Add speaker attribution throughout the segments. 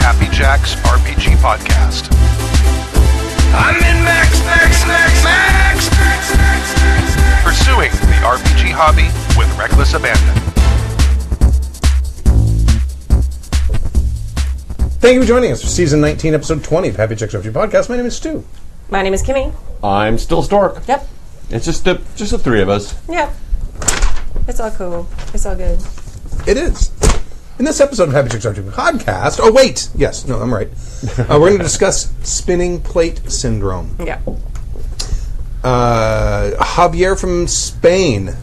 Speaker 1: Max RPG Podcast. I'm in Max, Max, Max, Max, Max, Max, Max, Max. Pursuing the RPG hobby with reckless abandon.
Speaker 2: Thank you for joining us for season 19, episode 20 of Happy Checks Refugee Podcast. My name is Stu.
Speaker 3: My name is Kimmy.
Speaker 4: I'm still Stork.
Speaker 3: Yep.
Speaker 4: It's just the just the three of us.
Speaker 3: Yep. It's all cool. It's all good.
Speaker 2: It is. In this episode of Happy Chicks Refugee Podcast, oh wait, yes, no, I'm right. Uh, we're going to discuss spinning plate syndrome.
Speaker 3: Yeah.
Speaker 2: Uh, Javier from Spain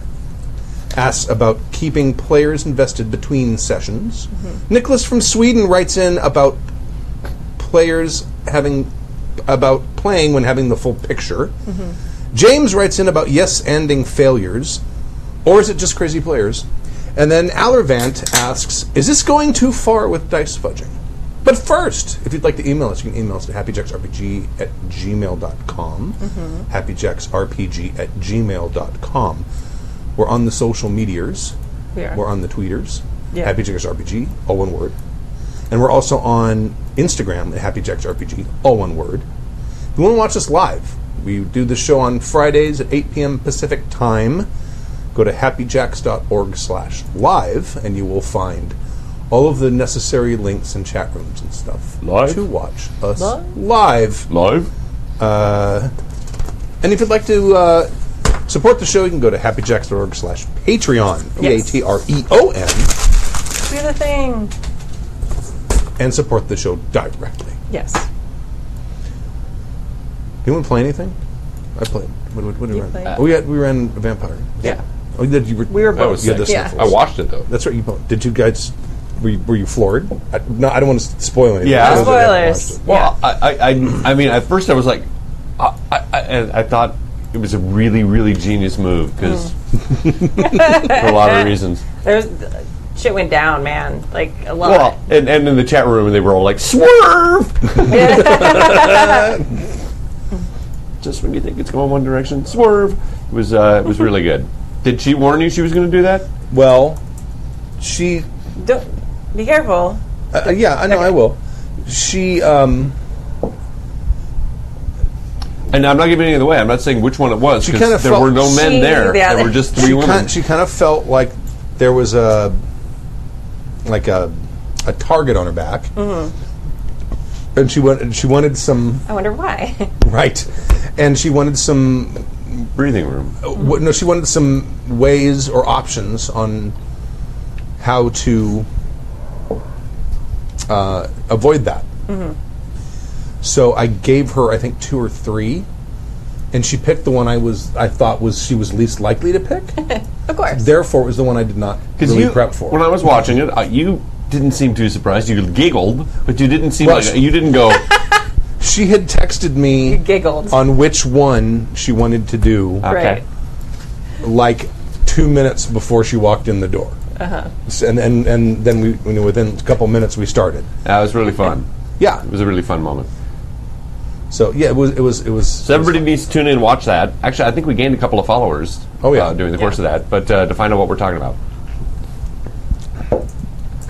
Speaker 2: asks about keeping players invested between sessions. Nicholas from Sweden writes in about players having about playing when having the full picture. James writes in about yes ending failures, or is it just crazy players? And then Allervant asks, is this going too far with dice fudging? But first, if you'd like to email us, you can email us at happyjacksrpg at gmail.com. Happyjacksrpg at gmail.com. We're on the social medias.
Speaker 3: We are.
Speaker 2: We're on the tweeters.
Speaker 3: Yeah.
Speaker 2: happyjacksrpg, all one word. And we're also on Instagram at happyjacksrpg, all one word. If you want to watch us live, we do the show on Fridays at 8 p.m. Pacific time. Go to happyjacks.org slash live, and you will find all of the necessary links and chat rooms and stuff
Speaker 4: Live?
Speaker 2: to watch us
Speaker 3: Live?
Speaker 2: live.
Speaker 4: Live.
Speaker 2: And if you'd like to uh, support the show, you can go to happyjacks.org slash Patreon,
Speaker 3: Yes.
Speaker 2: E P-A-T-R-E-O-N,
Speaker 3: Do the thing.
Speaker 2: and support the show directly.
Speaker 3: Yes.
Speaker 2: You want to play anything? I played. What, what, what did we
Speaker 3: You
Speaker 2: run?
Speaker 3: played.
Speaker 2: Oh, we, had, we ran Vampire.
Speaker 4: Yeah.
Speaker 2: Oh, you did, you were,
Speaker 3: We were
Speaker 4: I was
Speaker 3: both.
Speaker 2: You had the
Speaker 4: sick.
Speaker 3: Yeah.
Speaker 2: sniffles.
Speaker 4: I watched it though.
Speaker 2: That's right. You both. Did you guys? Were you, were you floored? I, no, I don't want to spoil anything.
Speaker 4: Yeah.
Speaker 2: I don't think I haven't
Speaker 3: Spoilers.
Speaker 2: watched
Speaker 4: Well, I, I, I, I mean, at first I was like, I, I, I, and I thought it was a really, really genius move because for a lot of reasons.
Speaker 3: There's uh, shit went down, man. Like a lot.
Speaker 4: Well, and, and in the chat room they were all like, swerve. Just when you think it's going one direction, swerve. It was uh, it was really good. Did she warn you she was going to do that?
Speaker 2: it. Well, she.
Speaker 3: Don't, be careful.
Speaker 2: Uh, yeah, I know. I will. She. Um,
Speaker 4: And I'm not giving anything away. I'm not saying which one it was
Speaker 2: She
Speaker 4: because
Speaker 2: kinda
Speaker 4: there
Speaker 2: felt-
Speaker 4: were no men
Speaker 3: She-
Speaker 4: there.
Speaker 3: yeah.
Speaker 4: There were just three
Speaker 2: she
Speaker 4: women.
Speaker 2: kind, she kind of felt like there was a like a a target on her back,
Speaker 3: Mm-hmm.
Speaker 2: and she wanted she wanted some
Speaker 3: I wonder why.
Speaker 2: right, and she wanted some
Speaker 4: breathing room.
Speaker 2: What, no, she wanted some ways or options on how to uh, avoid that. So I gave her, I think, two or three, and she picked the one I was I thought was she was least likely to pick.
Speaker 3: of course.
Speaker 2: Therefore, it was the one I did not really
Speaker 4: you,
Speaker 2: prep for.
Speaker 4: when I was watching it, uh, you didn't seem too surprised. You giggled, but you didn't seem
Speaker 2: Well,
Speaker 4: like
Speaker 2: she-
Speaker 4: you didn't go.
Speaker 2: she had texted me
Speaker 3: Giggled.
Speaker 2: on which one she wanted to do.
Speaker 4: Okay.
Speaker 3: Right.
Speaker 2: like two minutes before she walked in the door.
Speaker 4: Uh-huh.
Speaker 2: S- And, and and then we you know, within a couple minutes we started.
Speaker 4: That was really fun.
Speaker 2: Yeah.
Speaker 4: It was a really fun moment.
Speaker 2: So yeah, it was it was it was.
Speaker 4: So everybody needs to tune in and watch that. Actually, I think we gained a couple of followers.
Speaker 2: Oh, yeah.
Speaker 4: uh, during the course of that, but uh, to find out what we're talking about.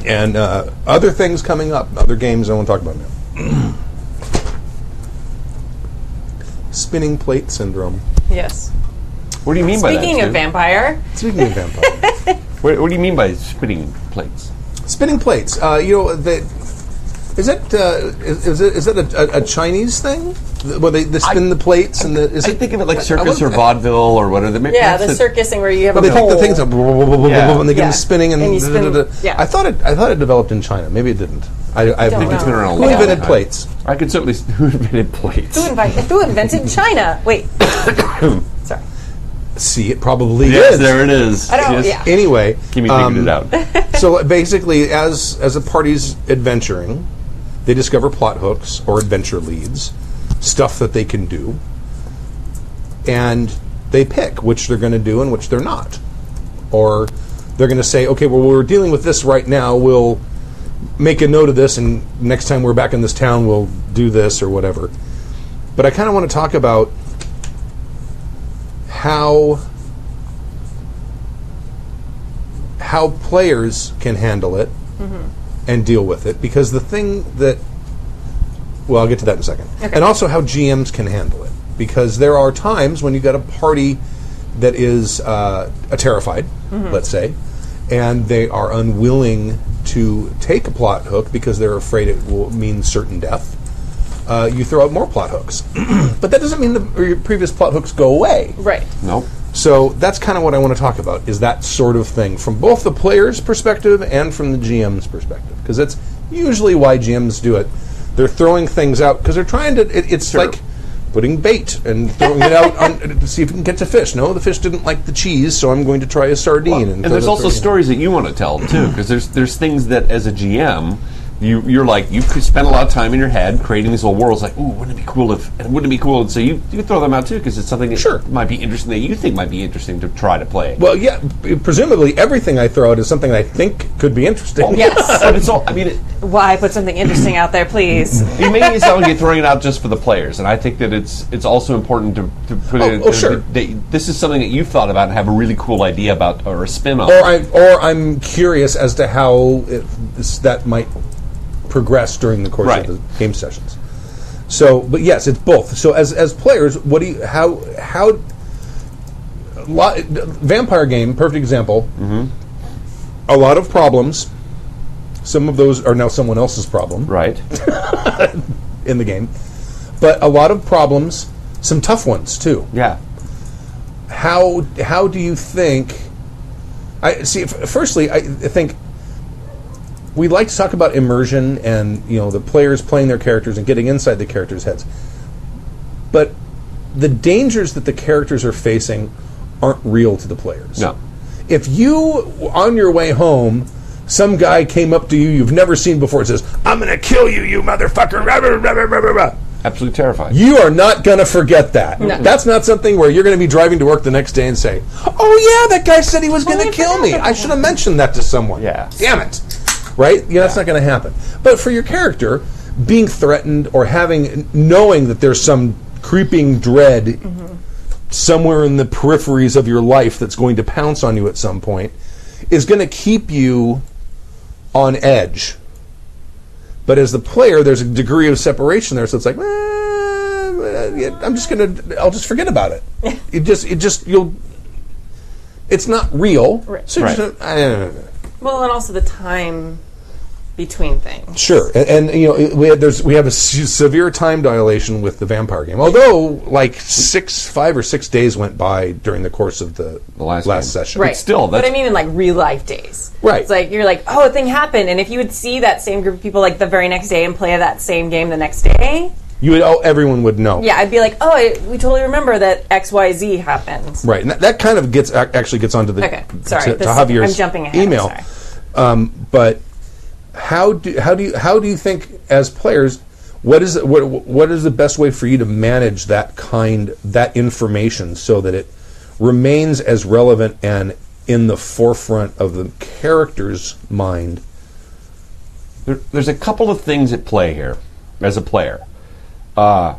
Speaker 2: and uh, other things coming up, other games I want to talk about now. Spinning plate syndrome.
Speaker 3: Yes.
Speaker 4: What do you mean by that?
Speaker 3: Speaking of
Speaker 4: Stu?
Speaker 3: vampire,
Speaker 2: Speaking of vampire,
Speaker 4: what, what do you mean by spitting plates?
Speaker 2: spinning plates. Uh, you know the. Is that uh, is, is, it, is that a, a, a Chinese thing? Th- Where they, they spin the plates and the is
Speaker 4: I
Speaker 2: it,
Speaker 4: think of it like
Speaker 2: I- I
Speaker 4: circus or
Speaker 2: wasn't-
Speaker 4: vaudeville or whatever. Maybe
Speaker 3: yeah,
Speaker 4: that's
Speaker 3: the
Speaker 4: it.
Speaker 3: circus thing where you have
Speaker 2: But
Speaker 3: a
Speaker 2: they pick the
Speaker 3: pole.
Speaker 2: things up, and they get
Speaker 3: Yeah.
Speaker 2: them spinning, and,
Speaker 3: And you spin-
Speaker 2: da- da- da.
Speaker 3: yeah.
Speaker 2: I thought it. I thought it developed in China. Maybe it didn't. I, I,
Speaker 3: Don't
Speaker 4: I think it's been around a
Speaker 2: Who
Speaker 4: long
Speaker 2: invented
Speaker 4: time.
Speaker 2: plates?
Speaker 4: I could certainly s- who invented plates.
Speaker 3: Who, invi- who invented China? Wait. Sorry.
Speaker 2: See, it probably
Speaker 4: Yes,
Speaker 2: is.
Speaker 4: there it is.
Speaker 3: I don't-
Speaker 4: yes.
Speaker 3: yeah.
Speaker 2: Anyway,
Speaker 4: Kimmy figured
Speaker 2: um,
Speaker 4: it out.
Speaker 2: so basically, as as the party's adventuring, they discover plot hooks or adventure leads, stuff that they can do, and they pick which they're going to do and which they're not, or they're going to say, okay, well, we're dealing with this right now. We'll make a note of this, and next time we're back in this town, we'll do this or whatever. But I kind of want to talk about how how players can handle it and deal with it because the thing that Well, I'll get to that in a second. And also how GMs can handle it. Because there are times when you got a party that is uh, a terrified, let's say, and they are unwilling to take a plot hook because they're afraid it will mean certain death. Uh, you throw out more plot hooks. but that doesn't mean the your previous plot hooks go away.
Speaker 3: Right.
Speaker 4: Nope.
Speaker 2: So that's kind of what I want to talk about is that sort of thing from both the player's perspective and from the GM's perspective because that's usually why GMs do it. They're throwing things out because they're trying to. It, it's like putting bait and throwing it out on, to see if you can catch a fish. No, the fish didn't like the cheese, so I'm going to try a sardine. and
Speaker 4: And
Speaker 2: throw
Speaker 4: there's
Speaker 2: the
Speaker 4: also
Speaker 2: sardine.
Speaker 4: stories that you want to tell too, because there's there's things that as a GM, you you're like you could spend a lot of time in your head creating these little worlds. Like, ooh, wouldn't it be cool if? and Wouldn't it be cool? And so you you throw them out too, because it's something that
Speaker 2: Sure.
Speaker 4: might be interesting that you think might be interesting to try to play.
Speaker 2: Well, yeah, p- presumably everything I throw out is something I think could be interesting.
Speaker 3: Yes.
Speaker 4: but it's all. I mean, it,
Speaker 3: Why put something interesting out there, please?
Speaker 4: you make it sound like you're throwing it out just for the players, and I think that it's it's also important to, to put
Speaker 2: Oh,
Speaker 4: it. in-
Speaker 2: oh, sure.
Speaker 4: that you- this is something that you've thought about and have a really cool idea about or a spin on.
Speaker 2: Or, I, or I'm curious as to how it, this, that might progress during the course
Speaker 4: Right.
Speaker 2: of the game sessions. So, but yes, it's both. So, as as players, what do you how how a lot, vampire game perfect example?
Speaker 4: Mm-hmm.
Speaker 2: A lot of problems. Some of those are now someone else's problem.
Speaker 4: right.
Speaker 2: in the game, but a lot of problems, some tough ones too.
Speaker 4: Yeah.
Speaker 2: How how do you think? I see. F- firstly, I think we like to talk about immersion and you know the players playing their characters and getting inside the characters' heads, but the dangers that the characters are facing aren't real to the players.
Speaker 4: No.
Speaker 2: If you on your way home. Some guy came up to you you've never seen before and says, "I'm gonna kill you, you motherfucker!" Rah, rah, rah, rah, rah, rah.
Speaker 4: Absolutely terrifying.
Speaker 2: You are not going to forget that. That's not something where you're going to be driving to work the next day and say, "Oh yeah, that guy said he was going to
Speaker 3: I
Speaker 2: kill
Speaker 3: forgot
Speaker 2: me.
Speaker 3: that
Speaker 2: I should have mentioned that to someone."
Speaker 4: Yeah.
Speaker 2: Damn it. Right? Yeah, that's not going to happen. But for your character, being threatened or having knowing that there's some creeping dread
Speaker 3: Mm-hmm.
Speaker 2: somewhere in the peripheries of your life that's going to pounce on you at some point is going to keep you on edge. But as the player, there's a degree of separation there, so it's like, "Eh, eh, yeah, I'm just gonna, I'll just forget about it. it just, it just, you'll. It's not real.
Speaker 3: Right.
Speaker 2: So you're
Speaker 4: Right.
Speaker 2: just, eh,
Speaker 3: Well, and also the time between things.
Speaker 2: Sure, and, and you know it- we had, there's we have a se- severe time dilation with the vampire game. Although like six, five or six days went by during the course of the,
Speaker 4: The last game.
Speaker 2: session.
Speaker 3: Right.
Speaker 4: still,
Speaker 3: but I
Speaker 4: that's-
Speaker 3: mean in like real life days.
Speaker 2: Right.
Speaker 3: It's like you're like, oh, a thing happened, and if you would see that same group of people like the very next day and play that same game the next day,
Speaker 2: you would, oh, everyone would know.
Speaker 3: yeah, I'd be like, oh, I, we totally remember that X Y Z happened.
Speaker 2: right. And that, that kind of gets ac- actually gets onto the
Speaker 3: Okay, sorry,
Speaker 2: to, to
Speaker 3: this-
Speaker 2: Javier's
Speaker 3: I'm jumping ahead, I'm
Speaker 2: email.
Speaker 3: sorry.
Speaker 2: Um, but how do how do you how do you think as players? What is what what is the best way for you to manage that kind that information so that it remains as relevant and in the forefront of the character's mind?
Speaker 4: there, there's a couple of things at play here as a player. Uh,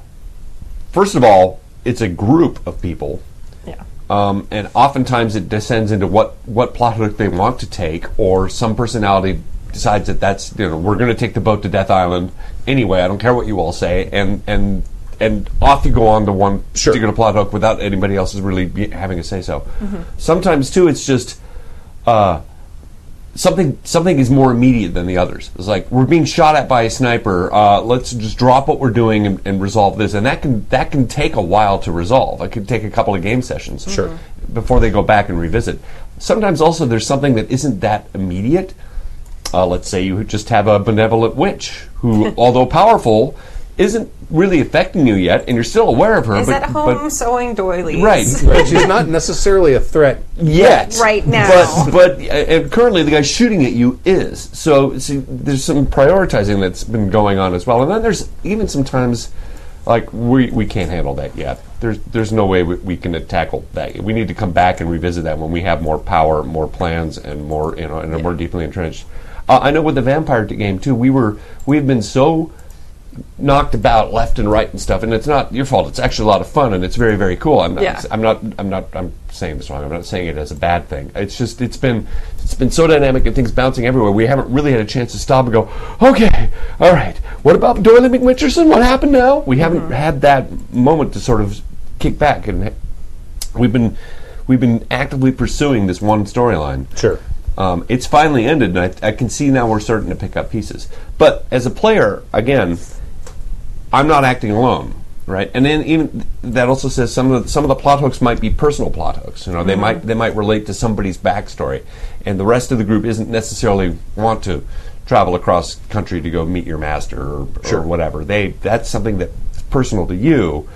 Speaker 4: first of all, it's a group of people.
Speaker 3: Yeah.
Speaker 4: Um, and oftentimes it descends into what, what plot hook they want to take, or some personality decides that that's, you know, we're going to take the boat to Death Island anyway. I don't care what you all say. And, and, and off you go on to one
Speaker 2: Sure.
Speaker 4: particular plot hook without anybody else is really be having a say so. Sometimes, too, it's just, uh, something something is more immediate than the others. It's like we're being shot at by a sniper. Uh, let's just drop what we're doing and, and resolve this. And that can that can take a while to resolve. It could take a couple of game sessions
Speaker 2: Sure.
Speaker 4: before they go back and revisit. Sometimes also there's something that isn't that immediate. Uh, let's say you just have a benevolent witch who, although powerful, isn't really affecting you yet, and you're still aware of her.
Speaker 3: Is
Speaker 4: Uh, but,
Speaker 3: at
Speaker 4: but-
Speaker 3: home sewing doilies.
Speaker 4: right?
Speaker 2: Right, she's not necessarily a threat.
Speaker 4: yet
Speaker 3: Right now.
Speaker 4: but but uh, and currently the guy shooting at you is so see, there's some prioritizing that's been going on as well and then there's even sometimes like we, we can't handle that yet there's there's no way we, we can tackle that we need to come back and revisit that when we have more power more plans and more you know and are more deeply entrenched uh, I know with the vampire t- game too we were we've been so knocked about left and right and stuff. And it's not your fault. It's actually a lot of fun and it's very very cool. I'm not,
Speaker 3: Yeah.
Speaker 4: I'm not I'm not I'm saying this wrong. I'm not saying it as a bad thing. It's just it's been it's been so dynamic and things bouncing everywhere. We haven't really had a chance to stop and go. Okay, all right. What about Doyle McMitcherson? What happened now? We haven't had that moment to sort of kick back and we've been we've been actively pursuing this one storyline.
Speaker 2: Sure.
Speaker 4: Um, it's finally ended, and I, I can see now we're starting to pick up pieces. But as a player, again, I'm not acting alone, right? And then even that also says some of the, some of the plot hooks might be personal plot hooks. You know, they might they might relate to somebody's backstory, and the rest of the group isn't necessarily want to travel across country to go meet your master or, or whatever. They that's something that's personal to you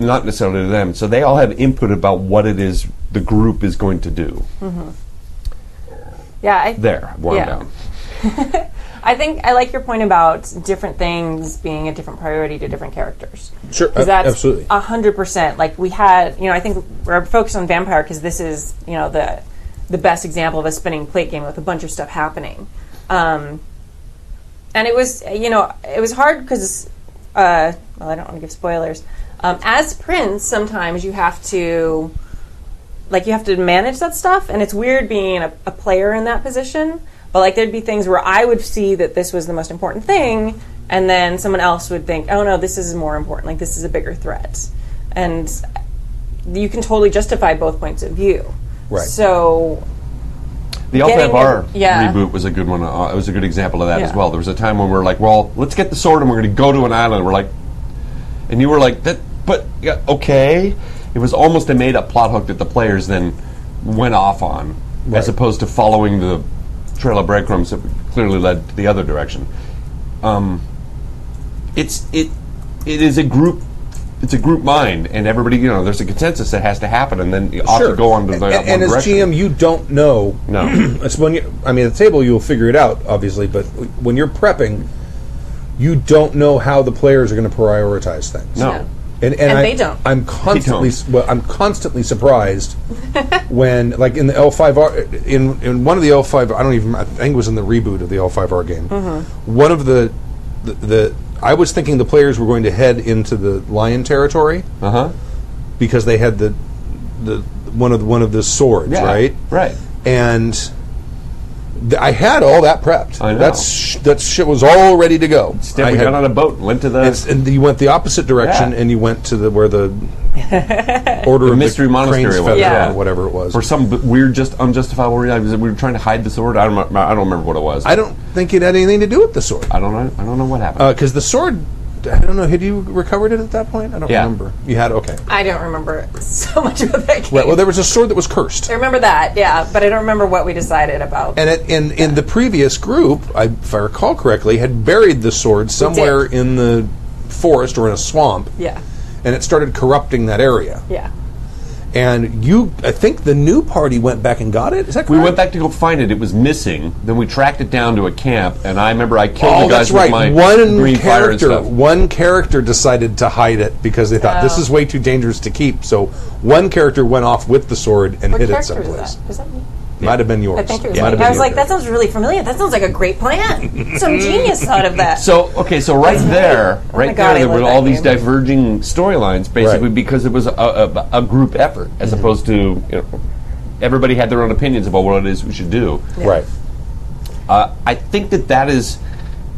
Speaker 4: not necessarily to them. So they all have input about what it is the group is going to do.
Speaker 3: Yeah, I,
Speaker 4: There, one
Speaker 3: Yeah.
Speaker 4: down.
Speaker 3: I think I like your point about different things being a different priority to different characters.
Speaker 2: Sure,
Speaker 3: because
Speaker 2: ab-
Speaker 3: that's
Speaker 2: absolutely.
Speaker 3: a hundred percent. Like we had, you know, I think we're focused on vampire because this is, you know, the the best example of a spinning plate game with a bunch of stuff happening. Um, and it was, you know, it was hard because, uh, well, I don't want to give spoilers. Um, as Prince, sometimes you have to like you have to manage that stuff and it's weird being a, a player in that position but like there'd be things where i would see that this was the most important thing and then someone else would think oh no this is more important like this is a bigger threat and you can totally justify both points of view
Speaker 2: Right.
Speaker 3: so
Speaker 4: The Alpha
Speaker 3: Getting
Speaker 4: Bar
Speaker 3: the- yeah.
Speaker 4: reboot was a good one. Uh, it was a good example of that as
Speaker 3: Yeah.
Speaker 4: well. There was a time when we were like, "Well, let's get the sword and we're going to go to an island." We're like, and you were like, "That, but yeah, okay." It was almost a made-up plot hook that the players then went off on, as
Speaker 2: Right.
Speaker 4: opposed to following the trail of breadcrumbs that clearly led to the other direction. Um, it's it it is a group. It's a group mind, and everybody, you know, there's a consensus that has to happen, and then you ought to go on to the
Speaker 2: A-
Speaker 4: that
Speaker 2: and,
Speaker 4: one
Speaker 2: as
Speaker 4: direction.
Speaker 2: GM, you don't know.
Speaker 4: no,
Speaker 2: It's when you, I mean, at the table, you'll figure it out, obviously. But when you're prepping, you don't know how the players are going to prioritize things.
Speaker 4: no.
Speaker 3: Yeah.
Speaker 2: and, and,
Speaker 3: And
Speaker 2: I,
Speaker 3: they don't.
Speaker 2: I'm constantly
Speaker 4: They
Speaker 2: s- well, I'm constantly surprised when like in the L5R in in one of the L5 I don't even I think it was in the reboot of the L5R game.
Speaker 3: Mm-hmm.
Speaker 2: One of the, the the I was thinking the players were going to head into the lion territory
Speaker 4: Uh huh.
Speaker 2: because they had the the one of one of the swords,
Speaker 4: Yeah,
Speaker 2: right?
Speaker 4: right.
Speaker 2: And th- I had all that prepped.
Speaker 4: I know.
Speaker 2: That's sh- that shit was all ready to go.
Speaker 4: Instead,
Speaker 2: I
Speaker 4: we
Speaker 2: had-
Speaker 4: got on a boat and went to the,
Speaker 2: it's- and you went the opposite direction,
Speaker 4: Yeah.
Speaker 2: and you went to the where the order of
Speaker 4: mystery
Speaker 2: the
Speaker 4: monastery
Speaker 2: Crane's
Speaker 4: was,
Speaker 2: Feather
Speaker 4: yeah.
Speaker 2: or whatever it was.
Speaker 4: for some b- weird, just unjustifiable reason. I was- We were trying to hide the sword. I don't. remem- I don't remember what it was.
Speaker 2: I don't Uh, think it had anything to do with the sword
Speaker 4: I don't know. I don't know what happened.
Speaker 2: because the sword. I don't know. Had you recovered it at that point? I don't
Speaker 4: Yeah.
Speaker 2: remember. You had okay.
Speaker 3: i don't remember so much about that game
Speaker 2: Right. Well, there was a sword that was cursed,
Speaker 3: i remember that yeah but i don't remember what we decided about
Speaker 2: and it, in in the previous group, I, if I recall correctly, had buried the sword somewhere in the forest or in a swamp.
Speaker 3: yeah
Speaker 2: And it started corrupting that area.
Speaker 3: yeah
Speaker 2: And you, I think the new party went back and got it. Is that correct?
Speaker 4: we went back to go find it. It was missing. Then we tracked it down to a camp, and I remember I killed
Speaker 2: Oh,
Speaker 4: the guys
Speaker 2: that's right.
Speaker 4: with my
Speaker 2: one
Speaker 4: green fire and
Speaker 2: character,
Speaker 4: stuff.
Speaker 2: one character decided to hide it because they thought this is way too dangerous to keep. So one character went off with the sword and
Speaker 3: what
Speaker 2: hid it
Speaker 3: character was
Speaker 2: someplace.
Speaker 3: that was that me
Speaker 2: Might have been yours.
Speaker 3: I think it was.
Speaker 2: Might
Speaker 3: me.
Speaker 2: have been
Speaker 3: I was
Speaker 2: your
Speaker 3: like, that
Speaker 2: character.
Speaker 3: sounds really familiar. That sounds like a great plan. Some genius thought of that.
Speaker 4: So okay, so right there,
Speaker 3: Oh my
Speaker 4: right
Speaker 3: God, I
Speaker 4: there, there
Speaker 3: love
Speaker 4: were
Speaker 3: that
Speaker 4: all these
Speaker 3: game.
Speaker 4: diverging storylines, basically
Speaker 2: Right. Mm-hmm.
Speaker 4: because it was a, a, a group effort as opposed to you know, everybody had their own opinions about what it is we should do.
Speaker 2: right.
Speaker 4: Uh, I think that that is.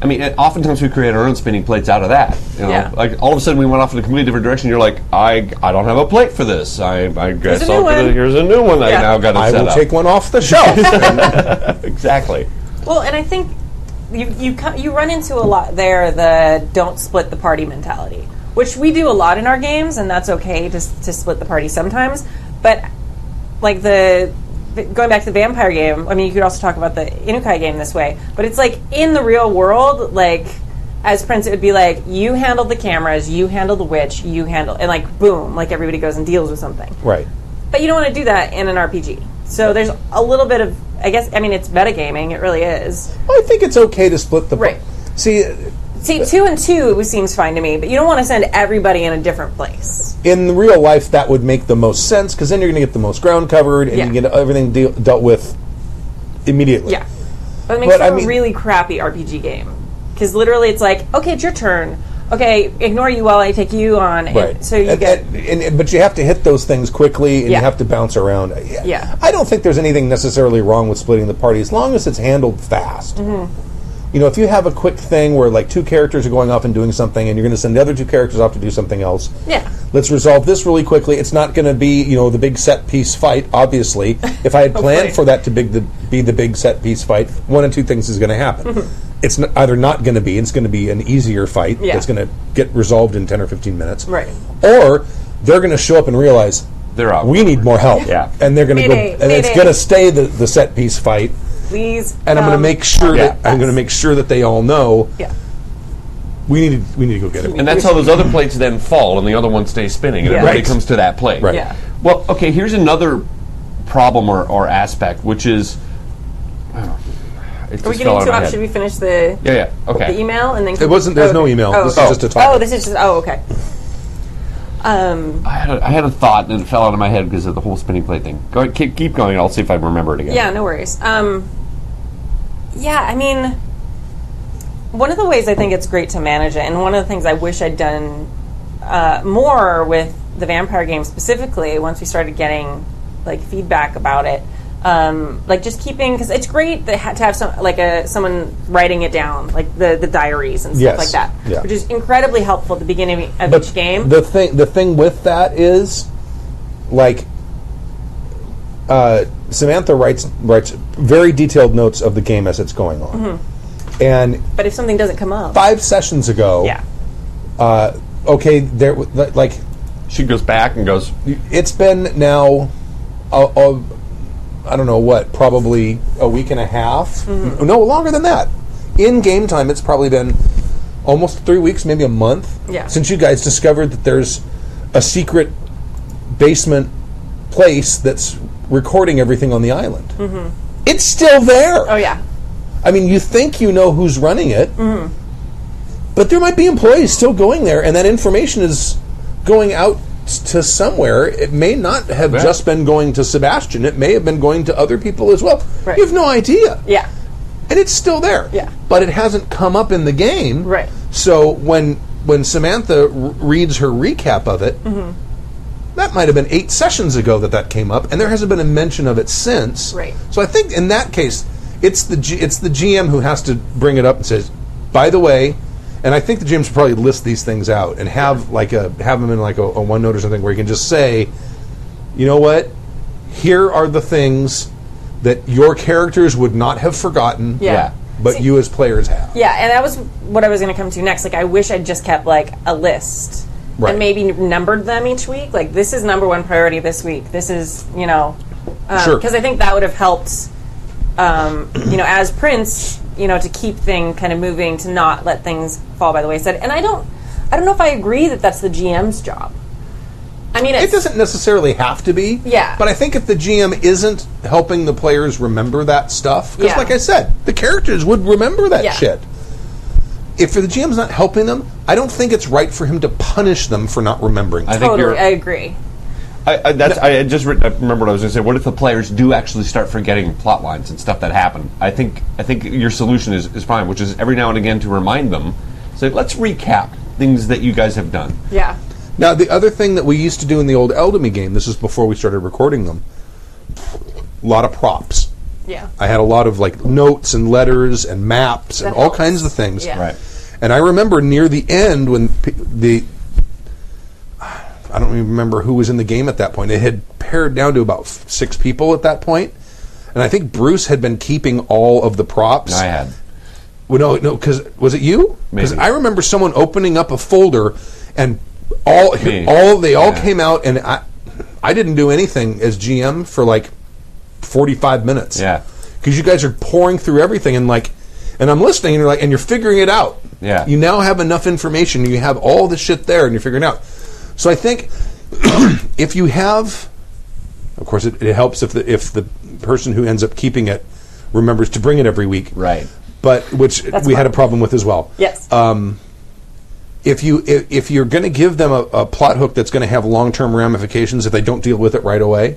Speaker 4: I mean, and oftentimes we create our own spinning plates out of that. You know,
Speaker 3: Yeah.
Speaker 4: like all of a sudden we went off in a completely different direction. You're like, I, I don't have a plate for this. I, I guess
Speaker 3: a
Speaker 4: I'll
Speaker 3: new
Speaker 4: get a-
Speaker 3: one."
Speaker 4: here's a new one. I
Speaker 3: Yeah.
Speaker 4: now got to
Speaker 2: I
Speaker 4: set
Speaker 2: will
Speaker 4: up.
Speaker 2: take one off the shelf.
Speaker 4: exactly.
Speaker 3: well, and I think you you co- you run into a lot there the don't split the party mentality, which we do a lot in our games, and that's okay to s- to split the party sometimes. But like the the- going back to the vampire game, I mean, you could also talk about the Inukai game this way, but it's like in the real world, like as Prince, it would be like you handle the cameras, you handle the witch, you handle, and like boom, like everybody goes and deals with something.
Speaker 2: right.
Speaker 3: But you don't want to do that in an RPG. So there's a little bit of, I guess, I mean, it's metagaming. It really is.
Speaker 2: Well, I think it's okay to split the.
Speaker 3: Right.
Speaker 2: See,
Speaker 3: See, two and two it was- seems fine to me, but you don't want to send everybody in a different place.
Speaker 2: in real life, that would make the most sense because then you're going to get the most ground covered and
Speaker 3: Yeah.
Speaker 2: you get everything deal dealt with immediately.
Speaker 3: Yeah. But it makes
Speaker 2: But,
Speaker 3: it
Speaker 2: I
Speaker 3: a
Speaker 2: mean-
Speaker 3: really crappy RPG game. because literally it's like, okay, it's your turn. Okay, ignore you while I take you on. And
Speaker 2: Right.
Speaker 3: So you
Speaker 2: And-
Speaker 3: get
Speaker 2: and- and- and- but you have to hit those things quickly, and
Speaker 3: Yeah.
Speaker 2: you have to bounce around. Yeah.
Speaker 3: Yeah.
Speaker 2: I don't think there's anything necessarily wrong with splitting the party as long as it's handled fast.
Speaker 3: Mm-hmm.
Speaker 2: You know, if you have a quick thing where like two characters are going off and doing something, and you're going to send the other two characters off to do something else.
Speaker 3: Yeah.
Speaker 2: Let's resolve this really quickly. It's not going to be you know the big set piece fight. Obviously, if I had planned
Speaker 3: Hopefully.
Speaker 2: for that to big the, be the big set piece fight, one of two things is going to happen. It's n- either not going to be, it's going to be an easier fight
Speaker 3: Mm-hmm. Yeah.
Speaker 2: that's going to get resolved in 10 or 15 minutes
Speaker 3: Right.
Speaker 2: or they're going to show up and realize
Speaker 4: They're out.
Speaker 2: We need more help.
Speaker 4: Yeah.
Speaker 2: and they're going to go,
Speaker 3: Mayday,
Speaker 2: and it's
Speaker 3: mayday.
Speaker 2: going to stay the, the set piece fight.
Speaker 3: please.
Speaker 2: And I'm going to
Speaker 3: come
Speaker 2: make sure
Speaker 4: Yeah.
Speaker 2: that I'm going to make sure that they all know
Speaker 3: Um, Yeah.
Speaker 2: we need to, we need to go get it.
Speaker 4: And that's how those other plates then fall, and the other one stays spinning, and
Speaker 3: Yeah.
Speaker 4: everybody
Speaker 2: Right.
Speaker 4: comes to that plate.
Speaker 2: Right.
Speaker 3: Yeah.
Speaker 4: Well, okay, here's another problem or, or aspect, which is.
Speaker 3: Are we getting to? Um, should we finish the
Speaker 4: Yeah, yeah. Okay.
Speaker 3: the email and then?
Speaker 2: It wasn't- there's no
Speaker 3: okay.
Speaker 2: email.
Speaker 3: Oh,
Speaker 2: This is
Speaker 3: okay.
Speaker 2: just a topic.
Speaker 3: Oh, this is just. Oh, okay. Um.
Speaker 4: I had, a, I had a thought and it fell out of my head because of the whole spinning plate thing. Go ahead, keep, keep going and I'll see if I remember it again.
Speaker 3: Yeah, no worries. Um, yeah, I mean, one of the ways I think it's great to manage it, and one of the things I wish I'd done uh, more with the vampire game specifically, once we started getting like feedback about it, um, like just keeping because it's great that ha- to have some like a someone writing it down, like the the diaries and stuff
Speaker 2: Yes.
Speaker 3: like that,
Speaker 2: Yeah.
Speaker 3: which is incredibly helpful at the beginning of each game.
Speaker 2: The thing the thing with that is like uh, Samantha writes writes very detailed notes of the game as it's going on, and
Speaker 3: but if something doesn't come up,
Speaker 2: five sessions ago,
Speaker 3: Mm-hmm. yeah,
Speaker 2: uh, okay, there w- li- like
Speaker 4: She goes back and goes,
Speaker 2: it's been now a, a, i don't know what probably a week and a half
Speaker 3: Mm-hmm.
Speaker 2: no longer than that in game time it's probably been almost three weeks maybe a month
Speaker 3: Yeah.
Speaker 2: since you guys discovered that there's a secret basement place that's recording everything on the island it's still there
Speaker 3: Mm-hmm. oh yeah,
Speaker 2: I mean, you think you know who's running it, but there might be employees still going there, and that information is going out s- to somewhere. It may not have
Speaker 4: bet.
Speaker 2: just been going to Sebastian. It may have been going to other people as well.
Speaker 3: Right.
Speaker 2: You have no idea,
Speaker 3: yeah,
Speaker 2: and it's still there.
Speaker 3: Yeah.
Speaker 2: but it hasn't come up in the game.
Speaker 3: Right.
Speaker 2: So when when Samantha r- reads her recap of it.
Speaker 3: Mm-hmm.
Speaker 2: That might have been eight sessions ago that that came up, and there hasn't been a mention of it since.
Speaker 3: Right.
Speaker 2: So I think in that case, it's the G- it's the GM who has to bring it up and says, "By the way," and I think the GM should probably list these things out and have like a have them in like a, a one note or something where you can just say, "You know what? Here are the things that your characters would not have forgotten,
Speaker 4: Yeah.
Speaker 3: yeah.
Speaker 2: but you as players have."
Speaker 3: Yeah, and that was what I was going to come to next. Like, I wish I'd just kept like a list
Speaker 2: Right.
Speaker 3: and maybe n- numbered them each week. Like, this is number one priority this week. This is you know, because
Speaker 2: Sure.
Speaker 3: I think that would have helped. Um, you know, as Prince, you know, to keep thing kind of moving, to not let things fall by the wayside. And I don't, I don't know if I agree that that's the GM's job. I mean, it's,
Speaker 2: It doesn't necessarily have to be.
Speaker 3: Yeah.
Speaker 2: But I think if the GM isn't helping the players remember that stuff, because
Speaker 3: Yeah.
Speaker 2: like I said, the characters would remember that
Speaker 3: Yeah.
Speaker 2: shit. If the GM's not helping them, I don't think it's right for him to punish them for not remembering.
Speaker 4: I think
Speaker 3: totally.
Speaker 4: you're.
Speaker 3: I agree.
Speaker 4: I, I, that's, I had just written, I remember what I was going to say. What if the players do actually start forgetting plot lines and stuff that happened? I think I think your solution is, is fine, which is every now and again to remind them. Say, let's recap things that you guys have done.
Speaker 3: Yeah.
Speaker 2: Now, the other thing that we used to do in the old Eldamy game, this is before we started recording them, a lot of props.
Speaker 3: Yeah.
Speaker 2: I had a lot of like notes and letters and maps and
Speaker 3: That
Speaker 2: all
Speaker 3: helps.
Speaker 2: kinds of things.
Speaker 3: Yeah.
Speaker 4: Right.
Speaker 2: And I remember near the end when p- the I don't even remember who was in the game at that point. It had pared down to about f- six people at that point, and I think Bruce had been keeping all of the props.
Speaker 4: I had.
Speaker 2: Well, no, no, because was it you? Because
Speaker 4: Maybe.
Speaker 2: I remember someone opening up a folder, and all
Speaker 4: Me.
Speaker 2: all they all
Speaker 4: Yeah.
Speaker 2: came out, and I I didn't do anything as GM for like forty five minutes.
Speaker 4: Yeah.
Speaker 2: because you guys are pouring through everything, and like, and I'm listening, and you're like, and you're figuring it out.
Speaker 4: Yeah.
Speaker 2: you now have enough information, you have all the shit there, and you're figuring it out. So I think if you have of course, it, it helps if the if the person who ends up keeping it remembers to bring it every week,
Speaker 4: Right.
Speaker 2: But which we had a problem with as well.
Speaker 3: Yes.
Speaker 2: Um, If you if, if you're going to give them a, a plot hook that's going to have long term ramifications if they don't deal with it right away,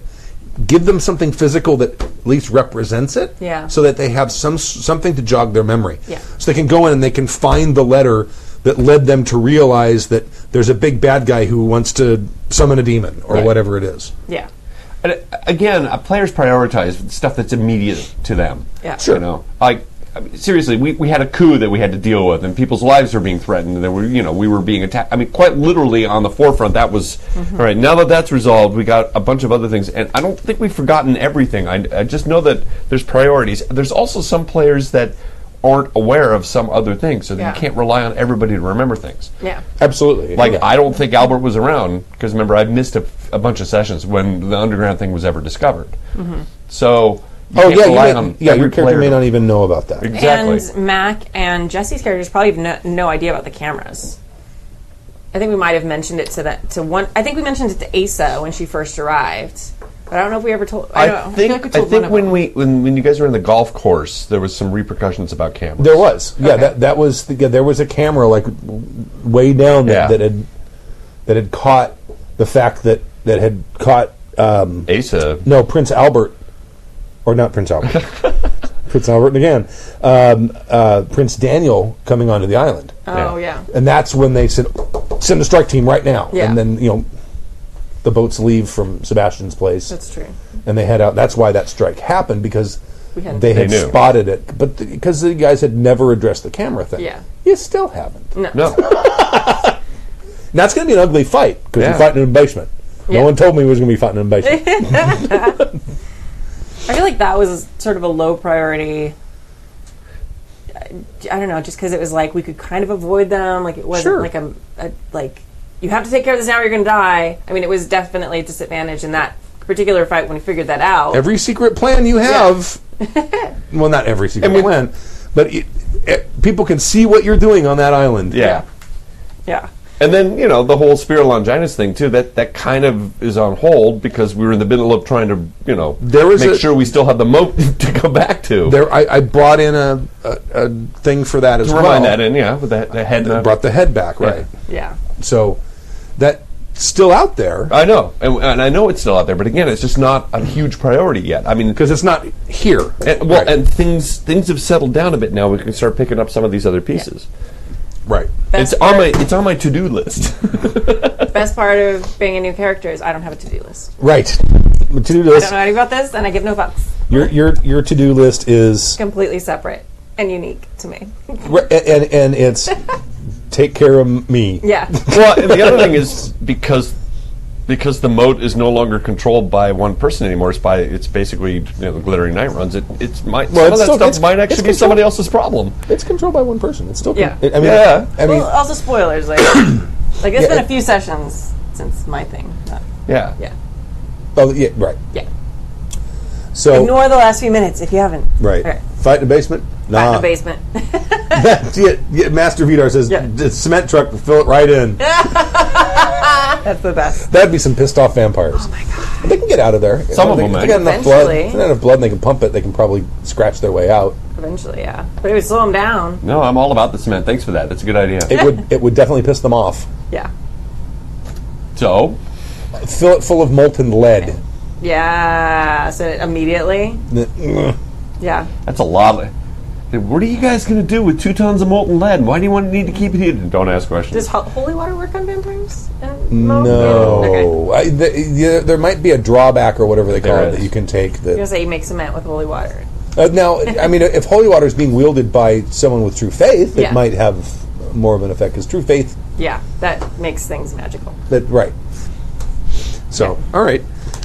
Speaker 2: give them something physical that at least represents it.
Speaker 3: Yeah.
Speaker 2: So that they have some something to jog their memory.
Speaker 3: Yeah.
Speaker 2: So they can go in and they can find the letter that led them to realize that there's a big bad guy who wants to summon a demon or
Speaker 4: Right.
Speaker 2: whatever it is.
Speaker 3: Yeah.
Speaker 4: And uh, again, uh, players prioritize stuff that's immediate to them.
Speaker 3: Yeah.
Speaker 2: Sure.
Speaker 4: You know, like I mean, seriously, we, we had a coup that we had to deal with, and people's lives were being threatened. And there were, you know, we were being attacked. I mean, quite literally on the forefront. That was
Speaker 3: Mm-hmm.
Speaker 4: all right. Now that that's resolved, we got a bunch of other things, and I don't think we've forgotten everything. I, I just know that there's priorities. There's also some players that aren't aware of some other things, so that
Speaker 3: Yeah.
Speaker 4: you can't rely on everybody to remember things.
Speaker 3: Yeah.
Speaker 2: Absolutely.
Speaker 4: Like I don't think Albert was around because remember I missed a, a bunch of sessions when the underground thing was ever discovered. So Mm-hmm.
Speaker 2: oh
Speaker 4: you can't
Speaker 2: yeah, you
Speaker 4: rely
Speaker 2: may-
Speaker 4: on
Speaker 2: yeah, your
Speaker 4: every
Speaker 2: character
Speaker 4: player
Speaker 2: may
Speaker 4: to-
Speaker 2: not even know about that.
Speaker 4: exactly.
Speaker 3: And Mac and Jesse's characters probably have no, no idea about the cameras. I think we might have mentioned it to that to one. I think we mentioned it to Asa when she first arrived, but I don't know if we ever told. I, don't know.
Speaker 4: I think
Speaker 3: I, feel like we
Speaker 4: I,
Speaker 3: told one
Speaker 4: think
Speaker 3: of
Speaker 4: when
Speaker 3: them.
Speaker 4: we when, when you guys were in the golf course there was some repercussions about cameras.
Speaker 2: There was, yeah. That that was the, yeah, there was a camera like w- way down that,
Speaker 4: Yeah.
Speaker 2: that had that had caught the fact that that had caught um,
Speaker 4: Asa
Speaker 2: no Prince Albert or not Prince Albert, Prince Albert again, um, uh, Prince Daniel coming onto the island,
Speaker 3: Oh
Speaker 4: Yeah.
Speaker 3: yeah.
Speaker 2: and that's when they said send the strike team right now,
Speaker 3: Yeah.
Speaker 2: and then you know the boats leave from Sebastian's place
Speaker 3: that's true.
Speaker 2: and they head out. That's why that strike happened because
Speaker 3: We hadn't-
Speaker 2: they
Speaker 4: They
Speaker 2: had
Speaker 4: knew.
Speaker 2: spotted it, but because the guys had never addressed the camera thing.
Speaker 3: Yeah.
Speaker 2: you still haven't.
Speaker 3: No.
Speaker 4: No.
Speaker 2: And that's going to be an ugly fight because
Speaker 4: Yeah.
Speaker 2: you're fighting in a basement.
Speaker 3: Yeah.
Speaker 2: No one told me we was going to be fighting in a basement.
Speaker 3: I feel like that was sort of a low priority. I don't know, just because it was like we could kind of avoid them. Like it wasn't
Speaker 2: Sure.
Speaker 3: like a, a like you have to take care of this now or you're going to die. I mean, it was definitely a disadvantage in that particular fight when we figured that out.
Speaker 2: every secret plan you have. well, not every secret plan, but it, it, people can see what you're doing on that island.
Speaker 4: yeah.
Speaker 3: yeah,
Speaker 4: And then you know the whole Spirulonginus thing too. That that kind of is on hold because we were in the middle of trying to you know
Speaker 2: There was
Speaker 4: make
Speaker 2: a-
Speaker 4: sure we still have the moat to go back to.
Speaker 2: There, I, I brought in a, a, a thing for that as
Speaker 4: to
Speaker 2: well.
Speaker 4: remind that uh, in yeah with that the head.
Speaker 2: That brought the head back, right?
Speaker 3: yeah,
Speaker 2: So that still out there.
Speaker 4: I know, and, and I know it's still out there, but again, it's just not a huge priority yet. I mean,
Speaker 2: because it's not here.
Speaker 4: and, well,
Speaker 2: right.
Speaker 4: and things things have settled down a bit now. We can start picking up some of these other pieces.
Speaker 2: right.
Speaker 4: It's on my it's on my to do list.
Speaker 3: Best part of being a new character is I don't have a to do list.
Speaker 2: Right. To do
Speaker 3: I
Speaker 2: list.
Speaker 3: don't know anything about this, and I give no fucks.
Speaker 2: Your your your to do list is
Speaker 3: Completely separate and unique to me.
Speaker 2: re- and and it's take care of me.
Speaker 3: yeah,
Speaker 4: well, and the other thing is because because the moat is no longer controlled by one person anymore. It's by it's basically you know, glittering night runs. It it's might
Speaker 2: Well, it's
Speaker 4: some of that
Speaker 2: still-
Speaker 4: stuff
Speaker 2: it's-
Speaker 4: might actually
Speaker 2: it's
Speaker 4: be
Speaker 2: controlled.
Speaker 4: somebody else's problem.
Speaker 2: It's controlled by one person. It's still
Speaker 3: Yeah.
Speaker 2: I mean
Speaker 4: Yeah.
Speaker 2: I mean
Speaker 3: well, also spoilers. Like, like it's
Speaker 2: Yeah,
Speaker 3: been a
Speaker 2: it-
Speaker 3: few sessions since my thing. Not,
Speaker 4: Yeah,
Speaker 3: yeah,
Speaker 2: oh, yeah, right.
Speaker 3: yeah.
Speaker 2: So
Speaker 3: Ignore the last few minutes if you haven't.
Speaker 2: right.
Speaker 3: Okay.
Speaker 2: Fight in the basement? Nah.
Speaker 3: Back in the basement.
Speaker 2: That's it. Yeah, Master Vidar says
Speaker 3: Yeah.
Speaker 2: "The cement truck will fill it right in.
Speaker 3: That's the best.
Speaker 2: That'd be some pissed off vampires. Oh my god. They can get out of there.
Speaker 4: Some of
Speaker 2: They-
Speaker 4: them
Speaker 2: If
Speaker 4: might.
Speaker 2: they got enough blood.
Speaker 3: Eventually.
Speaker 2: If they got enough blood and they can pump it, they can probably scratch their way out.
Speaker 3: Eventually, yeah. But it would slow him down.
Speaker 4: no, I'm all about the cement. Thanks for that. That's a good idea.
Speaker 2: It would it would definitely piss them off.
Speaker 3: Yeah.
Speaker 4: so
Speaker 2: Fill it full of molten lead.
Speaker 3: Yeah. So immediately. Yeah.
Speaker 4: that's a lot. Of, Then what are you guys going to do with two tons of molten lead? Why do you want to need to keep it hidden? Don't ask questions.
Speaker 3: Does ho- holy water work on vampires? And
Speaker 2: No,
Speaker 3: Okay. I was
Speaker 2: I, th- yeah, there might be a drawback or whatever they call
Speaker 4: There
Speaker 2: it
Speaker 4: is.
Speaker 2: that you can take.
Speaker 3: gonna
Speaker 2: That
Speaker 3: say you make cement with holy water.
Speaker 2: uh, now, I mean, if holy water is being wielded by someone with true faith,
Speaker 3: Yeah.
Speaker 2: it might have more of an effect because true faith.
Speaker 3: Yeah, that makes things magical.
Speaker 2: That right. So, all right.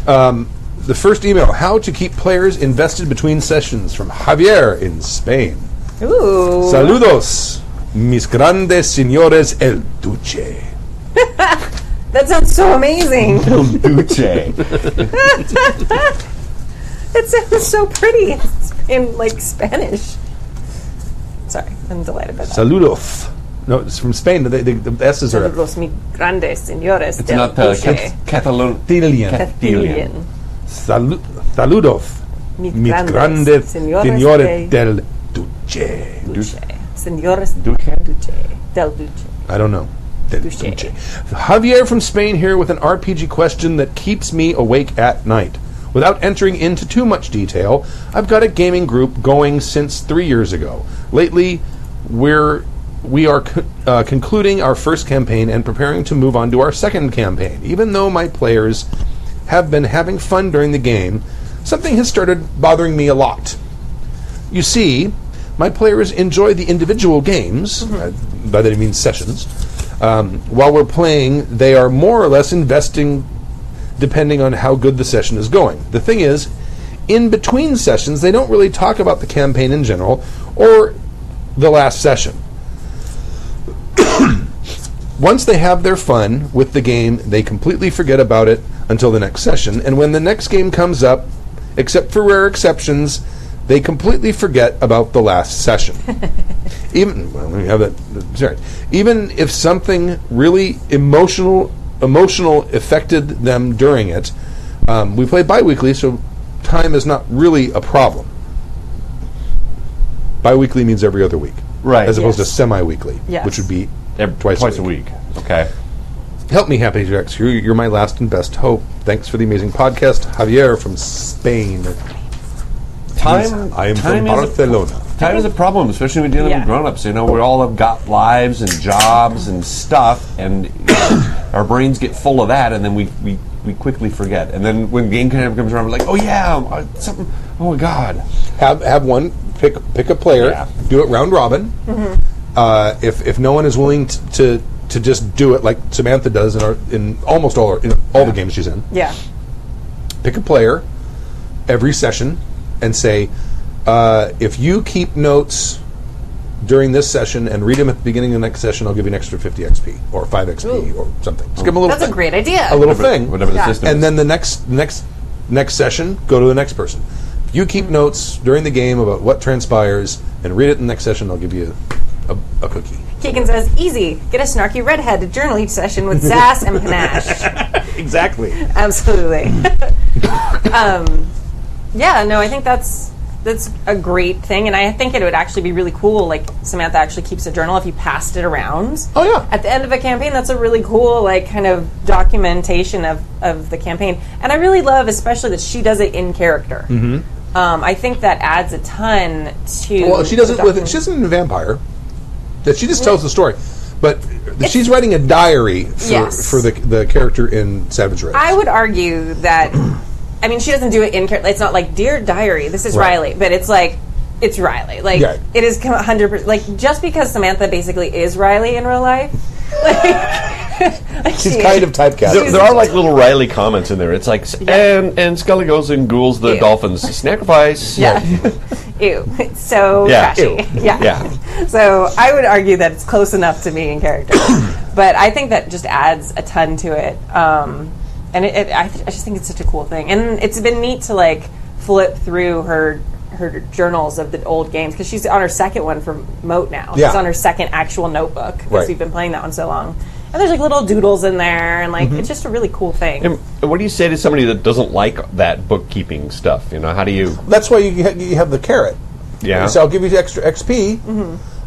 Speaker 2: Um, the first email: How to keep players invested between sessions from Javier in Spain.
Speaker 3: Ooh.
Speaker 2: Saludos, mis grandes señores el duce.
Speaker 3: That sounds so amazing.
Speaker 4: Duce.
Speaker 3: It sounds so pretty in like Spanish. Sorry, I'm delighted by that.
Speaker 2: Saludos. No, it's from Spain. The, the, the S's are
Speaker 3: Los migrantes señores
Speaker 4: It's
Speaker 3: del
Speaker 4: not uh,
Speaker 3: Duce
Speaker 4: Cat- Catalan.
Speaker 2: Castilian.
Speaker 4: Castilian.
Speaker 2: Salu- saludos,
Speaker 3: Mis
Speaker 2: mis
Speaker 3: grandes
Speaker 2: grandes
Speaker 3: señores
Speaker 2: señores
Speaker 3: de-
Speaker 2: del Duce.
Speaker 3: Duce. Señores
Speaker 4: Duce.
Speaker 3: Duce. Del Duce.
Speaker 2: I don't know. Del
Speaker 3: Duce.
Speaker 2: Javier from Spain here with an RPG question that keeps me awake at night. Without entering into too much detail, I've got a gaming group going since three years ago. Lately, we're we are co- uh, concluding our first campaign and preparing to move on to our second campaign. Even though my players have been having fun during the game, something has started bothering me a lot. You see, my players enjoy the individual games, uh, by that I mean sessions. Um, while we're playing, they are more or less investing depending on how good the session is going. The thing is, in between sessions, they don't really talk about the campaign in general or the last session. Once they have their fun with the game, they completely forget about it until the next session. And when the next game comes up, except for rare exceptions, they completely forget about the last session. Even well, let me have that. Sorry. Even if something really emotional emotional affected them during it, um, we play bi-weekly, so time is not really a problem. Bi-weekly means every other week,
Speaker 4: Right.
Speaker 2: As opposed
Speaker 3: Yes.
Speaker 2: to semi-weekly,
Speaker 3: Yes.
Speaker 2: which would be
Speaker 4: Ev-
Speaker 2: twice,
Speaker 4: twice
Speaker 2: a week.
Speaker 4: Okay.
Speaker 2: Help me, Happy Jax. You're, you're my last and best hope. Thanks for the amazing podcast, Javier from Spain.
Speaker 4: Time.
Speaker 2: I am
Speaker 4: time
Speaker 2: from
Speaker 4: is a-
Speaker 2: Barcelona.
Speaker 4: Time is a problem, especially when dealing
Speaker 3: Yeah.
Speaker 4: with grown-ups. You know, we all have got lives and jobs and stuff, and our brains get full of that, and then we, we, we quickly forget. And then when game time comes around, we're like, oh yeah, uh, something. Oh my god.
Speaker 2: have have one pick pick a player,
Speaker 4: Yeah.
Speaker 2: do it round robin. Uh, if if no one is willing t- to to just do it like Samantha does in our in almost all our, in all the games she's in,
Speaker 3: Yeah.
Speaker 2: pick a player every session and say, uh, if you keep notes during this session and read them at the beginning of the next session, I'll give you an extra fifty XP or five XP or something. Just give 'em a little.
Speaker 3: That's a
Speaker 2: thing.
Speaker 3: great idea.
Speaker 2: A little thing,
Speaker 4: Whatever the
Speaker 3: Yeah.
Speaker 4: system.
Speaker 2: and
Speaker 4: is.
Speaker 2: then the next next next session, go to the next person. You keep
Speaker 3: Mm-hmm.
Speaker 2: notes during the game about what transpires, and read it in the next session. I'll give you a, a, a cookie.
Speaker 3: Keegan says, easy. Get a snarky redhead to journal each session with sass and panache.
Speaker 2: Exactly. Hmm.
Speaker 3: Absolutely. um, yeah, no, I think that's that's a great thing, and I think it would actually be really cool. Like Samantha actually keeps a journal if you passed it around.
Speaker 2: Oh, yeah.
Speaker 3: At the end of a campaign, that's a really cool like kind of documentation of of the campaign, and I really love especially that she does it in character. Mm-hmm. Um, I think that adds a ton to.
Speaker 2: Well, she doesn't
Speaker 3: the
Speaker 2: with it.
Speaker 3: document-
Speaker 2: She isn't a vampire. That she just tells the story, but she's writing a diary for,
Speaker 3: Yes.
Speaker 2: for the the character in Savage Race.
Speaker 3: I would argue that, I mean, she doesn't do it in character. It's not like, dear diary, this is
Speaker 2: Right.
Speaker 3: Riley, but it's like, it's Riley. Like,
Speaker 2: Yeah.
Speaker 3: it is com- 100%. Like, just because Samantha basically is Riley in real life, like, like
Speaker 2: she's
Speaker 3: she
Speaker 2: kind
Speaker 3: is.
Speaker 2: of typecast.
Speaker 4: There, there are like little Riley comments in there. It's like, and and Scully goes and ghouls the
Speaker 3: Ew.
Speaker 4: dolphins. Sacrifice.
Speaker 3: Yeah. Ew. It's so
Speaker 4: Yeah.
Speaker 3: trashy.
Speaker 4: Ew.
Speaker 3: Yeah.
Speaker 4: Yeah.
Speaker 3: So I would argue that it's close enough to me in character. but I think that just adds a ton to it. Um, and it, it, I, th- I just think it's such a cool thing. And it's been neat to like flip through her her journals of the old games because she's on her second one for Moat now.
Speaker 2: Yeah.
Speaker 3: She's on her second actual notebook because
Speaker 2: Right.
Speaker 3: we've been playing that one so long. And there's like little doodles in there, and like it's just a really cool thing.
Speaker 4: Mm-hmm. And what do you say to somebody that doesn't like that bookkeeping stuff? You know, how do you?
Speaker 2: That's why you, ha- you have the carrot.
Speaker 4: Yeah. Mm-hmm.
Speaker 2: So I'll give you extra XP.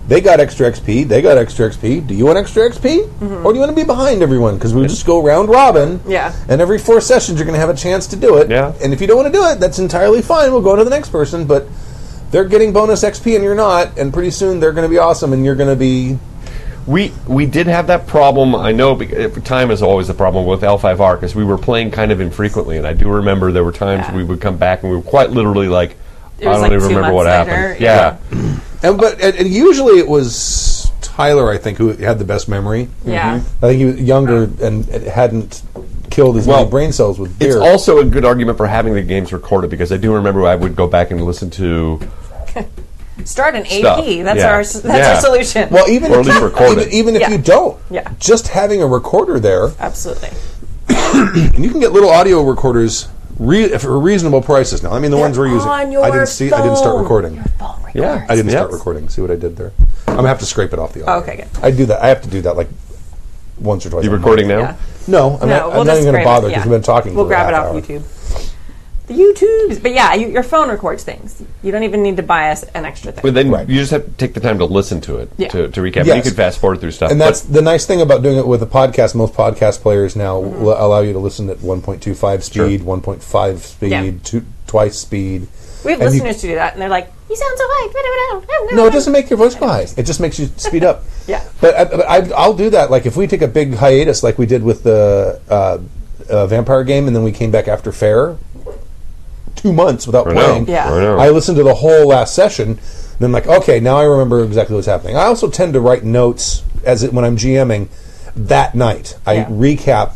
Speaker 2: They got extra XP. They got extra XP. Do you want extra XP,
Speaker 4: Mm-hmm.
Speaker 2: or do you want to be behind everyone? Because we just go round robin.
Speaker 3: Yeah.
Speaker 2: And every four sessions, you're going to have a chance to do it.
Speaker 4: Yeah.
Speaker 2: And if you don't want to do it, that's entirely fine. We'll go to the next person. But they're getting bonus XP and you're not, and pretty soon they're going to be awesome, and you're going to be
Speaker 4: We we did have that problem. I know bec- uh, time is always the problem with L5R because we were playing kind of infrequently, and I do remember there were times
Speaker 3: Yeah.
Speaker 4: we would come back and we were quite literally like, I
Speaker 3: It was
Speaker 4: don't
Speaker 3: like
Speaker 4: even
Speaker 3: two
Speaker 4: remember what
Speaker 3: months later,
Speaker 4: happened. Yeah.
Speaker 2: And but and, and usually it was Tyler, I think, who had the best memory. Mm-hmm.
Speaker 3: Yeah. Mhm.
Speaker 2: I think he was younger and hadn't killed as
Speaker 4: Well,
Speaker 2: many brain cells with beer.
Speaker 4: It's also a good argument for having the games recorded because I do remember I would go back and listen to.
Speaker 3: Start an
Speaker 4: Stuff.
Speaker 3: AP. That's
Speaker 4: Yeah.
Speaker 3: our that's
Speaker 4: Yeah. e
Speaker 3: our solution.
Speaker 2: well, even
Speaker 4: or at
Speaker 2: if
Speaker 4: least
Speaker 2: you,
Speaker 4: record
Speaker 2: even,
Speaker 4: it.
Speaker 2: even if
Speaker 3: Yeah.
Speaker 2: you don't,
Speaker 3: Yeah.
Speaker 2: just having a recorder there,
Speaker 3: Absolutely.
Speaker 2: and you can get little audio recorders re- for reasonable prices now. I mean, the ones we're using.
Speaker 3: on your
Speaker 2: I didn't see. I didn't start
Speaker 3: phone.
Speaker 2: recording.
Speaker 3: Phone record.
Speaker 4: Yeah,
Speaker 2: I didn't
Speaker 4: Yep.
Speaker 2: start recording. See what I did there? I'm gonna have to scrape it off the audio.
Speaker 3: Oh, okay, good.
Speaker 2: I do that. I have to do that like once or twice.
Speaker 4: You
Speaker 2: a month.
Speaker 4: recording now?
Speaker 3: Yeah.
Speaker 2: No, I'm
Speaker 3: no,
Speaker 2: not,
Speaker 3: we'll
Speaker 2: I'm not
Speaker 3: just
Speaker 2: even going
Speaker 3: grab
Speaker 2: to bother
Speaker 3: it,
Speaker 2: because
Speaker 3: yeah.
Speaker 2: we've been talking.
Speaker 3: We'll
Speaker 2: for a
Speaker 3: grab it
Speaker 2: half
Speaker 3: off
Speaker 2: hour.
Speaker 3: YouTube. The YouTubes, but yeah, you, your phone records things. You don't even need to buy us an extra thing.
Speaker 4: But then
Speaker 2: Right.
Speaker 4: you just have to take the time to listen to it
Speaker 3: Yeah.
Speaker 4: to, to recap. You
Speaker 2: Yes.
Speaker 4: can fast forward through stuff.
Speaker 2: And that's
Speaker 4: but
Speaker 2: the nice thing about doing it with a podcast. Most podcast players now
Speaker 3: Mm-hmm.
Speaker 2: will allow you to listen at 1.25 speed, 1.5 speed,
Speaker 3: Yeah.
Speaker 2: two, twice speed.
Speaker 3: we have
Speaker 2: and you-
Speaker 3: listeners to do that, and they're like, "You sound so high."
Speaker 2: No, it doesn't make your voice go high. It just makes you speed up.
Speaker 3: Yeah.
Speaker 2: But I, but I, I'll do that. Like if we take a big hiatus, like we did with the uh, uh, vampire game, and then we came back after fair, two months without
Speaker 4: I know.
Speaker 2: playing.
Speaker 3: Yeah.
Speaker 4: I know.
Speaker 2: I listened to the whole last session, and then like, okay, now I remember exactly what's happening. I also tend to write notes as it, when I'm GMing that night. I
Speaker 3: Yeah.
Speaker 2: recap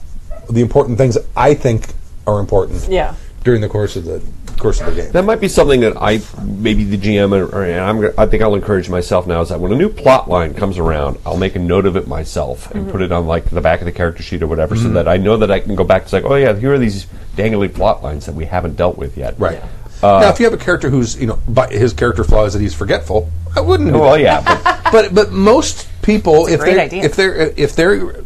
Speaker 2: the important things I think are important.
Speaker 3: Yeah.
Speaker 2: During the course of the course of the game.
Speaker 4: that might be something that I maybe the GM or, or and I'm gonna, I think I'll encourage myself now is that when a new plot line comes around, I'll make a note of it myself
Speaker 3: Mm-hmm.
Speaker 4: and put it on like the back of the character sheet or whatever,
Speaker 2: Mm-hmm.
Speaker 4: so that I know that I can go back to like, oh yeah, here are these dangly plot lines that we haven't dealt with yet.
Speaker 2: Right. Uh, now, if you have a character who's you know, by his character flaw is that he's forgetful. I wouldn't. do
Speaker 4: Oh, Well, yeah, but
Speaker 2: but but most people, if
Speaker 3: great
Speaker 2: they're,
Speaker 3: idea.
Speaker 2: if they're if they're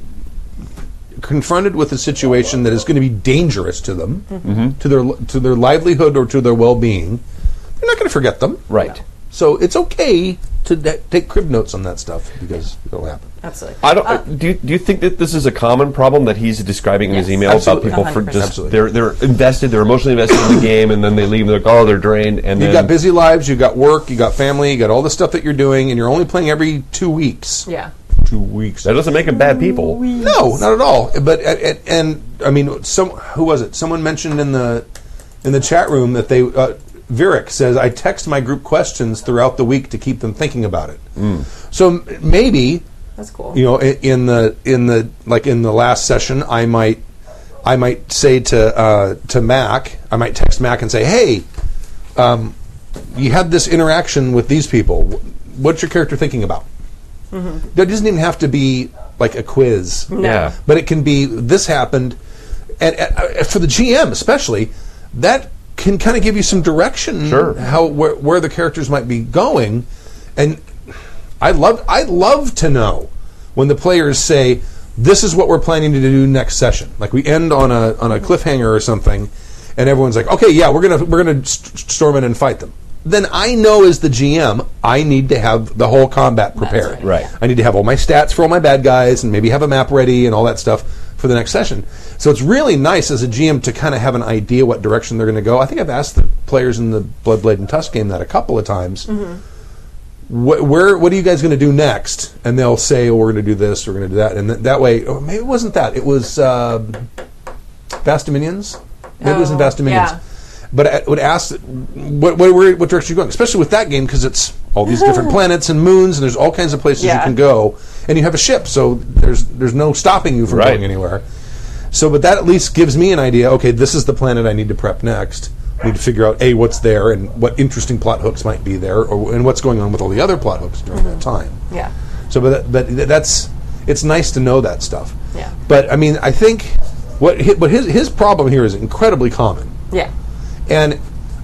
Speaker 2: confronted with a situation that is going to be dangerous to them, to their to their livelihood or to their well being, they're not going to forget them.
Speaker 4: Right. No.
Speaker 2: So it's okay to de- take crib notes on that stuff because it'll happen.
Speaker 3: Absolutely.
Speaker 4: I don't. do, you, do you think that this is a common problem that he's describing in his
Speaker 3: Yes.
Speaker 4: email
Speaker 2: Absolutely.
Speaker 4: about people for
Speaker 3: 100%.
Speaker 4: just
Speaker 2: Absolutely.
Speaker 4: they're they're invested, they're emotionally invested in the game, and then they leave and they're like, oh, they're drained. And
Speaker 2: You've
Speaker 4: then
Speaker 2: got busy lives, you've got work, you've got family, you've got all the stuff that you're doing, and you're only playing every two weeks.
Speaker 3: Yeah.
Speaker 2: Two weeks.
Speaker 4: That doesn't make them bad people.
Speaker 2: No, not at all. But and, and I mean, some who was it? Someone mentioned in the in the chat room that they uh, Virik says I text my group questions throughout the week to keep them thinking about it. So m- maybe
Speaker 3: That's cool.
Speaker 2: you know i- in the in the like in the last session I might I might say to uh, to Mac I might text Mac and say hey um, you had this interaction with these people Wh- what's your character thinking about That doesn't even have to be like a quiz
Speaker 4: Yeah.
Speaker 2: but it can be this happened and, and, uh, for the GM especially that can kind of give you some direction
Speaker 4: Sure.
Speaker 2: how where, where the characters might be going and I love I love to know when the players say this is what we're planning to do next session like we end on a on a cliffhanger or something and everyone's like okay yeah we're going to we're going to st- storm in and fight them then I know as the GM I need to have the whole combat prepared
Speaker 4: Right.
Speaker 2: I need to have all my stats for all my bad guys and maybe have a map ready and all that stuff for the next session. So it's really nice as a GM to kind of have an idea what direction they're going to go. I think I've asked the players in the Blood Blade and Tusk game that a couple of times.
Speaker 4: Mm-hmm.
Speaker 2: Wh- where what are you guys going to do next? And they'll say, oh, "We're going to do this. We're going to do that." And th- that way, oh, maybe it wasn't that. It was uh, Vast Dominions. Maybe it was in
Speaker 3: Oh,
Speaker 2: Vast Dominions.
Speaker 3: yeah.
Speaker 2: But I would ask, what, what, where, what direction are you going? Especially with that game, because it's all these different planets and moons, and there's all kinds of places you
Speaker 3: Yeah.
Speaker 2: can go, and you have a ship, so there's there's no stopping you from
Speaker 4: Right.
Speaker 2: going anywhere. So, but that at least gives me an idea. Okay, this is the planet I need to prep next. I need to figure out a what's there and what interesting plot hooks might be there, or and what's going on with all the other plot hooks during that time.
Speaker 3: Yeah.
Speaker 2: So, but that, but th- that's it's nice to know that stuff.
Speaker 3: Yeah.
Speaker 2: But I mean, I think what hi- but his his problem here is incredibly common,
Speaker 3: Yeah.
Speaker 2: and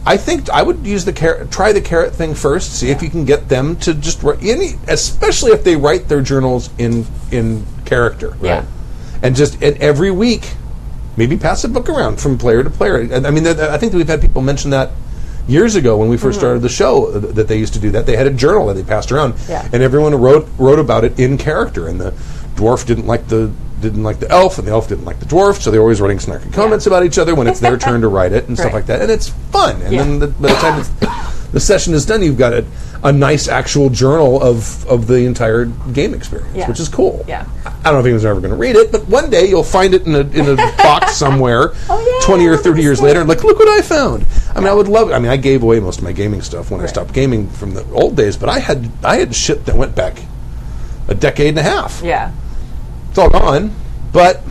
Speaker 2: I think I would use the carrot, try the carrot thing first, see if you can get them to just write any, especially if they write their journals in in character.
Speaker 3: Yeah.
Speaker 2: And just and every week, maybe pass a book around from player to player. And, I mean, th- th- I think that we've had people mention that years ago when we 1st
Speaker 3: Mm-hmm.
Speaker 2: started the show uh, th- that they used to do that. They had a journal that they passed around,
Speaker 3: Yeah.
Speaker 2: and everyone wrote wrote about it in character. And the dwarf didn't like the didn't like the elf, and the elf didn't like the dwarf, so they were always writing snarky comments about each other when it's their turn to write it and stuff
Speaker 3: Right.
Speaker 2: like that. And it's fun. And
Speaker 3: Yeah.
Speaker 2: then the, by the time it's, the session is done, you've got a, a nice actual journal of of the entire game experience,
Speaker 3: Yeah.
Speaker 2: which is cool.
Speaker 3: Yeah.
Speaker 2: I I don't know if anyone's ever going to read it, but one day you'll find it in a, in a box somewhere,
Speaker 3: Oh, yeah,
Speaker 2: twenty or
Speaker 3: look at
Speaker 2: thirty years
Speaker 3: this
Speaker 2: later, and like, look what I found. I mean, I would love. I mean, I gave away most of my gaming stuff when I stopped gaming from the old days, but I had I had shit that went back a decade and a half.
Speaker 3: Yeah.
Speaker 2: It's all gone, but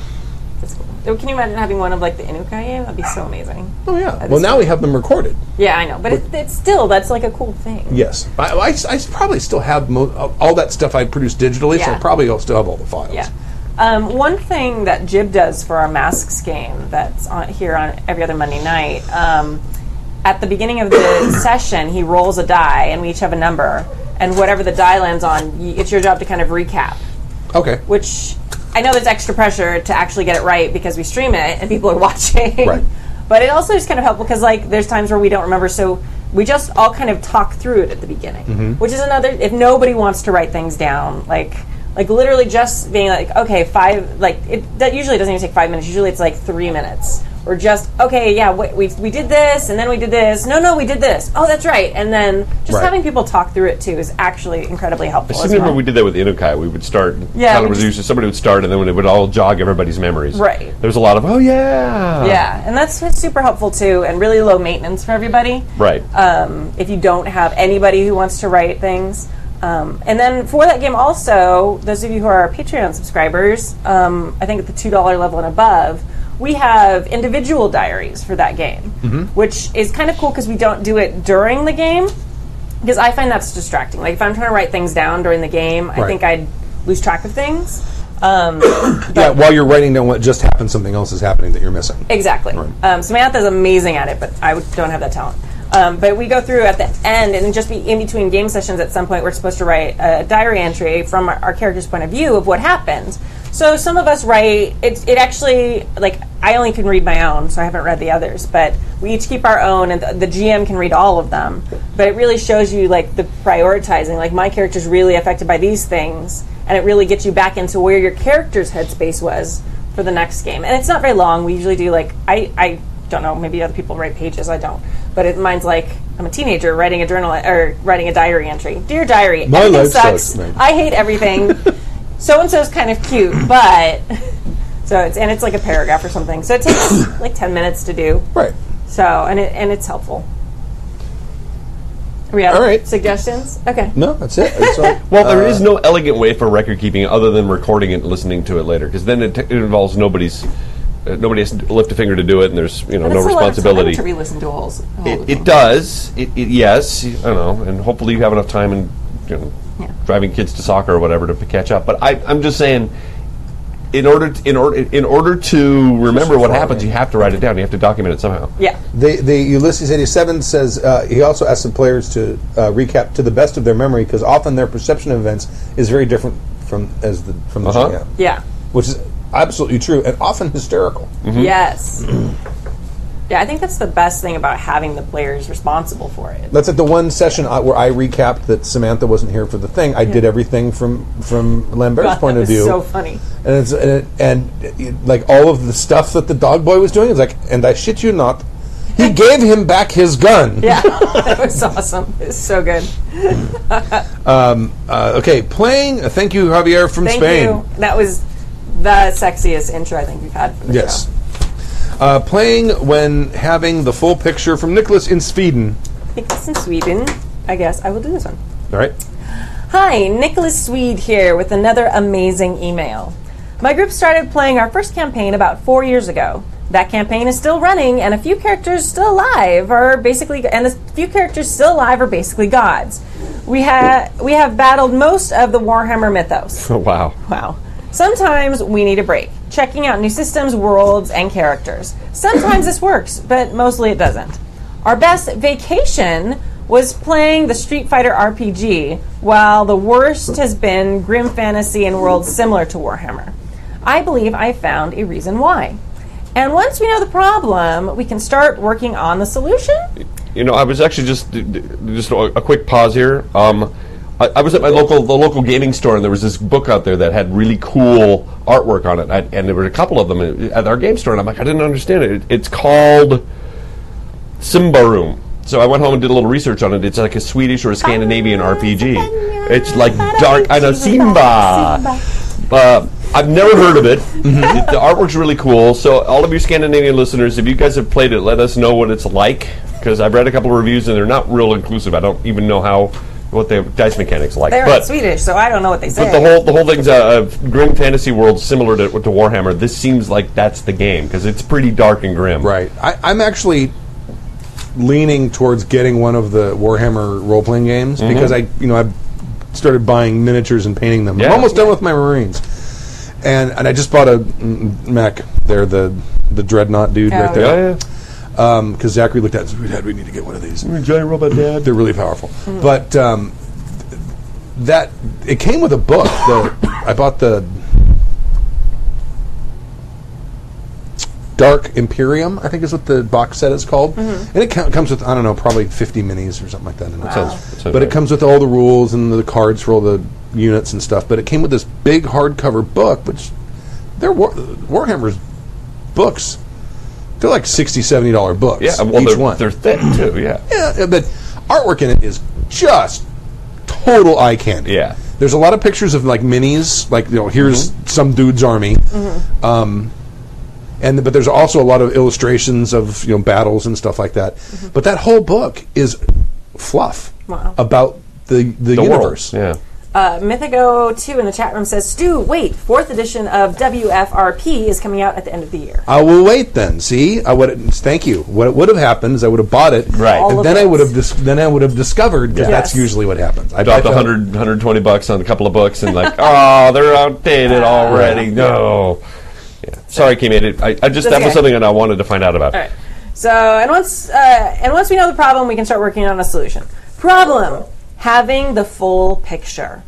Speaker 3: That's cool. Oh, Can you imagine having one of like the Inukai game? That'd be so amazing.
Speaker 2: oh yeah. Well, now we have them recorded.
Speaker 3: Yeah, I know, but it, it's still that's like a cool thing.
Speaker 2: Yes, I, I, I probably still have mo- uh, all that stuff I produced digitally, so
Speaker 3: Yeah.
Speaker 2: I probably I'll still have all the files.
Speaker 3: Yeah. Um, one thing that Jib does for our masks game that's on, here on every other Monday night, um, at the beginning of the session, he rolls a die and we each have a number. And whatever the die lands on, y- it's your job to kind of recap.
Speaker 2: Okay.
Speaker 3: Which I know there's extra pressure to actually get it right because we stream it and people are watching.
Speaker 2: Right.
Speaker 3: But it also is kind of helpful because like there's times where we don't remember, so we just all kind of talk through it at the beginning, which is another. If nobody wants to write things down, like like literally just being like, okay, five. Like it that usually doesn't even take five minutes. Usually it's like three minutes. Or just okay, yeah, we, we we did this, and then we did this. No, no, we did this. Oh, that's right. And then just
Speaker 2: Right.
Speaker 3: having people talk through it too is actually incredibly helpful.
Speaker 4: I
Speaker 3: as
Speaker 4: remember
Speaker 3: well.
Speaker 4: we did that with Inukai. We would start
Speaker 3: Yeah, we
Speaker 4: conversations. somebody would start, and then it would all jog everybody's memories.
Speaker 3: Right.
Speaker 4: There was a lot of oh yeah.
Speaker 3: Yeah, and that's what's super helpful too, and really low maintenance for everybody.
Speaker 4: Right.
Speaker 3: Um, if you don't have anybody who wants to write things. Um, and then for that game, also, those of you who are Patreon subscribers, um, I think at the $2 level and above, we have individual diaries for that game, which is kind of cool because we don't do it during the game, because I find that's distracting. Like, if I'm trying to write things down during the game, I
Speaker 2: Right.
Speaker 3: think I'd lose track of things.
Speaker 2: Yeah, while you're writing down what just happened, something else is happening that you're missing.
Speaker 3: Exactly. Um, Samantha's amazing at it, but I would- don't have that talent. Um, but we go through at the end, and just be in between game sessions. At some point, we're supposed to write a diary entry from our, our character's point of view of what happened. So some of us write. It, it actually like I only can read my own, so I haven't read the others. But we each keep our own, and the, the GM can read all of them. But it really shows you like the prioritizing. Like my character's really affected by these things, and it really gets you back into where your character's headspace was for the next game. And it's not very long. We usually do like I I don't know. Maybe other people write pages. I don't. But it, mine's like I'm a teenager writing a journal or writing a diary entry. Dear diary,
Speaker 2: My
Speaker 3: everything
Speaker 2: life
Speaker 3: sucks.
Speaker 2: sucks, man.
Speaker 3: I hate everything. so and so's kind of cute, but so it's and it's like a paragraph or something. So it takes like ten minutes to do.
Speaker 2: Right.
Speaker 3: So and it and it's helpful. We have
Speaker 2: All right.
Speaker 3: suggestions. Okay.
Speaker 2: No, that's it. It's all-
Speaker 4: Well, there is no elegant way for record keeping other than recording it and listening to it later, because then it, t- it involves nobody's uh, nobody has to lift a finger to do it, and there's you know
Speaker 3: But
Speaker 4: no
Speaker 3: it's a lot of time
Speaker 4: responsibility.
Speaker 3: to re-listen to all. all of
Speaker 4: It,
Speaker 3: them.
Speaker 4: it does. It, it yes, I don't know, and hopefully you have enough time and you know,
Speaker 3: Yeah.
Speaker 4: driving kids to soccer or whatever to p- catch up. But I, I'm just saying, in order to, in order in order to remember what happens, you have to write it down. You have to document it somehow.
Speaker 3: Yeah.
Speaker 2: They, they, Ulysses 87 says uh, he also asks the players to uh, recap to the best of their memory because often their perception of events is very different from as the from the
Speaker 4: Uh-huh.
Speaker 2: GM,
Speaker 3: Yeah.
Speaker 2: which is absolutely true and often hysterical.
Speaker 3: Mm-hmm. Yes. yeah, I think that's the best thing about having the players responsible for it.
Speaker 2: That's at the one session I, where I recapped that Samantha wasn't here for the thing. I did everything from from Lambert's
Speaker 3: God,
Speaker 2: point
Speaker 3: that
Speaker 2: of
Speaker 3: was
Speaker 2: view,
Speaker 3: so funny.
Speaker 2: and it's, and, it, and it- like all of the stuff that the dog boy was doing is like, and I shit you not, he gave him back his gun.
Speaker 3: Yeah, that was awesome. It's so good.
Speaker 2: Uh, okay, playing. Uh, thank you, Javier from
Speaker 3: Thank
Speaker 2: Spain.
Speaker 3: you. That was the sexiest intro I think we've had for the
Speaker 2: Yes.
Speaker 3: show.
Speaker 2: Uh, playing when having the full picture from Nicholas in Sweden.
Speaker 3: Nicholas in Sweden. I guess I will do this one.
Speaker 2: All right.
Speaker 3: Hi, Nicholas Swede here with another amazing email. My group started playing our first campaign about four years ago. That campaign is still running, and a few characters still alive are basically, and a few characters still alive are basically gods. We have we have battled most of the Warhammer mythos.
Speaker 4: Oh, wow.
Speaker 3: Wow. Sometimes we need a break, checking out new systems, worlds, and characters. Sometimes this works, but mostly it doesn't. Our best vacation was playing the Street Fighter RPG, while the worst has been grim fantasy and worlds similar to Warhammer. I believe I found a reason why. And once we know the problem, we can start working on the solution.
Speaker 4: You know, I was actually just d- d- just a a quick pause here. Um, I, I was at my local the local gaming store, and there was this book out there that had really cool artwork on it, I, and there were a couple of them at our game store, and I'm like, I didn't understand it. it it's called Simba Room. So I went home and did a little research on it. It's like a Swedish or a Scandinavian RPG. It's like dark. I know Simba. Uh, I've never heard of it. It- the artwork's really cool. So, all of you Scandinavian listeners, if you guys have played it, let us know what it's like. Because I've read a couple of reviews and they're not real inclusive. I don't even know how what the dice mechanics like.
Speaker 3: They're in
Speaker 4: but
Speaker 3: Swedish, so I don't know what they say.
Speaker 4: but the whole the whole thing's a, a grim fantasy world similar to, to Warhammer. This seems like that's the game because it's pretty dark and grim.
Speaker 2: Right. I, I'm actually leaning towards getting one of the Warhammer role playing games because I, you know, I started buying miniatures and painting them.
Speaker 4: Yeah.
Speaker 2: I'm almost done with my Marines, and and I just bought a mm, Mac. They're the the dreadnought dude
Speaker 3: Oh,
Speaker 2: right
Speaker 3: yeah.
Speaker 2: there.
Speaker 4: Yeah,
Speaker 2: Because Zachary looked at it and said, "Dad, we need to get one of these."
Speaker 4: yeah. Giant robot dad.
Speaker 2: They're really powerful. But um, th- that it came with a book. The, I bought the Dark Imperium, I think is what the box set is called, and it co- comes with I don't know, probably fifty minis or something like that. In it.
Speaker 4: sounds- sounds
Speaker 2: but it
Speaker 4: right.
Speaker 2: comes with all the rules and the cards for all the units and stuff. But it came with this big hardcover book, which they're War- Warhammer's books. They're like 60 70 dollar books.
Speaker 4: Yeah, well,
Speaker 2: each
Speaker 4: they're,
Speaker 2: one.
Speaker 4: they're thick too. Yeah,
Speaker 2: Yeah, but artwork in it is just total eye candy.
Speaker 4: Yeah. Mm-hmm.
Speaker 2: There's a lot of pictures of like minis, like you know, here's some dude's army.
Speaker 3: Mm-hmm.
Speaker 2: Um, and but there's also a lot of illustrations of you know battles and stuff like that. But that whole book is fluff
Speaker 3: Mm-hmm. Wow.
Speaker 2: about the the,
Speaker 4: the
Speaker 2: universe.
Speaker 4: world. Yeah.
Speaker 3: Uh, Mythico2 in the chat room says, Stu, wait, fourth edition of WFRP is coming out at the end of the year.
Speaker 2: I will wait then. See, I would. Thank you. What would have happened is I would have bought it,
Speaker 4: Right. All
Speaker 2: And
Speaker 3: of
Speaker 2: then I
Speaker 3: it.
Speaker 2: would have dis- then I would have discovered that
Speaker 3: Yeah.
Speaker 2: that's
Speaker 3: Yes.
Speaker 2: usually what happens. I
Speaker 4: dropped
Speaker 2: buy
Speaker 4: 100, 120 bucks on a couple of books and like, oh, they're outdated already. No. Yeah. Sorry, Kim. It, I, I just that
Speaker 3: okay.
Speaker 4: was something that I wanted to find out about.
Speaker 3: All right. So, and once uh, and once we know the problem, we can start working on a solution. Problem: having the full picture.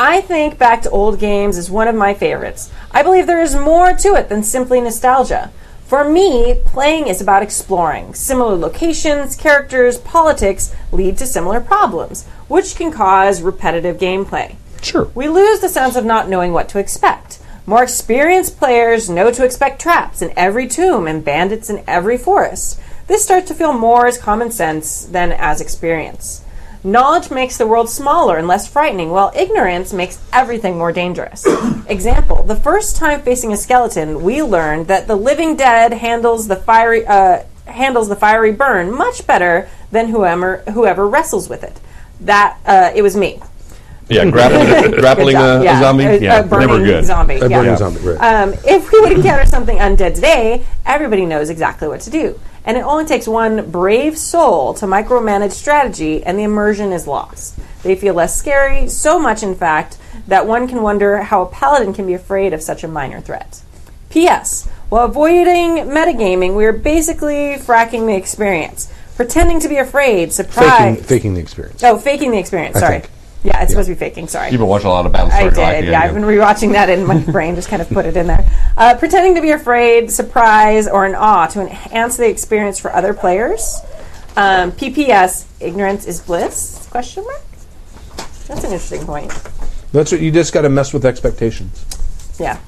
Speaker 3: I think back to old games is one of my favorites. I believe there is more to it than simply nostalgia. For me, playing is about exploring. Similar locations, characters, politics lead to similar problems, which can cause repetitive gameplay.
Speaker 2: Sure.
Speaker 3: We lose the sense of not knowing what to expect. More experienced players know to expect traps in every tomb and bandits in every forest. This starts to feel more as common sense than as experience. Knowledge makes the world smaller and less frightening, while ignorance makes everything more dangerous. Example: The first time facing a skeleton, we learned that the living dead handles the fiery uh, handles the fiery burn much better than whoever whoever wrestles with it. That uh, it was me.
Speaker 4: Yeah, grappling, grappling
Speaker 3: Good job. uh,
Speaker 4: a, a
Speaker 3: Yeah,
Speaker 4: zombie.
Speaker 3: A, a
Speaker 4: yeah,
Speaker 3: burning
Speaker 4: never good.
Speaker 3: zombie.
Speaker 2: A
Speaker 3: yeah.
Speaker 2: burning zombie, right.
Speaker 3: Um, if we would encounter something undead today, everybody knows exactly what to do. And it only takes one brave soul to micromanage strategy, and the immersion is lost. They feel less scary, so much, in fact, that one can wonder how a paladin can be afraid of such a minor threat. P.S. While avoiding metagaming, we are basically fracking the experience, pretending to be
Speaker 2: faking,
Speaker 3: afraid, surprise.
Speaker 2: faking the experience.
Speaker 3: Oh, faking the experience.
Speaker 2: I
Speaker 3: Sorry.
Speaker 2: think.
Speaker 3: Yeah, it's supposed to be faking. Sorry.
Speaker 4: You've been watching a lot of Battle
Speaker 3: I
Speaker 4: Story. Galactica,
Speaker 3: did. Yeah, I've been rewatching that in my brain. Just kind of put it in there. Uh, pretending to be afraid, surprise, or in awe to enhance the experience for other players. Um, PPS: Ignorance is bliss? Question mark. That's an interesting point.
Speaker 2: That's what you just got to mess with expectations.
Speaker 3: Yeah.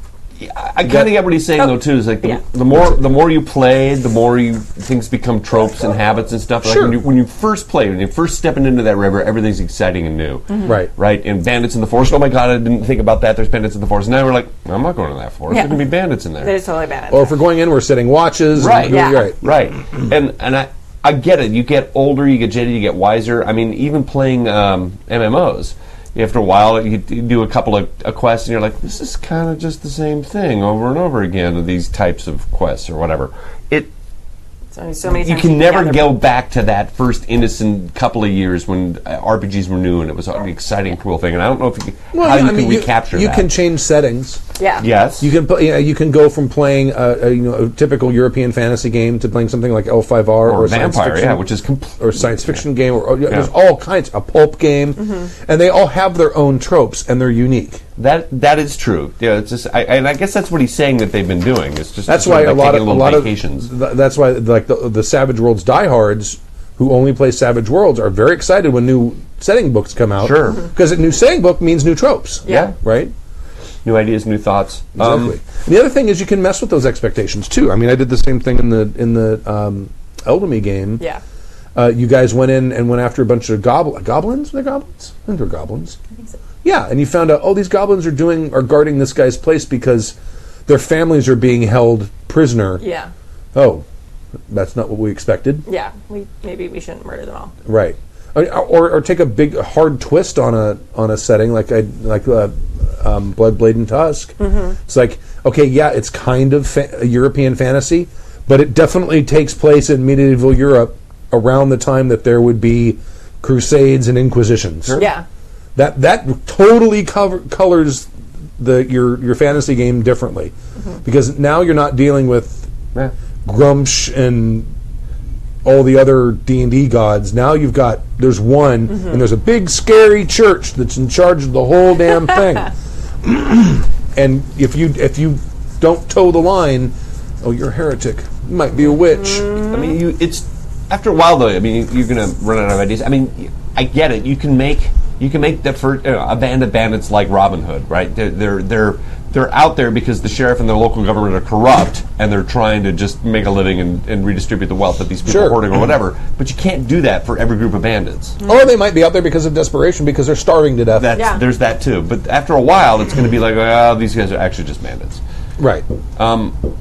Speaker 4: I kind of get what he's saying though too. Is like the,
Speaker 3: Yeah.
Speaker 4: the more the more you play, the more you things become tropes and habits and stuff. Like
Speaker 2: Sure.
Speaker 4: when, you, when you first play, when you're first stepping into that river, everything's exciting and new.
Speaker 2: Right.
Speaker 4: Right. And bandits in the forest. Oh my god, I didn't think about that. There's bandits in the forest. Now we're like, I'm not going to that forest.
Speaker 3: Yeah.
Speaker 4: There's gonna be bandits in there.
Speaker 3: That is totally bad.
Speaker 2: Well, if we're going in, we're setting watches. and
Speaker 4: Right.
Speaker 2: doing-
Speaker 3: Yeah.
Speaker 2: Right.
Speaker 4: Right. And and I I get it. You get older, you get jaded, you get wiser. I mean, even playing um, MMOs, after a while, you, d- you do a couple of a quests, and you're like, this is kind of just the same thing over and over again. of These types of quests or whatever. It
Speaker 3: So, so many
Speaker 4: you
Speaker 3: times
Speaker 4: can never
Speaker 3: gather-
Speaker 4: go back to that first innocent couple of years when uh, RPGs were new and it was an exciting, cool thing. And I don't know if you can, how you
Speaker 2: I
Speaker 4: can
Speaker 2: mean,
Speaker 4: recapture
Speaker 2: You
Speaker 4: that.
Speaker 2: can change settings.
Speaker 3: Yeah.
Speaker 4: yes,
Speaker 2: You can put, you, know, you can go from playing a, a, you know a typical European fantasy game to playing something like L5R or,
Speaker 4: or
Speaker 2: a science
Speaker 4: vampire,
Speaker 2: fiction-
Speaker 4: yeah, which is complete.
Speaker 2: or science fiction game or, or yeah, there's all kinds a pulp game,
Speaker 4: Mm-hmm.
Speaker 2: and they all have their own tropes and they're unique.
Speaker 4: That that is true. Yeah, it's just, I, and I guess that's what he's saying that they've been doing. It's just
Speaker 2: That's
Speaker 4: sort
Speaker 2: why a
Speaker 4: like
Speaker 2: lot
Speaker 4: taking
Speaker 2: of a
Speaker 4: little
Speaker 2: lot
Speaker 4: vacations.
Speaker 2: of th- that's why like the, the Savage Worlds diehards who only play Savage Worlds are very excited when new setting books come out.
Speaker 4: Sure. Mhm.
Speaker 2: because a new setting book means new tropes.
Speaker 4: Yeah.
Speaker 2: right.
Speaker 4: new ideas, new thoughts. Um,
Speaker 2: Exactly. And the other thing is you can mess with those expectations too. I mean, I did the same thing in the in the um, Elden Ring game.
Speaker 3: Yeah.
Speaker 2: Uh, you guys went in and went after a bunch of gobl- goblins. They're goblins. I think they're goblins. I think so. Yeah, and you found out oh these goblins are doing are guarding this guy's place because their families are being held prisoner.
Speaker 3: Yeah.
Speaker 2: Oh, that's not what we expected.
Speaker 3: Yeah. We maybe we shouldn't murder them all.
Speaker 2: Right. Or, or, or take a big hard twist on a on a setting like I like uh, um, Blood Blade and Tusk. It's like okay, yeah, it's kind of fa- European fantasy, but it definitely takes place in medieval Europe around the time that there would be crusades and inquisitions.
Speaker 3: Yeah.
Speaker 2: That that totally cover, colors the your your fantasy game differently because now you're not dealing with
Speaker 4: yeah.
Speaker 2: Grumsh and all the other D and D gods. Now you've got there's one,
Speaker 3: Mm-hmm.
Speaker 2: and there's a big scary church that's in charge of the whole damn thing. and if you if you don't toe the line, oh, you're a heretic. You might be a witch.
Speaker 3: Mm.
Speaker 4: I mean, you, it's after a while though. I mean, you're gonna run out of ideas. I mean, y- I get it. You can make you can make the first, you know, a band of bandits like Robin Hood, right? They're they're they're they're out there because the sheriff and their local government are corrupt and they're trying to just make a living and, and redistribute the wealth that these people
Speaker 2: Sure.
Speaker 4: are hoarding or whatever. But you can't do that for every group of bandits.
Speaker 2: Or they might be out there because of desperation because they're starving to death.
Speaker 4: That's,
Speaker 3: Yeah.
Speaker 4: There's that too. But after a while, it's going to be like, oh, these guys are actually just bandits.
Speaker 2: right.
Speaker 4: Oh,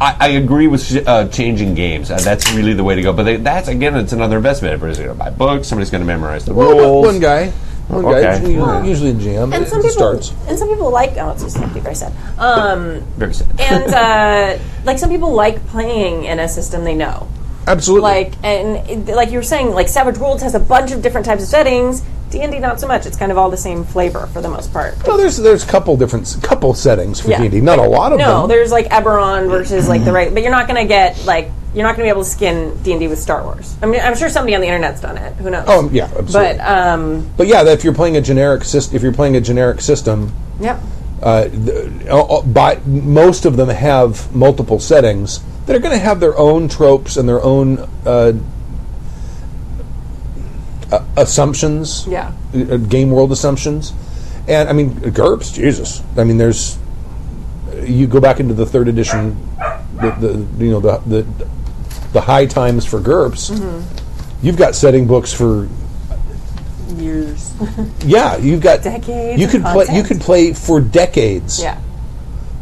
Speaker 4: I, I agree with sh- uh, changing games. Uh, that's really the way to go. But they, that's again, it's another investment. Everybody's going to buy books. Somebody's going to memorize the
Speaker 2: Well,
Speaker 4: rules.
Speaker 2: One guy. One guy.
Speaker 4: Okay.
Speaker 2: usually- Usually in GM.
Speaker 3: and
Speaker 2: it
Speaker 3: some people
Speaker 2: starts.
Speaker 3: and some people like oh it's just something very sad um,
Speaker 4: Very sad.
Speaker 3: and uh, like some people like playing in a system they know
Speaker 2: Absolutely.
Speaker 3: like and it- like you were saying like savage worlds has a bunch of different types of settings d&d not so much it's kind of all the same flavor for the most part
Speaker 2: well, there's there's couple different s- couple settings for
Speaker 3: Yeah.
Speaker 2: D&D. Not a lot of
Speaker 3: no
Speaker 2: them.
Speaker 3: there's like eberron versus like the right but you're not going to get like you're not going to be able to skin d&d with star wars i mean i'm sure somebody on the internet's done it who knows
Speaker 2: Oh yeah, absolutely.
Speaker 3: but um
Speaker 2: But yeah, if you're playing a generic system, if you're playing a generic system,
Speaker 3: yep
Speaker 2: uh, th- uh, uh, by most of them have multiple settings that are going to have their own tropes and their own uh, uh, assumptions.
Speaker 3: Yeah.
Speaker 2: uh, uh, game world assumptions, and I mean GURPS, Jesus. I mean, there's you go back into the third edition, the, the you know the the the high times for GURPS. You've got setting books for
Speaker 3: years
Speaker 2: yeah, you've got
Speaker 3: Decades
Speaker 2: You
Speaker 3: of
Speaker 2: could play. You
Speaker 3: content.
Speaker 2: could play for decades.
Speaker 3: yeah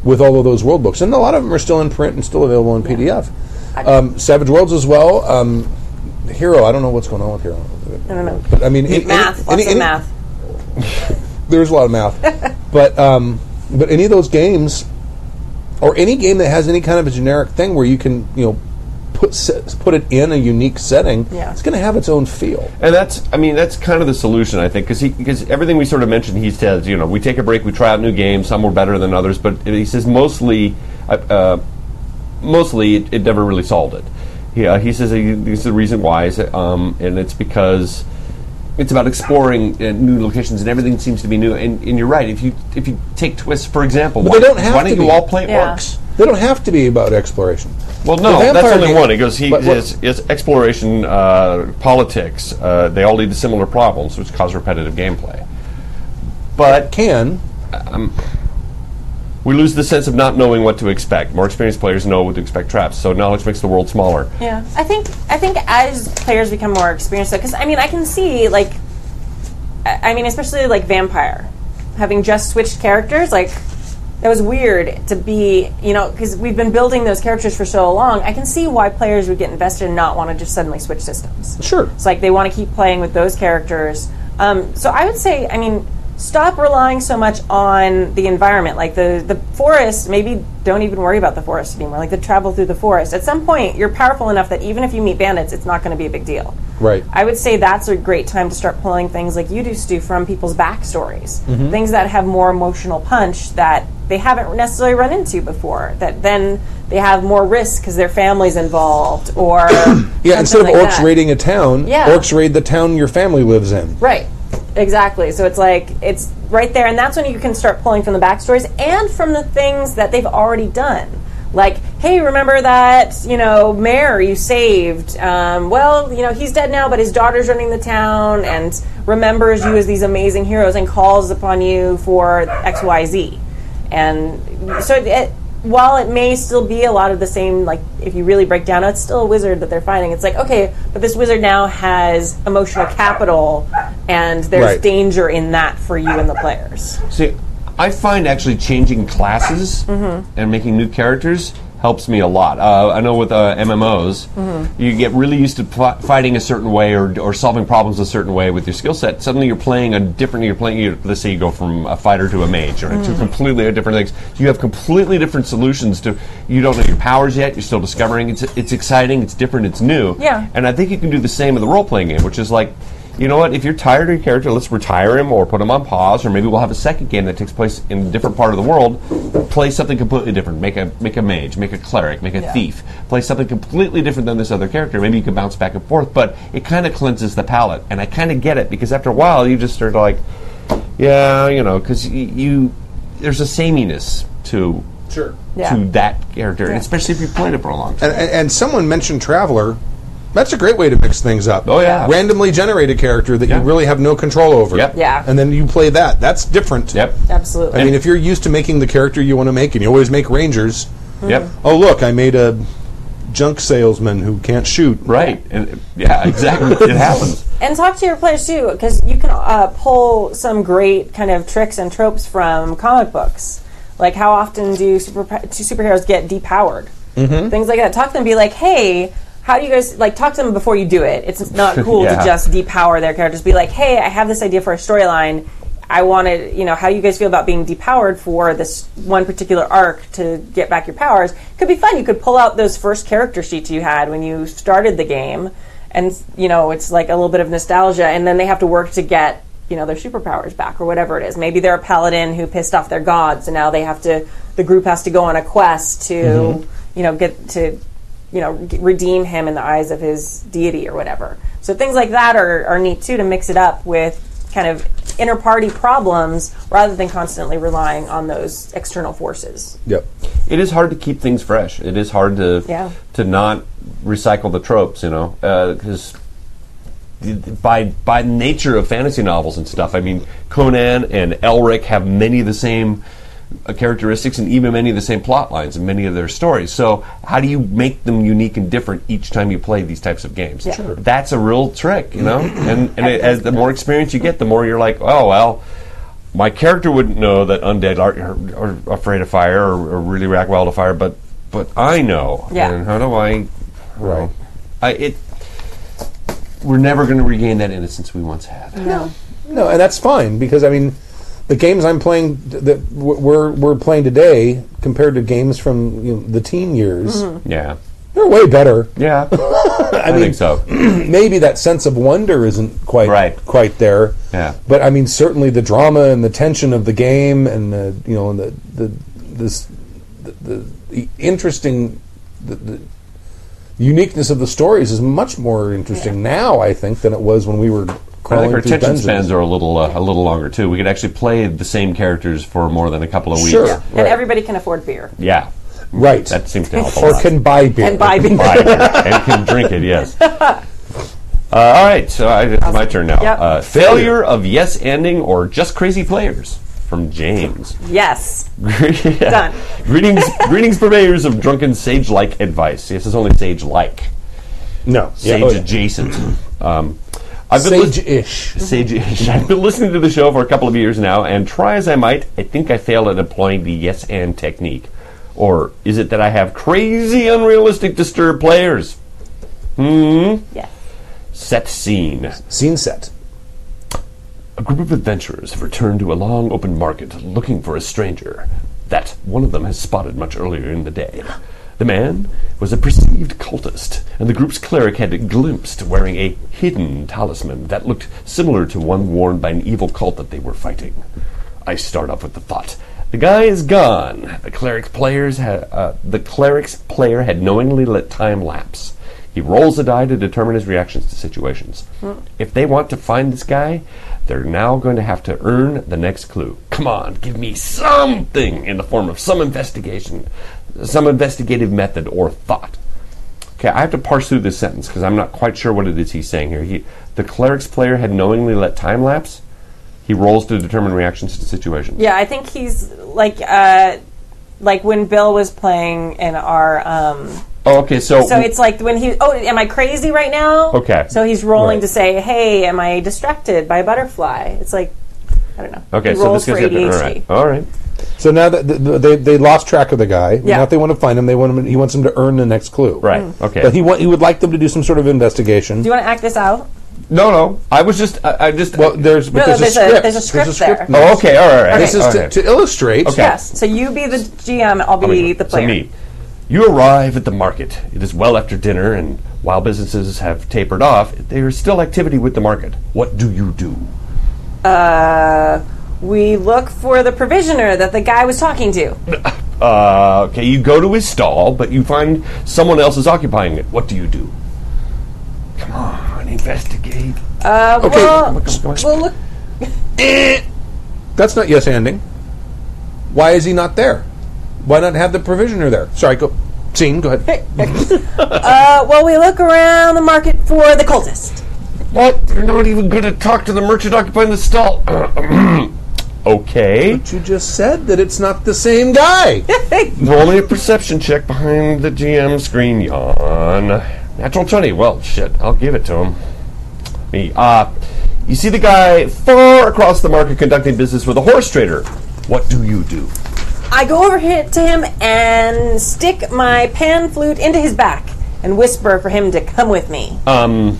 Speaker 2: With all of those world books, and a lot of them are still in print and still available in PDF. Um, Savage Worlds as well. Um, Hero. I don't know what's going on with Hero.
Speaker 3: i don't know
Speaker 2: But I mean, any-
Speaker 3: math
Speaker 2: any-
Speaker 3: lots of
Speaker 2: any-
Speaker 3: math
Speaker 2: There's a lot of math, but um, but any of those games, or any game that has any kind of a generic thing where you can you know put se- put it in a unique setting,
Speaker 3: Yeah.
Speaker 2: it's going to have its own feel.
Speaker 4: And that's, I mean, that's kind of the solution, I think, because because everything we sort of mentioned, he says, you know, we take a break, we try out new games, some were better than others, but he says mostly, uh, uh, mostly it, it never really solved it. Yeah, he says he, this is the reason why, is that, um, and it's because it's about exploring uh, new locations, and everything seems to be new. And, and you're right, if you if you take twists, for example, why,
Speaker 2: they don't have
Speaker 4: why don't
Speaker 2: to
Speaker 4: you
Speaker 2: be.
Speaker 4: all play
Speaker 3: Yeah.
Speaker 4: orcs?
Speaker 2: They don't have to be about exploration.
Speaker 4: Well,
Speaker 2: The
Speaker 4: no, that's
Speaker 2: vampire
Speaker 4: only
Speaker 2: game-
Speaker 4: one. It goes. He
Speaker 2: But what-
Speaker 4: it's, it's exploration, uh, politics. Uh, they all lead to similar problems, which cause repetitive gameplay. But
Speaker 2: can
Speaker 4: we lose the sense of not knowing what to expect. More experienced players know what to expect. Traps. So knowledge makes the world smaller.
Speaker 3: Yeah, I think I think as players become more experienced, because I mean, I can see like, I I mean, especially like vampire, having just switched characters, like that was weird to be, you know, because we've been building those characters for so long. I can see why players would get invested and not want to just suddenly switch systems.
Speaker 2: Sure.
Speaker 3: It's like they want to keep playing with those characters. Um, so I would say, I mean, stop relying so much on the environment. Like the, the forest, maybe don't even worry about the forest anymore. Like the travel through the forest. At some point, you're powerful enough that even if you meet bandits, it's not going to be a big deal.
Speaker 2: Right.
Speaker 3: I would say that's a great time to start pulling things like you do, Stu, from people's backstories.
Speaker 2: Mm-hmm.
Speaker 3: Things that have more emotional punch that they haven't necessarily run into before. That then they have more risk because their family's involved or.
Speaker 2: Yeah, instead of
Speaker 3: something like
Speaker 2: orcs
Speaker 3: that.
Speaker 2: raiding a town,
Speaker 3: Yeah.
Speaker 2: orcs raid the town your family lives in.
Speaker 3: Right. Exactly. So it's like it's right there, and that's when you can start pulling from the backstories and from the things that they've already done. Like, hey, remember that you know mayor you saved? Um, well, you know he's dead now, but his daughter's running the town and remembers you as these amazing heroes and calls upon you for X, Y, Z. And so, it, it, while it may still be a lot of the same, like if you really break down, it's still a wizard that they're fighting. It's like okay, but this wizard now has emotional capital, and there's
Speaker 2: Right.
Speaker 3: danger in that for you and the players.
Speaker 4: See, I find actually changing classes and making new characters helps me a lot. Uh, I know with uh, MMOs, you get really used to pl- fighting a certain way or, or solving problems a certain way with your skill set. Suddenly, you're playing a different. You're playing. you let's say you go from a fighter to a mage, or two completely different things. You have completely different solutions to. You don't know your powers yet. You're still discovering. It's it's exciting. It's different. It's new.
Speaker 3: Yeah.
Speaker 4: And I think you can do the same in the role playing game, which is like, you know what, if you're tired of your character, let's retire him or put him on pause, or maybe we'll have a second game that takes place in a different part of the world. Play something completely different. Make a make a mage, make a cleric, make a thief. Play something completely different than this other character. Maybe you can bounce back and forth, but it kind of cleanses the palate. And I kind of get it because after a while, you just start to like, yeah, you know, because you there's a sameness to
Speaker 2: Sure.
Speaker 3: Yeah.
Speaker 4: to that character, and especially if you played it for a long time.
Speaker 2: And, and, and someone mentioned Traveler. That's a great way to mix things up.
Speaker 4: Oh, yeah.
Speaker 2: Randomly generated character that
Speaker 4: Yeah.
Speaker 2: you really have no control over.
Speaker 4: Yep.
Speaker 3: Yeah.
Speaker 2: And then you play that. That's different.
Speaker 4: Yep.
Speaker 2: I
Speaker 3: Absolutely.
Speaker 2: mean, if you're used to making the character you want to make, and you always make Rangers,
Speaker 4: Yep.
Speaker 3: Mm-hmm.
Speaker 2: oh look, I made a junk salesman who can't shoot.
Speaker 4: Right. And, yeah. Exactly. it happens.
Speaker 3: and talk to your players too, because you can uh, pull some great kind of tricks and tropes from comic books. Like how often do super do superheroes get depowered? Mm-hmm. Things like that. Talk to them. Be like, hey, how do you guys like? Talk to them before you do it. It's not cool
Speaker 4: Yeah.
Speaker 3: to just depower their characters. Be like, hey, I have this idea for a storyline. I wanted, you know, how you guys feel about being depowered for this one particular arc to get back your powers. Could be fun. You could pull out those first character sheets you had when you started the game, and you know, it's like a little bit of nostalgia. And then they have to work to get, you know, their superpowers back or whatever it is. Maybe they're a paladin who pissed off their gods, and now they have to. The group has to go on a quest to, you know, get to you know, g- redeem him in the eyes of his deity or whatever. So things like that are, are neat too to mix it up with kind of inner party problems rather than constantly relying on those external forces.
Speaker 2: Yep.
Speaker 4: It is hard to keep things fresh. It is hard to
Speaker 3: Yeah.
Speaker 4: to not recycle the tropes. You know, because. by by nature of fantasy novels and stuff, I mean Conan and Elric have many of the same uh, characteristics and even many of the same plot lines in many of their stories. So how do you make them unique and different each time you play these types of games?
Speaker 3: Yeah. Sure.
Speaker 4: That's a real trick, you know. And and it, as the more experience you get, the more you're like, oh well, my character wouldn't know that undead are, are afraid of fire or, or really react well to fire, but but I know.
Speaker 3: Yeah.
Speaker 4: And how do I?
Speaker 2: Right.
Speaker 4: I it. We're never going to regain that innocence we once had.
Speaker 3: No.
Speaker 2: No, and that's fine because I mean, the games I'm playing th- that w- we're we're playing today compared to games from you know, the teen years,
Speaker 3: Mm-hmm.
Speaker 4: Yeah.
Speaker 2: they're way better.
Speaker 4: Yeah. I, think so.
Speaker 2: Maybe that sense of wonder isn't quite
Speaker 4: Right.
Speaker 2: quite there.
Speaker 4: Yeah.
Speaker 2: But I mean, certainly the drama and the tension of the game, and the you know, and the the this the, the, the interesting the, the uniqueness of the stories is much more interesting now, I think, than it was when we were
Speaker 4: I
Speaker 2: crawling
Speaker 4: think our
Speaker 2: through
Speaker 4: attention
Speaker 2: dungeons.
Speaker 4: spans are a little uh, a little longer too. We could actually play the same characters for more than a couple of weeks.
Speaker 2: Sure.
Speaker 4: Yeah.
Speaker 3: And
Speaker 2: Right.
Speaker 3: everybody can afford beer
Speaker 2: right.
Speaker 4: That seems to help a
Speaker 2: or
Speaker 4: lot.
Speaker 2: can buy beer.
Speaker 3: and buy beer.
Speaker 4: Buy it and can drink it. Yes. Uh, all right. So I, it's my turn now.
Speaker 3: Yep.
Speaker 4: Uh, failure of yes ending or just crazy players from James.
Speaker 3: yes.
Speaker 4: Done.
Speaker 3: Done.
Speaker 4: greetings, greetings, purveyors of drunken sage-like advice. Yes, it's only sage-like,
Speaker 2: no.
Speaker 4: sage
Speaker 2: Yeah, oh, yeah.
Speaker 4: adjacent. Um, I've been lis-
Speaker 2: Sage-ish.
Speaker 4: sage-ish. I've been listening to the show for a couple of years now, and try as I might, I think I failed at employing the yes and technique. Or is it that I have crazy, unrealistic, disturbed players?
Speaker 3: Yes.
Speaker 4: Set scene.
Speaker 2: Scene set.
Speaker 4: A group of adventurers have returned to a long open market looking for a stranger that one of them has spotted much earlier in the day. The man was a perceived cultist, and the group's cleric had glimpsed wearing a hidden talisman that looked similar to one worn by an evil cult that they were fighting. I start off with the thought. The guy is gone. The cleric's players ha- uh, the cleric's player had knowingly let time lapse. He rolls a die to determine his reactions to situations. If they want to find this guy, they're now going to have to earn the next clue. Come on, give me something in the form of some investigation, some investigative method or thought. Okay, I have to parse through this sentence because I'm not quite sure what it is he's saying here. He, the cleric's player had knowingly let time lapse. He rolls to determine reactions to situations.
Speaker 3: Yeah, I think he's like uh, like when Bill was playing in our um,
Speaker 4: Oh, okay, so,
Speaker 3: So it's like when he, oh, am I crazy right now?
Speaker 4: Okay.
Speaker 3: So he's rolling
Speaker 2: Right.
Speaker 3: to say, hey, am I distracted by a butterfly? It's like, I don't know.
Speaker 4: okay,
Speaker 3: He
Speaker 4: so
Speaker 3: rolls
Speaker 4: this
Speaker 3: for
Speaker 4: guy's
Speaker 3: ADHD.
Speaker 4: all right, all right.
Speaker 2: So now that th- th- they, they lost track of the guy,
Speaker 3: Yeah.
Speaker 2: now if they want to find him, they want him. He wants them to earn the next clue.
Speaker 4: Right, okay.
Speaker 2: But he wa- he would like them to do some sort of investigation.
Speaker 3: Do you want to act this out?
Speaker 4: No, no, I was just, I, I just.
Speaker 2: well, there's but
Speaker 3: No, no,
Speaker 2: there's,
Speaker 3: there's a-
Speaker 2: a script.
Speaker 3: there's a script there.
Speaker 2: in
Speaker 4: oh,
Speaker 2: this.
Speaker 4: okay, all right, all right.
Speaker 2: This is
Speaker 4: okay.
Speaker 2: to, to illustrate.
Speaker 4: Okay.
Speaker 3: Yes. So you be the GM, I'll be the player.
Speaker 4: Oh So me. You arrive at the market. It is well after dinner, and while businesses have tapered off, there is still activity with the market. What do you do?
Speaker 3: We look for the provisioner that the guy was talking to.
Speaker 4: Uh, okay, you go to his stall, but you find someone else is occupying it. What do you do? Come on, investigate.
Speaker 3: Uh, Well,
Speaker 4: Come on, come on, come on.
Speaker 3: well, look.
Speaker 2: That's not yes ending. Why is he not there? Why not have the provisioner there? Sorry, go. Scene, go ahead.
Speaker 3: Uh, well, we look around the market for the cultist.
Speaker 4: What? You're not even going to talk to the merchant occupying the stall. okay.
Speaker 2: You just said that it's not the same guy.
Speaker 4: Roll me a perception check behind the GM screen, yawn. Natural 20. Well, shit, I'll give it to him. Me. Uh, you see the guy far across the market conducting business with a horse trader. What do you do?
Speaker 3: I go over here to him and stick my pan flute into his back and whisper for him to come with me.
Speaker 4: Um,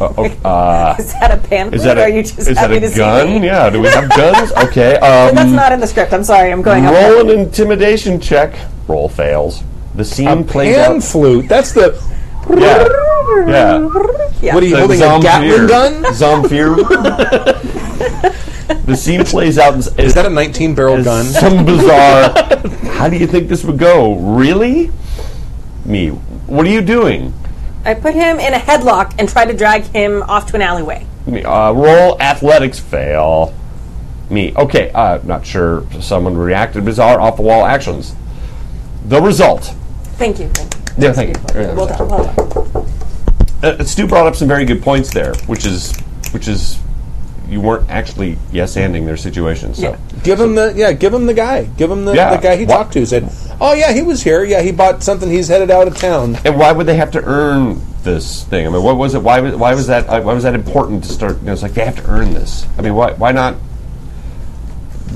Speaker 4: uh, oh, uh,
Speaker 3: is that a pan flute?
Speaker 4: is that
Speaker 3: or
Speaker 4: a,
Speaker 3: are you just
Speaker 4: is that
Speaker 3: happy
Speaker 4: a
Speaker 3: to see
Speaker 4: gun?
Speaker 3: me?
Speaker 4: Yeah, do we have guns? Okay. Um,
Speaker 3: That's not in the script. I'm sorry. I'm going. off
Speaker 4: roll an intimidation check. Roll fails. The scene plays
Speaker 2: Pan
Speaker 4: out.
Speaker 2: flute. That's the.
Speaker 4: yeah. Yeah.
Speaker 3: Yeah.
Speaker 2: What are you
Speaker 4: The
Speaker 2: holding a Gatling
Speaker 4: Zamfir.
Speaker 2: gun?
Speaker 4: Zamfir. the scene plays out. Is,
Speaker 2: Is that a 19 barrel gun?
Speaker 4: Some bizarre. How do you think this would go? Really? Me. What are you doing?
Speaker 3: I put him in a headlock and try to drag him off to an alleyway.
Speaker 4: Me. Uh, roll athletics fail. Me. Okay. Uh, not sure. if Someone reacted bizarre off the wall actions. The result.
Speaker 3: Thank you. Thank you.
Speaker 4: Yeah. Thank you. Yeah.
Speaker 3: Well done. Well done.
Speaker 4: uh, Stu brought up some very good points there, which is which is you weren't actually yes anding their situation. So.
Speaker 3: Yeah.
Speaker 2: Give him the yeah. Give him the guy. Give him the,
Speaker 4: Yeah.
Speaker 2: the guy he
Speaker 4: Wha-
Speaker 2: talked to. Said, "Oh yeah, he was here. Yeah, he bought something. He's headed out of town."
Speaker 4: And why would they have to earn this thing? I mean, what was it? Why was why was that? Why was that important to start? You know, it's like they have to earn this. I mean, why why not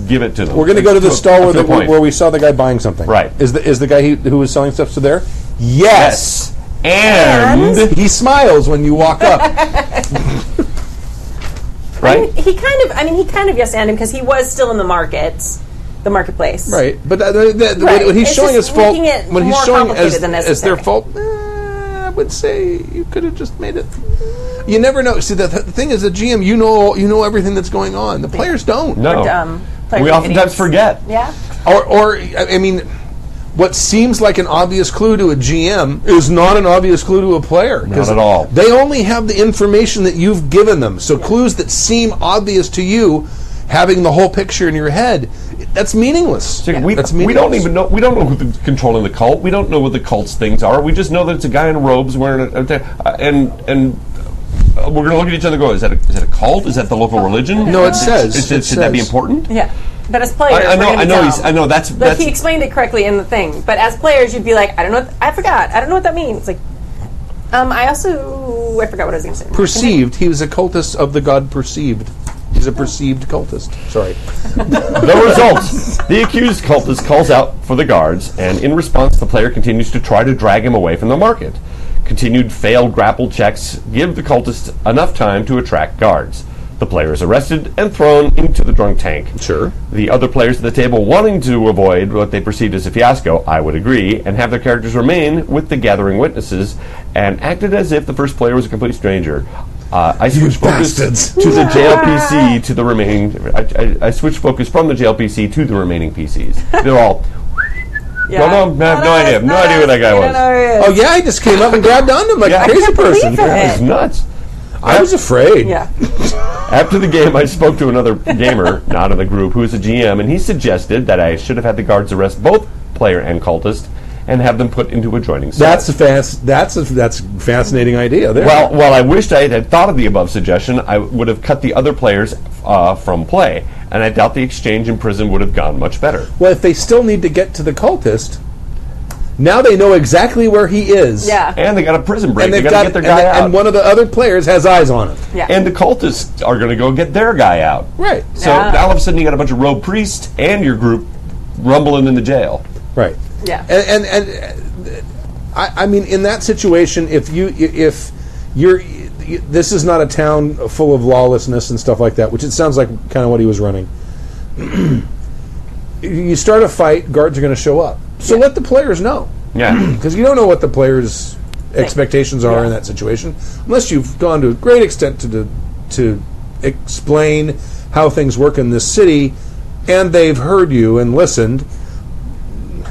Speaker 4: give it to them?
Speaker 2: We're going to go to the stall where,
Speaker 4: the
Speaker 2: the, where we saw the guy buying something.
Speaker 4: Right.
Speaker 2: Is the is the guy he, who was selling stuff still there? Yes.
Speaker 4: yes and,
Speaker 2: He smiles when you walk up.
Speaker 4: right.
Speaker 3: He kind of. I mean, he kind of yes and him because he was still in the market, the marketplace.
Speaker 2: right. But uh, that, that, that-
Speaker 3: Right.
Speaker 2: when he's
Speaker 3: It's
Speaker 2: showing his
Speaker 3: just
Speaker 2: fault,
Speaker 3: making it
Speaker 2: when he's
Speaker 3: more
Speaker 2: showing
Speaker 3: complicated
Speaker 2: as
Speaker 3: than
Speaker 2: as their
Speaker 3: necessary.
Speaker 2: fault, eh, I would say you could have just made it. You never know. See, the, the thing is, the GM, you know, you know everything that's going on. The players don't.
Speaker 4: No,
Speaker 3: dumb. Like
Speaker 4: we oftentimes
Speaker 3: idiots.
Speaker 4: forget.
Speaker 3: Yeah.
Speaker 2: or, or I I mean, what seems like an obvious clue to a GM is not an obvious clue to a player. 'cause
Speaker 4: Not at all.
Speaker 2: They only have the information that you've given them. So clues that seem obvious to you, having the whole picture in your head, that's meaningless.
Speaker 4: So we,
Speaker 2: that's
Speaker 4: we don't even know we don't know who's controlling the cult. We don't know what the cult's things are. We just know that it's a guy in robes wearing a, a uh, and and uh, we're going to look at each other. and Go is that a, is that a cult? Is that the local religion?
Speaker 2: No, it says.
Speaker 4: Is,
Speaker 2: It
Speaker 4: should that be
Speaker 2: says.
Speaker 4: important?
Speaker 3: Yeah. But as players,
Speaker 4: I, I
Speaker 3: we're
Speaker 4: know.
Speaker 3: gonna be
Speaker 4: I know.
Speaker 3: dumb.
Speaker 4: He's, I know. That's
Speaker 3: Like
Speaker 4: that's
Speaker 3: he explained it correctly in the thing, but as players, you'd be like, I don't know. What I forgot. I don't know what that means. Like, um, I also I forgot what I was going to say.
Speaker 2: perceived. He was a cultist of the god perceived. He's a perceived cultist. Sorry.
Speaker 3: Uh,
Speaker 4: the result. The accused cultist calls out for the guards, and in response, the player continues to try to drag him away from the market. Continued failed grapple checks give the cultist enough time to attract guards. The player is arrested and thrown into the drunk tank.
Speaker 2: Sure.
Speaker 4: The other players at the table, wanting to avoid what they perceived as a fiasco, I would agree, and have their characters remain with the gathering witnesses, and acted as if the first player was a complete stranger. Uh, I switched focus
Speaker 2: bastards.
Speaker 4: to the JLPC to the remaining. I, I, I switched focus from the JLPC to the remaining PCs. They're all.
Speaker 3: Yeah.
Speaker 4: Well, no, I have no idea. No idea who that guy was.
Speaker 2: Oh yeah, I just came up and grabbed onto him like
Speaker 4: Yeah.
Speaker 2: a crazy person.
Speaker 3: believe it.
Speaker 4: That was nuts.
Speaker 2: I was afraid.
Speaker 3: Yeah.
Speaker 4: Oh. After the game, I spoke to another gamer, not in the group, who is a GM, and he suggested that I should have had the guards arrest both player and cultist and have them put into adjoining cells.
Speaker 2: That's a fast. That's a that's a fascinating idea. There.
Speaker 4: Well, while I wished I had thought of the above suggestion, I would have cut the other players uh, from play, and I doubt the exchange in prison would have gone much better.
Speaker 2: Well, if they still need to get to the cultist, now they know exactly where he is.
Speaker 3: Yeah.
Speaker 4: And they got a prison break.
Speaker 2: And
Speaker 4: they
Speaker 2: they've
Speaker 4: got,
Speaker 2: got
Speaker 4: to get their
Speaker 2: and,
Speaker 4: guy
Speaker 2: they-
Speaker 4: out.
Speaker 2: and one of the other players has eyes on him.
Speaker 3: Yeah.
Speaker 4: And the cultists are going to go get their guy out.
Speaker 2: Right.
Speaker 4: So now all of a sudden you got a bunch of rogue priests and your group rumbling in the jail.
Speaker 2: Right.
Speaker 3: Yeah.
Speaker 2: And and, and uh, I, I mean, in that situation, if you if you're this is not a town full of lawlessness and stuff like that, which it sounds like kind of what he was running. you start a fight, guards are going to show up. So let the players know.
Speaker 4: Yeah.
Speaker 2: because you don't know what the players' expectations are in that situation, unless you've gone to a great extent to, to to explain how things work in this city, and they've heard you and listened.
Speaker 3: I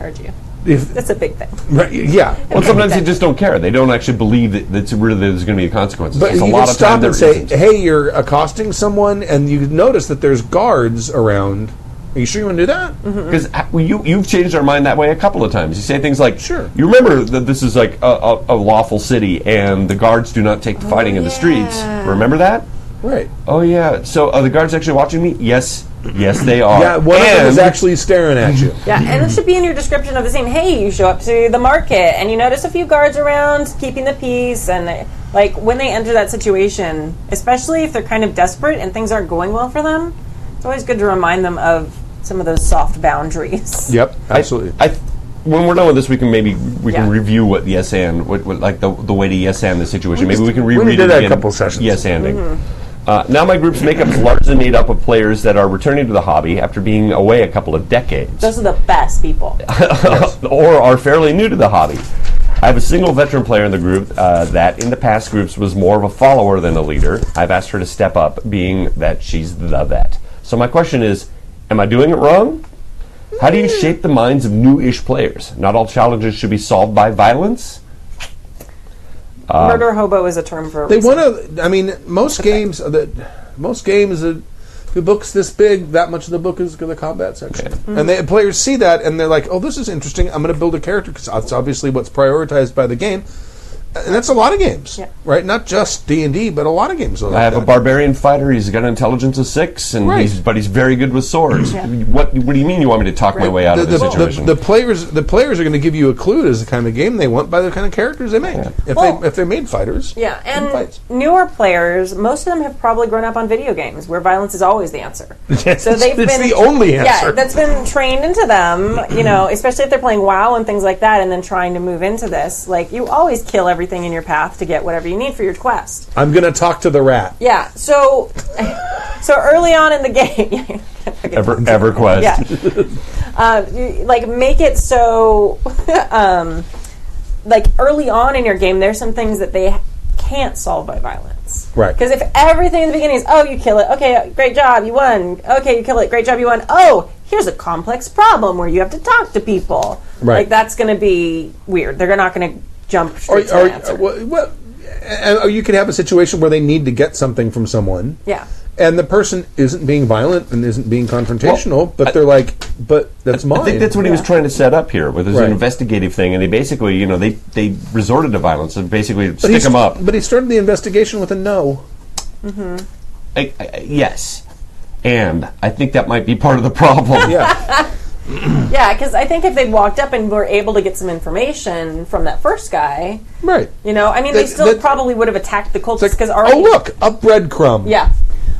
Speaker 3: heard you.
Speaker 2: If
Speaker 3: That's a big thing.
Speaker 2: right, yeah,
Speaker 4: well, sometimes they just don't care. They don't actually believe that that's really there's going to be consequences.
Speaker 2: but
Speaker 4: It's
Speaker 2: you
Speaker 4: a
Speaker 2: can
Speaker 4: lot of time
Speaker 2: stop
Speaker 4: there
Speaker 2: and say,
Speaker 4: isn't.
Speaker 2: "Hey, you're accosting someone," and you notice that there's guards around. Are you sure you want to do that?
Speaker 4: Because you you've changed our mind that way a couple of times. You say things like,
Speaker 2: Sure.
Speaker 4: You remember that this is like a, a, a lawful city, and the guards do not take the fighting in the streets. Remember that?
Speaker 2: Right.
Speaker 4: Oh yeah. So are the guards actually watching me? Yes, yes they are.
Speaker 2: Yeah, one of them is
Speaker 4: And-
Speaker 2: actually staring at you.
Speaker 3: Yeah, and this should be in your description of the scene. Hey, you show up to the market and you notice a few guards around keeping the peace. And they- like when they enter that situation, especially if they're kind of desperate and things aren't going well for them, it's always good to remind them of some of those soft boundaries.
Speaker 2: Yep, absolutely.
Speaker 4: I, when we're done with this, we can maybe we can
Speaker 3: Yeah.
Speaker 4: review what yes and what, what like the, the way to yes and the situation. maybe we can reread
Speaker 2: did
Speaker 4: it
Speaker 2: that a
Speaker 4: again.
Speaker 2: couple sessions. Mm-hmm.
Speaker 4: Yes anding. Uh, now my group's makeup is largely made up of players that are returning to the hobby after being away a couple of decades,
Speaker 3: Those are the best people.
Speaker 4: or are fairly new to the hobby. I have a single veteran player in the group uh, that, in the past groups, was more of a follower than a leader. I've asked her to step up, being that she's the vet. So my question is, am I doing it wrong? How do you shape the minds of new-ish players? Not all challenges should be solved by violence.
Speaker 3: Murder hobo is a term for a
Speaker 2: Uh, They
Speaker 3: reason.
Speaker 2: want to. I mean, most games are that most games are, the book's this big. That much of the book is the combat section,
Speaker 3: Mm-hmm.
Speaker 2: and the players see that and they're like, "Oh, this is interesting. I'm going to build a character because that's obviously what's prioritized by the game." And that's a lot of games,
Speaker 3: Yeah.
Speaker 2: right? Not just D and D, but a lot of games. Are like
Speaker 4: I have
Speaker 2: that.
Speaker 4: a barbarian fighter. He's got an intelligence of six, and he's,
Speaker 2: Right.
Speaker 4: but he's very good with swords. What, what do you mean you want me to talk my way out
Speaker 2: The,
Speaker 4: of this
Speaker 2: the-
Speaker 4: situation?
Speaker 2: the- the players, the players are going to give you a clue as the kind of game they want by the kind of characters they make. If
Speaker 3: Well-
Speaker 2: they if they made fighters,
Speaker 3: Yeah,
Speaker 2: then
Speaker 3: and
Speaker 2: fights.
Speaker 3: newer players, most of them have probably grown up on video games where violence is always the answer. so they've
Speaker 2: it's
Speaker 3: been
Speaker 2: the only answer.
Speaker 3: Yeah, that's been trained into them. You know, especially if they're playing WoW and things like that, and then trying to move into this. Like you always kill everything in your path to get whatever you need for your quest.
Speaker 2: I'm going to talk to the rat.
Speaker 3: Yeah. So, so early on in the game, Okay.
Speaker 4: Ever, EverQuest.
Speaker 3: yeah, uh, you, like make it so, um, like early on in your game, there's some things that they can't solve by violence.
Speaker 2: Right.
Speaker 3: Because if everything in the beginning is, oh, you kill it, okay, great job, you won. Okay, you kill it, great job, you won. Oh, here's a complex problem where you have to talk to people.
Speaker 2: Right.
Speaker 3: Like that's going to be weird. They're not going to jump
Speaker 2: or,
Speaker 3: straight to
Speaker 2: or,
Speaker 3: an answer.
Speaker 2: well, well, and- or you could have a situation where they need to get something from someone.
Speaker 3: Yeah.
Speaker 2: And the person isn't being violent and isn't being confrontational,
Speaker 4: Well,
Speaker 2: but
Speaker 4: I-
Speaker 2: they're like, but that's mine.
Speaker 4: I think that's what he was trying to set up here with his
Speaker 2: Right.
Speaker 4: investigative thing, and they basically, you know, they, they resorted to violence and basically
Speaker 2: But
Speaker 4: stick
Speaker 2: he
Speaker 4: him
Speaker 2: st-
Speaker 4: up.
Speaker 2: But he started the investigation with a no.
Speaker 4: I, I, yes, and I think that might be part of the problem.
Speaker 2: Yeah.
Speaker 3: Yeah, because I think if they walked up and were able to get some information from that first guy,
Speaker 2: right.
Speaker 3: you know, I mean, they
Speaker 2: That-
Speaker 3: still
Speaker 2: that-
Speaker 3: probably would have attacked the cultists
Speaker 2: It's
Speaker 3: because
Speaker 2: like,
Speaker 3: already,
Speaker 2: oh, look, a breadcrumb.
Speaker 3: yeah,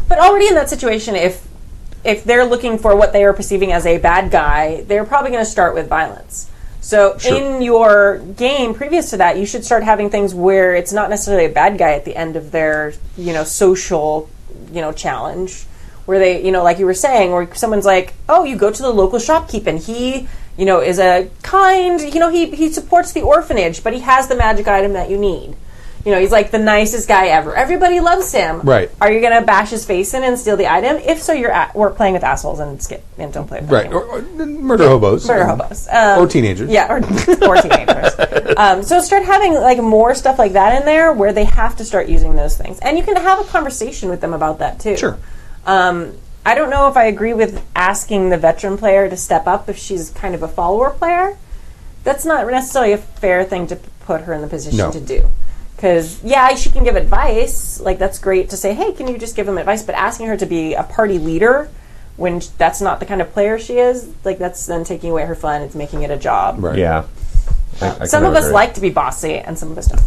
Speaker 3: but already in that situation, if if they're looking for what they are perceiving as a bad guy, they're probably going to start with violence. So in your game previous to that, you should start having things where it's not necessarily a bad guy at the end of their you know social you know challenge, where they you know like you were saying, where someone's like, oh, you go to the local shopkeep and he you know is a kind you know he he supports the orphanage, but he has the magic item that you need. You know, he's like the nicest guy ever. Everybody loves him.
Speaker 2: Right.
Speaker 3: Are you gonna bash his face in and steal the item? If so, you're at, we're playing with assholes and skip and don't play with that
Speaker 2: Right.
Speaker 3: anymore.
Speaker 2: Or, or murder hobos.
Speaker 3: Murder hobos. Um,
Speaker 2: Or teenagers.
Speaker 3: Yeah, or, or teenagers. um, so start having like more stuff like that in there where they have to start using those things, and you can have a conversation with them about that too.
Speaker 2: Sure.
Speaker 3: Um, I don't know if I agree with asking the veteran player to step up if she's kind of a follower player. That's not necessarily a fair thing to p- put her in the position
Speaker 2: No.
Speaker 3: to do. Because yeah, she can give advice. Like that's great to say, hey, can you just give them advice? But asking her to be a party leader when sh- that's not the kind of player she is, like that's then taking away her fun. It's making it a job.
Speaker 2: Right.
Speaker 4: yeah. I- I
Speaker 3: Some
Speaker 4: kinda
Speaker 3: of us
Speaker 4: agree.
Speaker 3: like to be bossy, and some of us don't.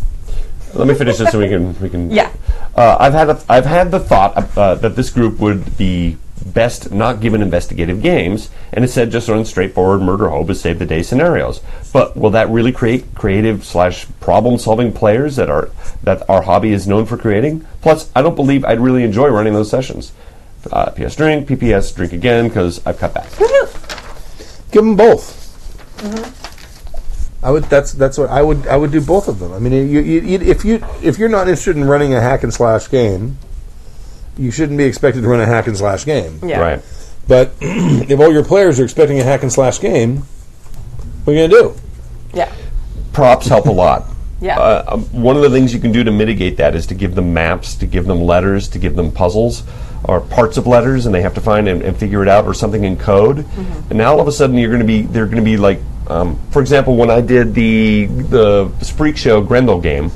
Speaker 4: Let me finish this, so we can we can.
Speaker 3: Yeah.
Speaker 4: Uh, I've had a, I've had the thought uh, that this group would be best not given investigative games and instead just run straightforward murder hobo save the day scenarios. But will that really create creative slash problem solving players that are that our hobby is known for creating? Plus, I don't believe I'd really enjoy running those sessions. Uh, PS drink, PPS drink again because I've cut back.
Speaker 2: Give them both. I would. That's that's what I would. I would do both of them. I mean, you, you, you, if you if you're not interested in running a hack and slash game, you shouldn't be expected to run a hack and slash game.
Speaker 3: Yeah.
Speaker 4: Right.
Speaker 2: But if all your players are expecting a hack and slash game, what are you gonna do?
Speaker 3: Yeah.
Speaker 4: Props help a lot.
Speaker 3: Yeah.
Speaker 4: Uh, um, one of the things you can do to mitigate that is to give them maps, to give them letters, to give them puzzles or parts of letters, and they have to find and, and figure it out, or something in code. And now all of a sudden you're going to be they're going to be like, um, for example, when I did the the Spreak Show Grendel game.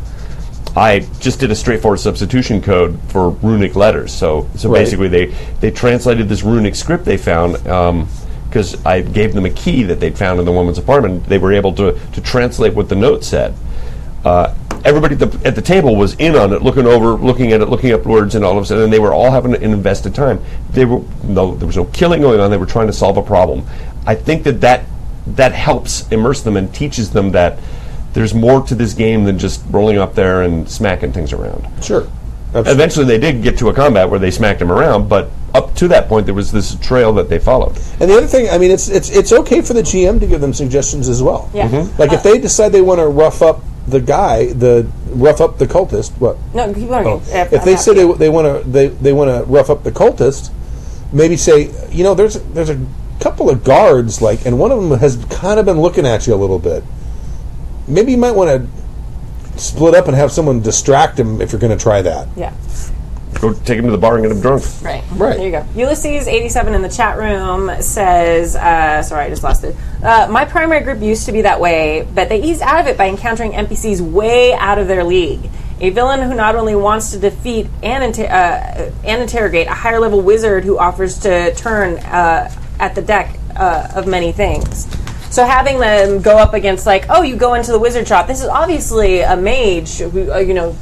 Speaker 4: I just did a straightforward substitution code for runic letters. So, so
Speaker 2: Right.
Speaker 4: basically, they, they translated this runic script they found because I gave them a key that they'd found in the woman's apartment. They were able to, to translate what the note said. Uh, everybody at the, at the table was in on it, looking over, looking at it, looking up words, and all of a sudden they were all having an invested time. They were no, there was no killing going on. They were trying to solve a problem. I think that that that helps immerse them and teaches them that there's more to this game than just rolling up there and smacking things around.
Speaker 2: Sure. Absolutely.
Speaker 4: Eventually, they did get to a combat where they smacked him around, but up to that point, there was this trail that they followed.
Speaker 2: And the other thing, I mean, it's it's it's okay for the GM to give them suggestions as well. Mm-hmm.
Speaker 3: Yeah. Mhm.
Speaker 2: Like if they decide they want to rough up the guy, the rough up the cultist. What?
Speaker 3: No, keep going.
Speaker 2: Oh.
Speaker 3: Yeah,
Speaker 2: If
Speaker 3: eh, I'm
Speaker 2: they
Speaker 3: not-
Speaker 2: say they, they want to they, they want to rough up the cultist, maybe say you know there's there's a couple of guards like and one of them has kind of been looking at you a little bit. Maybe you might want to split up and have someone distract him if you're going to try that.
Speaker 3: yeah.
Speaker 4: Go take him to the bar and get him drunk.
Speaker 3: Right.
Speaker 2: Right.
Speaker 3: There you go. Ulysses87 in the chat room says, uh, sorry, I just lost it. Uh, my primary group used to be that way, but they eased out of it by encountering NPCs way out of their league. A villain who not only wants to defeat and, inter- uh, and interrogate a higher level wizard who offers to turn uh, at the deck uh, of many things. So having them go up against like, oh, you go into the wizard shop. This is obviously a mage. Who, uh, you know,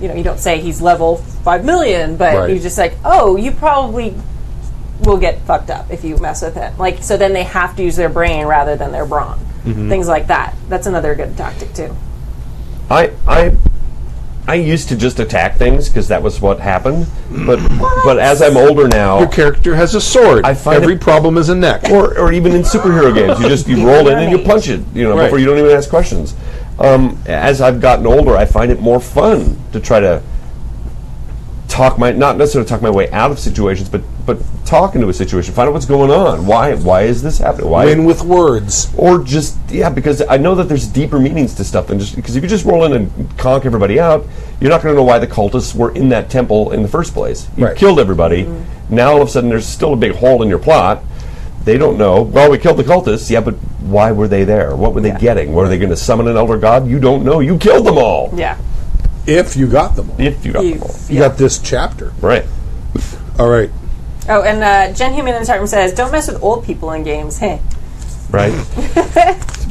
Speaker 3: you know, you don't say he's level five million, but
Speaker 2: Right.
Speaker 3: you just like, oh, you probably will get fucked up if you mess with him. Like, so then they have to use their brain rather than their brawn.
Speaker 2: Mm-hmm.
Speaker 3: Things like that. That's another good tactic too.
Speaker 4: I I I used to just attack things because that was what happened. But but as I'm older now,
Speaker 2: Your character has a sword.
Speaker 4: I find
Speaker 2: Every
Speaker 4: it-
Speaker 2: problem is a neck.
Speaker 4: or, or even in superhero games, you just you roll in and you
Speaker 3: Right.
Speaker 4: punch it, you know,
Speaker 2: Right.
Speaker 4: before you don't even ask questions. Um, as I've gotten older, I find it more fun to try to talk my not necessarily talk my way out of situations, but but talk into a situation, find out what's going on. Why why is this happening? Why
Speaker 2: win with words.
Speaker 4: or just yeah because i know that there's deeper meanings to stuff than just because if you just roll in and conk everybody out you're not going to know why the cultists were in that temple in the first place you
Speaker 2: Right.
Speaker 4: killed everybody now all of a sudden there's still a big hole in your plot they don't know well we killed the cultists yeah but why were they there what were they getting were they going to summon an elder god you don't know you killed them all
Speaker 3: Yeah.
Speaker 2: If you got them all. You
Speaker 4: if you got them all
Speaker 2: got this chapter.
Speaker 4: right
Speaker 2: All right.
Speaker 3: Oh, and uh, Jen Human in the chat room says, "Don't mess with old people in games." Hey.
Speaker 4: right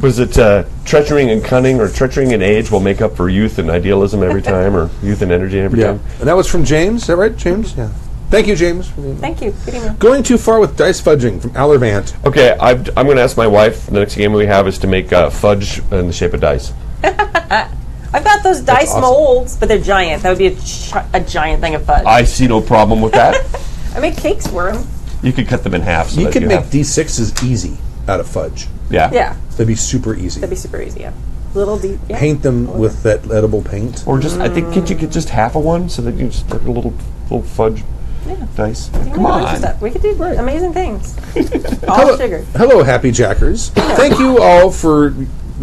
Speaker 4: was it uh, treachery and cunning or treachery and age will make up for youth and idealism every time or youth and energy every
Speaker 2: Yeah.
Speaker 4: time
Speaker 2: And that was from James. Is that right, James? Yeah. Thank you, James. for the-
Speaker 3: Thank you. Good evening.
Speaker 2: Going too far with dice fudging from Allervant.
Speaker 4: Okay, I've, I'm going to ask my wife. The next game we have is to make uh, fudge in the shape of dice.
Speaker 3: I've got those dice
Speaker 2: awesome.
Speaker 3: molds, but they're giant. That would be a, chi- a giant thing of
Speaker 2: Uh,
Speaker 3: fudge. I,
Speaker 4: I see no problem with that.
Speaker 3: make cakes for them.
Speaker 4: you could cut them in half. So
Speaker 2: You
Speaker 4: that
Speaker 2: could
Speaker 4: you
Speaker 2: make
Speaker 4: have-
Speaker 2: D6s easy out of fudge.
Speaker 4: yeah,
Speaker 3: Yeah,
Speaker 2: That'd be super easy.
Speaker 3: that'd be super easy. Yeah, little deep. Yeah.
Speaker 2: Paint them with that edible paint.
Speaker 4: Or just I think can't you get just half of one so that you just make a little little fudge dice. Come
Speaker 3: bunch of
Speaker 4: on.
Speaker 3: stuff. We could do amazing things.
Speaker 2: Hello,
Speaker 3: All sugar.
Speaker 2: hello, happy jackers. thank you all for,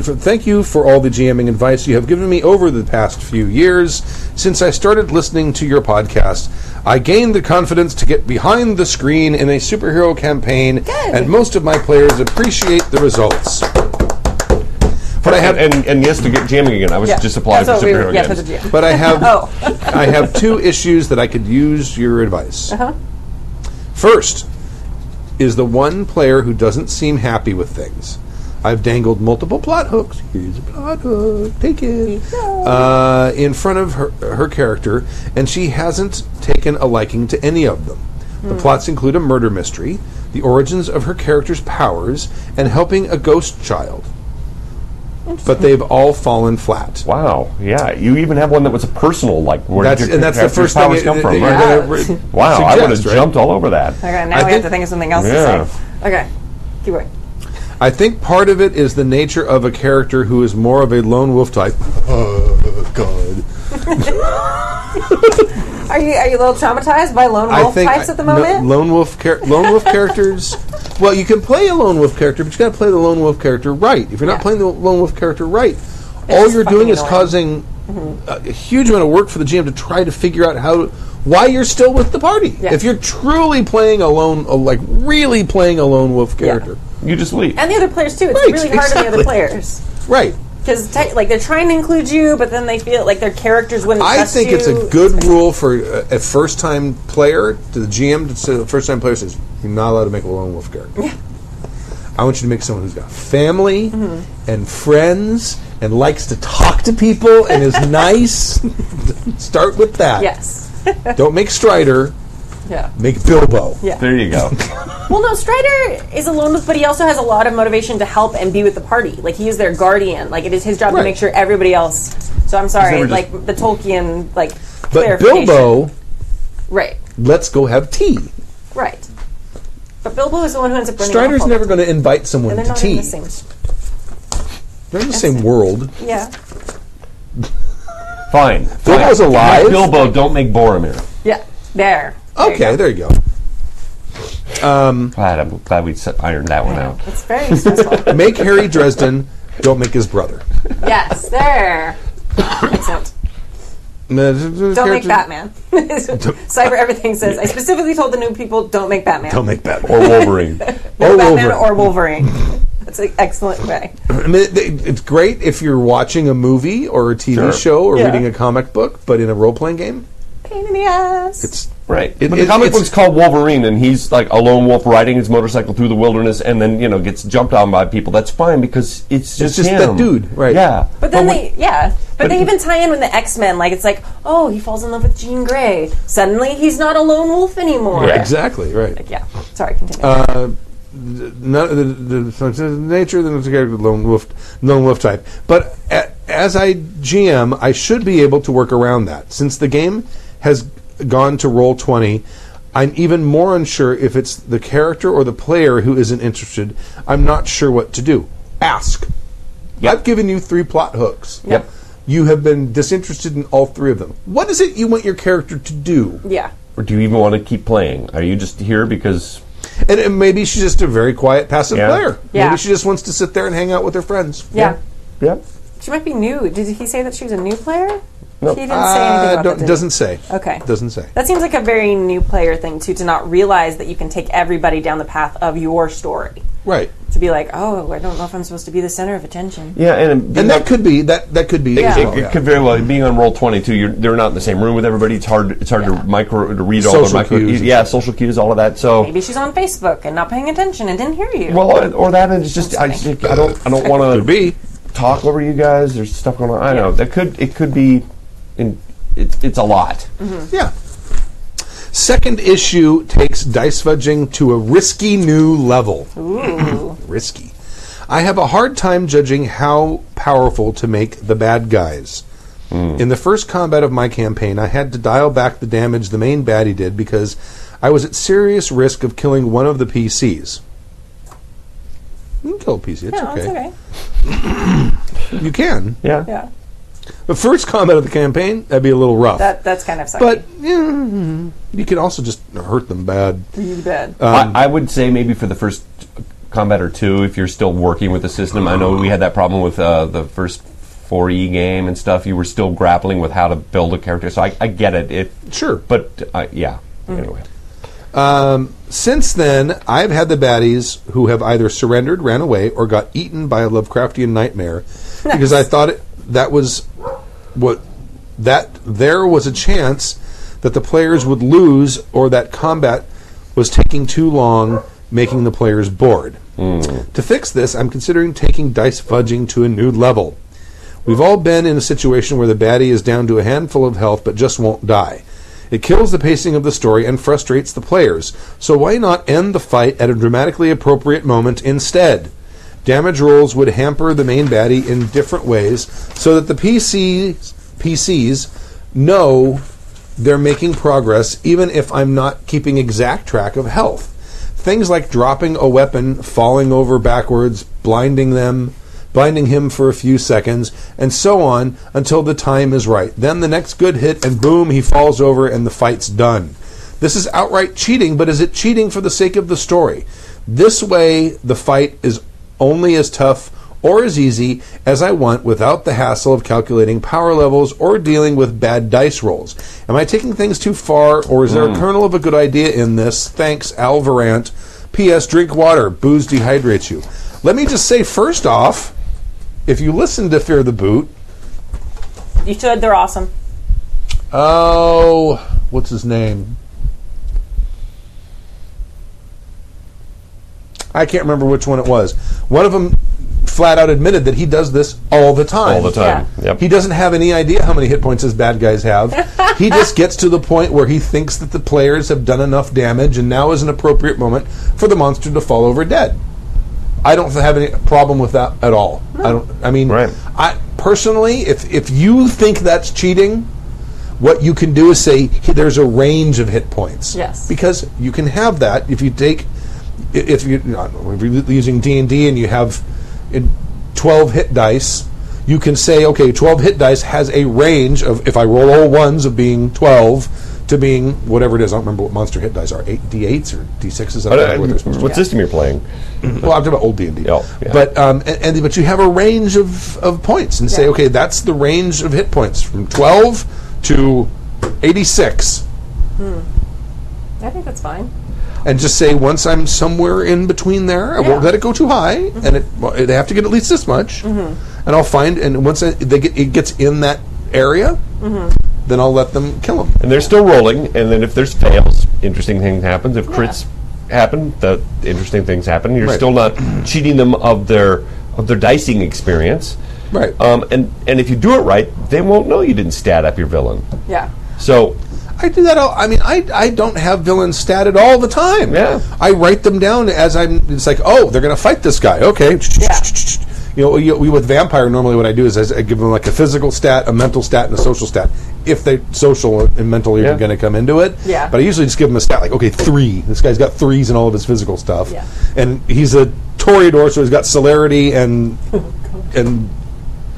Speaker 2: for thank you for all the GMing advice you have given me over the past few years. Since I started listening to your podcast, I gained the confidence to get behind the screen in a superhero campaign, and most of my players appreciate the results. But I have
Speaker 4: and, and and yes, to get jamming again. I was
Speaker 3: Yeah.
Speaker 4: just applied for
Speaker 3: That's what we
Speaker 4: superhero
Speaker 3: were- yeah,
Speaker 4: games.
Speaker 3: for the GM.
Speaker 2: But I have
Speaker 3: Oh.
Speaker 2: I have two issues that I could use your advice. First is the one player who doesn't seem happy with things. I've dangled multiple plot hooks. Here's a plot hook. Take it. Uh, in front of her, her character, and she hasn't taken a liking to any of them. The plots include a murder mystery, the origins of her character's powers, and helping a ghost child. But they've all fallen flat.
Speaker 4: Wow. Yeah. You even have one that was a personal like. Where
Speaker 2: That's-
Speaker 4: did your
Speaker 2: and that's the first
Speaker 4: character's
Speaker 2: thing
Speaker 4: powers
Speaker 2: it-
Speaker 4: come
Speaker 2: that
Speaker 4: from?
Speaker 2: you're
Speaker 4: right?
Speaker 2: gonna re-
Speaker 4: Wow. I would have
Speaker 2: suggest, right?
Speaker 4: jumped all over that.
Speaker 3: Okay, now
Speaker 2: I
Speaker 3: we
Speaker 2: think-
Speaker 3: have to think of something else
Speaker 4: Yeah.
Speaker 3: to say. Okay, keep going.
Speaker 2: I think part of it is the nature of a character who is more of a lone wolf type. Oh God!
Speaker 3: Are you are you a little traumatized by lone
Speaker 2: I
Speaker 3: wolf
Speaker 2: think
Speaker 3: types at the
Speaker 2: no,
Speaker 3: moment?
Speaker 2: lone wolf char- lone wolf characters. Well, you can play a lone wolf character, but you got to play the lone wolf character right. If you're not
Speaker 3: Yeah.
Speaker 2: playing the lone wolf character right, all
Speaker 3: just
Speaker 2: you're
Speaker 3: fucking
Speaker 2: doing is
Speaker 3: annoying.
Speaker 2: causing
Speaker 3: Mm-hmm.
Speaker 2: a, a huge amount of work for the GM to try to figure out how why you're still with the party.
Speaker 3: Yeah.
Speaker 2: If you're truly playing a lone, a, like really playing a lone wolf character,
Speaker 4: You just leave.
Speaker 3: and the other players too. It's
Speaker 2: Right,
Speaker 3: really hard on the
Speaker 2: exactly.
Speaker 3: other players
Speaker 2: right?
Speaker 3: because like they're trying to include you, but then they feel like their characters wouldn't.
Speaker 2: I
Speaker 3: trust
Speaker 2: think it's
Speaker 3: you.
Speaker 2: a good rule for a, a first time player to the GM to say the first time player says you're not allowed to make a lone wolf character. I want you to make someone who's got family
Speaker 3: Mm-hmm.
Speaker 2: and friends and likes to talk to people and is nice. Start with that.
Speaker 3: Yes.
Speaker 2: Don't make Strider.
Speaker 3: Yeah.
Speaker 2: Make Bilbo.
Speaker 3: Yeah.
Speaker 4: There you go.
Speaker 3: Well, no, Strider is alone, with, but he also has a lot of motivation to help and be with the party. Like he is their guardian. Like it is his job
Speaker 2: Right.
Speaker 3: to make sure everybody else. So I'm
Speaker 4: He's
Speaker 3: sorry,
Speaker 4: never just-
Speaker 3: like the Tolkien, like
Speaker 2: But
Speaker 3: clarification.
Speaker 2: Bilbo,
Speaker 3: right,
Speaker 2: let's go have tea.
Speaker 3: right. But Bilbo is the one who ends up. Running
Speaker 2: Strider's
Speaker 3: off
Speaker 2: never going to invite someone
Speaker 3: And they're
Speaker 2: to
Speaker 3: not
Speaker 2: tea.
Speaker 3: in the same.
Speaker 2: They're in the same world.
Speaker 3: Yeah.
Speaker 4: Fine.
Speaker 2: Bilbo's
Speaker 4: Fine.
Speaker 2: alive?
Speaker 4: Bilbo, don't make Boromir.
Speaker 3: Yeah. There. There you
Speaker 2: Okay,
Speaker 3: go.
Speaker 2: there you go.
Speaker 4: Glad I'm glad we set, ironed that one out.
Speaker 3: It's very stressful.
Speaker 2: Make Harry Dresden. Don't make his brother.
Speaker 3: yes. There. Excellent. Don't make Batman. Cyber everything says. I specifically told the new people don't make Batman.
Speaker 2: Don't make Batman.
Speaker 4: Or Wolverine.
Speaker 2: Or
Speaker 3: Batman
Speaker 2: Wolverine.
Speaker 3: or Wolverine. That's an excellent way.
Speaker 2: I mean, it- it- it's great if you're watching a movie or a TV
Speaker 4: Sure.
Speaker 2: show or
Speaker 3: Yeah.
Speaker 2: reading a comic book, but in a role playing game,
Speaker 3: Pain in the ass.
Speaker 2: it's
Speaker 4: right.
Speaker 2: It-
Speaker 4: but
Speaker 2: it-
Speaker 4: the comic
Speaker 2: it's-
Speaker 4: book's called Wolverine, and he's like a lone wolf riding his motorcycle through the wilderness, and then you know gets jumped on by people. That's fine because it's just
Speaker 2: just that
Speaker 4: him.
Speaker 2: dude, right.
Speaker 4: Yeah.
Speaker 3: But then
Speaker 4: when-
Speaker 3: they, yeah. But, they even tie in with the X Men. Like it's like, oh, he falls in love with Jean Grey. Suddenly, he's not a lone wolf anymore.
Speaker 4: Yeah.
Speaker 2: exactly right.
Speaker 3: Yeah. Sorry. Continue.
Speaker 2: None of the, the, the nature of the character lone wolf, lone wolf type. But a, as I GM, I should be able to work around that. Since the game has gone to roll twenty, I'm even more unsure if it's the character or the player who isn't interested. I'm not sure what to do. Ask.
Speaker 4: Yep.
Speaker 2: I've given you three plot hooks.
Speaker 4: Yep.
Speaker 2: You have been disinterested in all three of them. What is it you want your character to do?
Speaker 3: yeah.
Speaker 4: Or do you even want to keep playing? Are you just here because?
Speaker 2: And, and maybe she's just a very quiet, passive
Speaker 4: Yeah.
Speaker 2: player.
Speaker 3: Yeah.
Speaker 2: Maybe she just wants to sit there and hang out with her friends.
Speaker 3: Yeah.
Speaker 4: Yeah.
Speaker 3: She might be new. Did he say that she was a new player?
Speaker 4: No.
Speaker 3: He didn't say anything
Speaker 2: Uh, don't-
Speaker 3: about that. did he?
Speaker 2: doesn't say.
Speaker 3: Okay.
Speaker 2: Doesn't say.
Speaker 3: That seems like a very new player thing too, to not realize that you can take everybody down the path of your story.
Speaker 2: Right.
Speaker 3: To be like, oh, I don't know if I'm supposed to be the center of attention.
Speaker 4: Yeah, and,
Speaker 2: And that could be that. That could be.
Speaker 4: It,
Speaker 2: as
Speaker 4: it-
Speaker 2: well,
Speaker 4: it
Speaker 2: yeah.
Speaker 4: could very well being on roll twenty two. You're they're not in the same room with everybody. It's hard. It's hard to micro to read all the
Speaker 2: Social
Speaker 4: micro.
Speaker 2: cues and
Speaker 4: yeah, social cues, all of that. So
Speaker 3: Maybe she's on Facebook and not paying attention and didn't hear you.
Speaker 4: well, or that, and it's just I, just- I don't I don't want to
Speaker 2: Could be.
Speaker 4: talk over you guys. There's stuff going on. I know that could it could be, in it's it's a lot.
Speaker 2: Yeah. Second issue takes dice fudging to a risky new level.
Speaker 3: Ooh.
Speaker 2: risky. I have a hard time judging how powerful to make the bad guys. In the first combat of my campaign, I had to dial back the damage the main baddie did because I was at serious risk of killing one of the PCs. You can kill a PC, it's,
Speaker 3: no,
Speaker 2: okay.
Speaker 3: it's okay.
Speaker 2: You can.
Speaker 4: Yeah.
Speaker 3: Yeah.
Speaker 2: The first combat of the campaign, that'd be a little rough.
Speaker 3: That that's kind of sucky.
Speaker 2: but yeah, you can also just hurt them bad.
Speaker 3: really bad.
Speaker 2: Uh.
Speaker 4: I, I would say maybe for the first combat or two, if you're still working with the system. I know we had that problem with uh, the first 4E game and stuff. You were still grappling with how to build a character. So I, I get it. It
Speaker 2: Sure.
Speaker 4: but uh, yeah. Anyway,
Speaker 2: Since then, I've had the baddies who have either surrendered, ran away, or got eaten by a Lovecraftian nightmare because I thought it, that was what that there was a chance that the players would lose or that combat was taking too long, making the players bored. To fix this, I'm considering taking dice fudging to a new level. We've all been in a situation where the baddie is down to a handful of health but just won't die. It kills the pacing of the story and frustrates the players, so why not end the fight at a dramatically appropriate moment instead? Damage rolls would hamper the main baddie in different ways so that the PCs, PCs know they're making progress even if I'm not keeping exact track of health. Things like dropping a weapon, falling over backwards, blinding them, blinding him for a few seconds, and so on until the time is right. Then the next good hit, and boom, he falls over and the fight's done. This is outright cheating, but is it cheating for the sake of the story? This way, the fight is only as tough or as easy as I want without the hassle of calculating power levels or dealing with bad dice rolls. Am I taking things too far, or is there a kernel of a good idea in this? Thanks, Al Varant. P.S. Drink water. Booze dehydrates you. Let me just say first off, if you listen to Fear the Boot,
Speaker 3: You should. They're awesome.
Speaker 2: oh, what's his name? I can't remember which one it was. One of them flat out admitted that he does this all the time.
Speaker 4: all the time.
Speaker 3: Yeah.
Speaker 4: Yep.
Speaker 2: He doesn't have any idea how many hit points his bad guys have. he just gets to the point where he thinks that the players have done enough damage, and now is an appropriate moment for the monster to fall over dead. I don't have any problem with that at all. I don't. I mean,
Speaker 4: Right.
Speaker 2: I personally, if if you think that's cheating, what you can do is say "Hey, there's a range of hit points.
Speaker 3: Yes.
Speaker 2: because you can have that if you take i- if you I don't know, if you're using D and D and you have in- twelve hit dice. You can say, okay, twelve hit dice has a range of if I roll all ones of being twelve to being whatever it is. I don't remember what monster hit dice are. Eight D eights or D sixes. I don't remember what they're supposed to be.
Speaker 4: uh, what system you're playing?
Speaker 2: Well, I'm talking about old D and D.
Speaker 4: Yeah, yeah.
Speaker 2: But um, and, and but you have a range of, of points and say, okay, that's the range of hit points from 12 to 86,
Speaker 3: I think that's fine.
Speaker 2: and just say once I'm somewhere in between there, I won't
Speaker 3: Yeah.
Speaker 2: let it go too high, and it well, they have to get at least this much, and I'll find and once I, they get it gets in that area, then I'll let them kill them.
Speaker 4: And they're still rolling, and then if there's fails, interesting thing happens. If crits happen, the interesting things happen. You're
Speaker 2: Right.
Speaker 4: still not cheating them of their of their dicing experience.
Speaker 2: Right.
Speaker 4: Um, and and if you do it right, they won't know you didn't stat up your villain.
Speaker 3: Yeah.
Speaker 4: So
Speaker 2: I do that. All, I mean, I, I don't have villains statted all the time.
Speaker 4: Yeah.
Speaker 2: I write them down as I'm. It's like, oh, they're going to fight this guy. Okay.
Speaker 3: Yeah.
Speaker 2: You know, you, we, with vampire, normally what I do is I, I give them like a physical stat, a mental stat, and a social stat. If they social and mental are
Speaker 4: Yeah.
Speaker 2: going to come into it.
Speaker 3: Yeah.
Speaker 2: But I usually just give them a stat like, okay, three. This guy's got threes in all of his physical stuff.
Speaker 3: Yeah.
Speaker 2: And he's a Toreador, so he's got celerity and and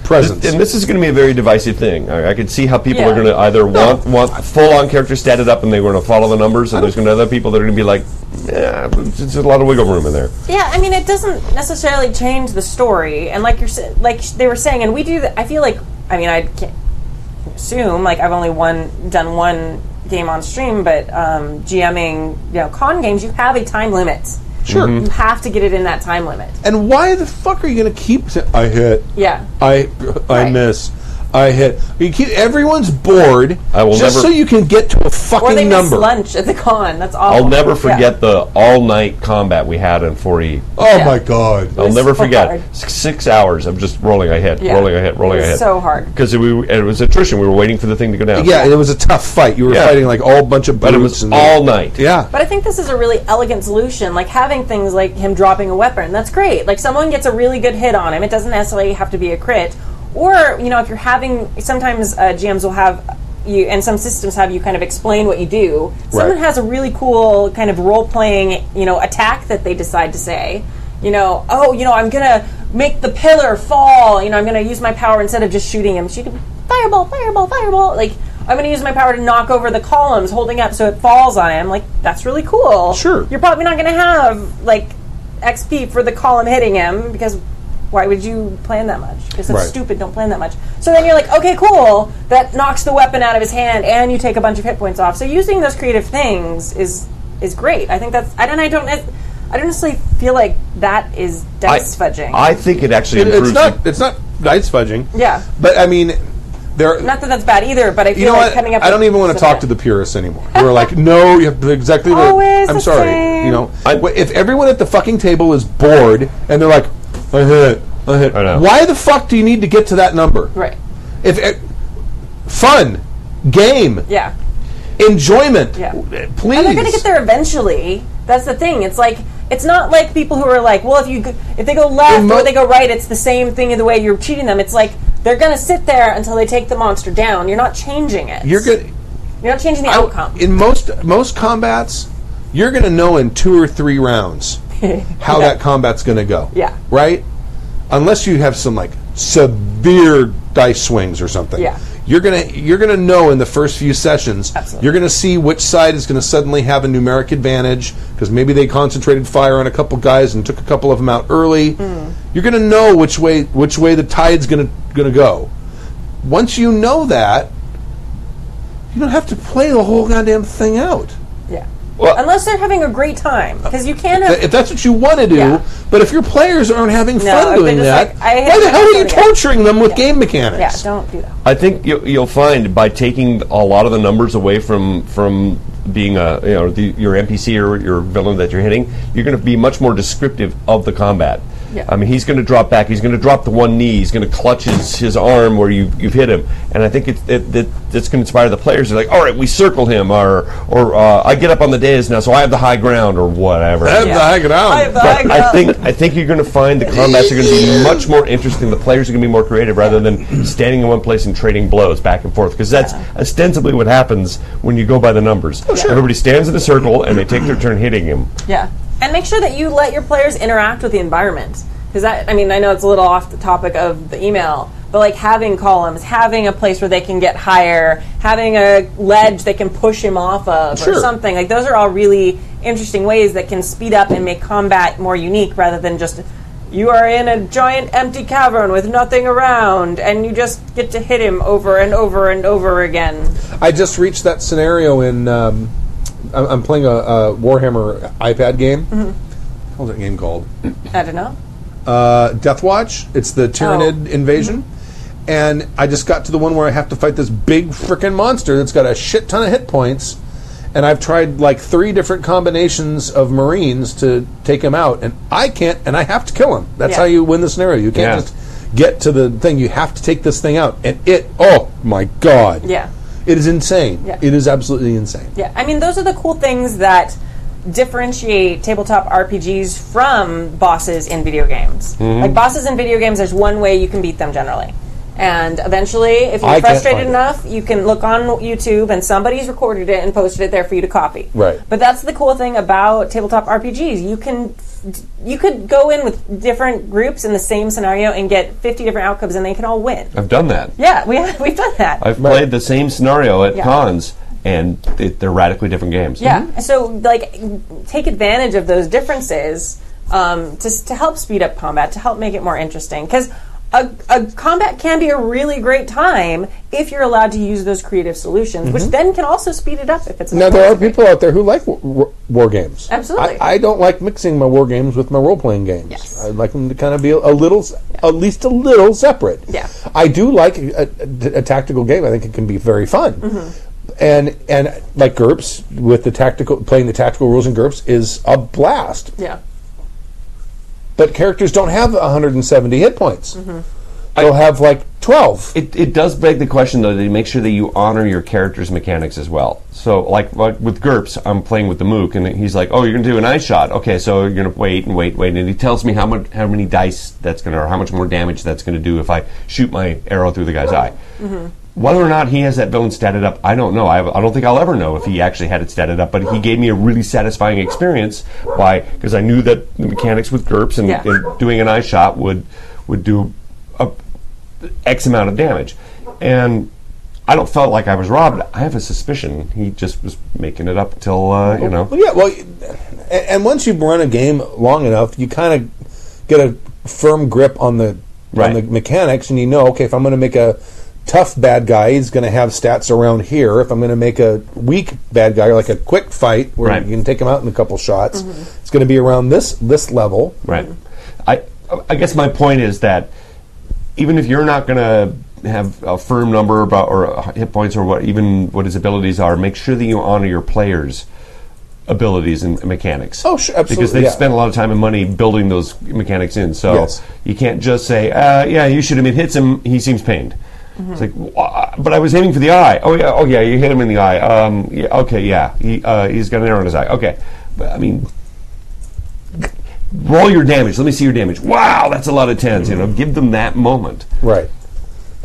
Speaker 2: presence.
Speaker 4: and this is going to be a very divisive thing. I, I can see how people are
Speaker 3: Yeah.
Speaker 4: going to either want want full on character statted up, and they're going to follow the numbers, and there's going to be other people that are going to be like, yeah, there's a lot of wiggle room in there.
Speaker 3: Yeah, I mean, it doesn't necessarily change the story, and like you're sa- like sh- they were saying, and we do. th- I feel like I mean, I can't assume like I've only one done one game on stream, but um, GMing you know con games, you have a time limit.
Speaker 2: sure.
Speaker 3: You have to get it in that time limit.
Speaker 2: Mm-hmm. And why the fuck are you going to keep? sa- I hit.
Speaker 3: Yeah.
Speaker 2: I I
Speaker 3: Right.
Speaker 2: miss. I hit. You keep everyone's bored.
Speaker 4: I will
Speaker 2: just so
Speaker 4: never-
Speaker 2: you can get to a
Speaker 3: Or
Speaker 2: fucking
Speaker 3: they miss
Speaker 2: number.
Speaker 3: lunch at the con. That's awful.
Speaker 4: I'll never
Speaker 3: Yeah.
Speaker 4: forget the all night combat we had in 4E.
Speaker 2: Oh
Speaker 3: Yeah.
Speaker 2: my god!
Speaker 4: I'll
Speaker 3: was
Speaker 4: never
Speaker 3: so
Speaker 4: forget
Speaker 3: hard.
Speaker 4: S- six hours of just rolling a hit,
Speaker 3: Yeah.
Speaker 4: rolling a hit, rolling
Speaker 3: It was
Speaker 4: a hit.
Speaker 3: so hard.
Speaker 4: because we and it was attrition. We were waiting for the thing to go down.
Speaker 2: Yeah, it was a tough fight. You were
Speaker 4: Yeah.
Speaker 2: fighting like all bunch of
Speaker 4: but it
Speaker 2: brutes
Speaker 4: was
Speaker 2: and
Speaker 4: all night.
Speaker 2: Yeah,
Speaker 3: But I think this is a really elegant solution. Like having things like him dropping a weapon, that's great. Like someone gets a really good hit on him. It doesn't necessarily have to be a crit. Or, you know, if you're having, sometimes uh, GMs will have you, and some systems have you kind of explain what you do. Someone
Speaker 2: Right.
Speaker 3: has a really cool kind of role playing, you know, attack that they decide to say. You know, oh, you know, I'm going to make the pillar fall. You know, I'm going to use my power instead of just shooting him. She can fireball, fireball, fireball. Like, I'm going to use my power to knock over the columns holding up so it falls on him. Like, that's really cool.
Speaker 2: Sure.
Speaker 3: You're probably not going to have, like, XP for the column hitting him because why would you plan that much? Because it's
Speaker 2: Right.
Speaker 3: stupid, don't plan that much. So then you're like, okay, cool. That knocks the weapon out of his hand and you take a bunch of hit points off. So using those creative things is is great. I think that's I don't I don't I don't honestly feel like that is
Speaker 4: I,
Speaker 3: dice fudging.
Speaker 4: I think it actually
Speaker 2: It-
Speaker 4: improves.
Speaker 2: it's not it's not dice fudging.
Speaker 3: Yeah.
Speaker 2: but I mean, there.
Speaker 3: not that that's bad either, but I feel
Speaker 2: you know
Speaker 3: like
Speaker 2: what?
Speaker 3: coming up
Speaker 2: I
Speaker 3: with-
Speaker 2: don't even want to talk to the purists anymore. We're like, no, you have to do exactly. the-
Speaker 3: Always
Speaker 2: I'm
Speaker 3: the
Speaker 2: sorry.
Speaker 3: same.
Speaker 2: You know,
Speaker 4: I-
Speaker 2: Wh- if everyone at the fucking table is bored and they're like, I hit, I hit.
Speaker 4: I know.
Speaker 2: Why the fuck do you need to get to that number?
Speaker 3: Right.
Speaker 2: if it, fun game
Speaker 3: Yeah.
Speaker 2: enjoyment
Speaker 3: Yeah.
Speaker 2: w- please
Speaker 3: And they're going to get there eventually. That's the thing. It's like it's not like people who are like, well, if you go- if they go left
Speaker 2: mo-
Speaker 3: or they go right, it's the same thing in the way you're cheating them. It's like they're going to sit there until they take the monster down. You're not changing it.
Speaker 2: you're good
Speaker 3: You're not changing the outcome.
Speaker 2: in most most combats you're going to know in two or three rounds how that combat's going to go
Speaker 3: Yeah.
Speaker 2: right unless you have some like severe dice swings or something
Speaker 3: Yeah.
Speaker 2: You're gonna you're gonna know in the first few sessions.
Speaker 3: Absolutely.
Speaker 2: You're gonna see which side is gonna suddenly have a numeric advantage because maybe they concentrated fire on a couple guys and took a couple of them out early.
Speaker 3: Mm.
Speaker 2: You're gonna know which way which way the tide's gonna gonna go. Once you know that, you don't have to play the whole goddamn thing out.
Speaker 3: Yeah.
Speaker 4: Well-
Speaker 3: Unless they're having a great time, because you can have.
Speaker 2: Th- if that's what you want to do.
Speaker 3: Yeah.
Speaker 2: But if your players aren't having fun
Speaker 3: if they're
Speaker 2: doing
Speaker 3: just
Speaker 2: that,
Speaker 3: like, I hate
Speaker 2: why the
Speaker 3: to
Speaker 2: hell are you
Speaker 3: do that.
Speaker 2: torturing them with game
Speaker 3: yeah,
Speaker 2: mechanics?
Speaker 3: don't do that.
Speaker 4: I think you, you'll find by taking a lot of the numbers away from from being a you know the, your NPC or your villain that you're hitting, you're going to be much more descriptive of the combat.
Speaker 3: Yeah.
Speaker 4: I mean, he's going to drop back. He's going to drop the one knee. He's going to clutch his, his arm where you you've hit him. And I think it, it, it it's going to inspire the players. They're like, all right, we circle him, or or uh, I get up on the dais now, so I have the high ground, or whatever.
Speaker 2: Have the high ground.
Speaker 3: I have the
Speaker 4: But
Speaker 3: high ground.
Speaker 4: I think I think you're going to find the combats are going to be much more interesting. The players are going to be more creative rather than standing in one place and trading blows back and forth because that's ostensibly what happens when you go by the numbers.
Speaker 3: Oh,
Speaker 4: Everybody stands in a circle and they take their turn hitting him.
Speaker 3: Yeah, and make sure that you let your players interact with the environment because that. I mean, I know it's a little off the topic of the email, but like having columns, having a place where they can get higher, having a ledge they can push him off of, or
Speaker 2: Sure.
Speaker 3: something like those are all really interesting ways that can speed up and make combat more unique rather than just. You are in a giant empty cavern with nothing around, and you just get to hit him over and over and over again.
Speaker 2: I just reached that scenario in. Um, I'm I'm playing a, a Warhammer iPad game.
Speaker 3: Mm-hmm.
Speaker 2: How's that game called?
Speaker 3: I don't know.
Speaker 2: Uh, Death Watch. It's the
Speaker 3: Oh.
Speaker 2: Tyranid invasion. And I just got to the one where I have to fight this big frickin' monster that's got a shit ton of hit points. And I've tried like three different combinations of Marines to take him out, and I can't, and I have to kill him. That's
Speaker 3: Yeah.
Speaker 2: how you win the scenario. You can't
Speaker 4: Yeah.
Speaker 2: just get to the thing. You have to take this thing out. And it, oh my god.
Speaker 3: Yeah.
Speaker 2: It is insane.
Speaker 3: Yeah.
Speaker 2: It is absolutely insane.
Speaker 3: Yeah, I mean, those are the cool things that differentiate tabletop RPGs from bosses in video games.
Speaker 2: Mm-hmm.
Speaker 3: Like bosses in video games, there's one way you can beat them generally. And eventually, if you're
Speaker 2: I can't
Speaker 3: frustrated
Speaker 2: find it.
Speaker 3: enough, you can look on YouTube and somebody's recorded it and posted it there for you to copy.
Speaker 2: Right.
Speaker 3: But that's the cool thing about tabletop RPGs. You can you could go in with different groups in the same scenario and get 50 different outcomes and they can all win.
Speaker 2: Uh,
Speaker 4: I've done that.
Speaker 3: Yeah, we we've done that.
Speaker 4: I've played the same scenario at
Speaker 3: Yeah.
Speaker 4: cons and it, they're radically different games.
Speaker 3: Yeah.
Speaker 2: Mm-hmm.
Speaker 3: So like, take advantage of those differences um, to to help speed up combat, to help make it more interesting. Because a, a combat can be a really great time if you're allowed to use those creative solutions, which then can also speed it up if it's
Speaker 2: Now Mm-hmm. there are people out there who like war, war, war games.
Speaker 3: Absolutely.
Speaker 2: I, I don't like mixing my war games with my role playing games.
Speaker 3: Yes.
Speaker 2: I like them to kind of be a little, s at least a little separate.
Speaker 3: Yeah.
Speaker 2: I do like a, a- a tactical game. I think it can be very fun.
Speaker 3: Mm-hmm.
Speaker 2: And and like GURPS with the tactical playing the tactical rules in GURPS is a blast.
Speaker 3: Yeah.
Speaker 2: But characters don't have 170 hit points.
Speaker 3: Mm-hmm.
Speaker 2: They'll have like 12.
Speaker 4: It, it does beg the question though to make sure that you honor your character's mechanics as well. So like, like with Gerps, I'm playing with the Mook, and he's like, "Oh, you're gonna do an eye shot. Okay, so you're gonna wait and wait, wait." And he tells me how much, how many dice that's gonna, or how much more damage that's gonna do if I shoot my arrow through the guy's eye. Whether or not he has that villain statted up, I don't know. I, I don't think I'll ever know if he actually had it statted up. But he gave me a really satisfying experience by because I knew that the mechanics with Gerps and,
Speaker 3: Yeah.
Speaker 4: and doing an eye shot would would do a X amount of damage. And I don't felt like I was robbed. I have a suspicion he just was making it up till uh, you know.
Speaker 2: Well, yeah, well, y- and, and once you've run a game long enough, you kind of get a firm grip on the on
Speaker 4: Right.
Speaker 2: the mechanics, and you know, okay, if I'm going to make a tough bad guy, he's going to have stats around here. If I'm going to make a weak bad guy, or like a quick fight where
Speaker 4: Right. Mm-hmm.
Speaker 2: you can take him out in a couple shots, it's going to be around this this level.
Speaker 4: Right. I I guess my point is that even if you're not going to have a firm number about or uh, hit points or what even what his abilities are, make sure that you honor your players' abilities and mechanics.
Speaker 2: Oh, sure,
Speaker 4: Because
Speaker 2: absolutely,
Speaker 4: they
Speaker 2: yeah.
Speaker 4: spent a lot of time and money building those mechanics in. So
Speaker 2: Yes.
Speaker 4: you can't just say, uh, "Yeah, you shoot him. It hits him. He seems pained."
Speaker 2: Mm-hmm.
Speaker 4: It's like, "Wha- uh, but I was aiming for the eye. Oh yeah, oh yeah, you hit him in the eye. Um, yeah, okay, yeah, he uh, he's got an arrow in his eye. Okay, but I mean, roll your damage. Let me see your damage. Wow, that's a lot of 10s You know, give them that moment.
Speaker 2: Right.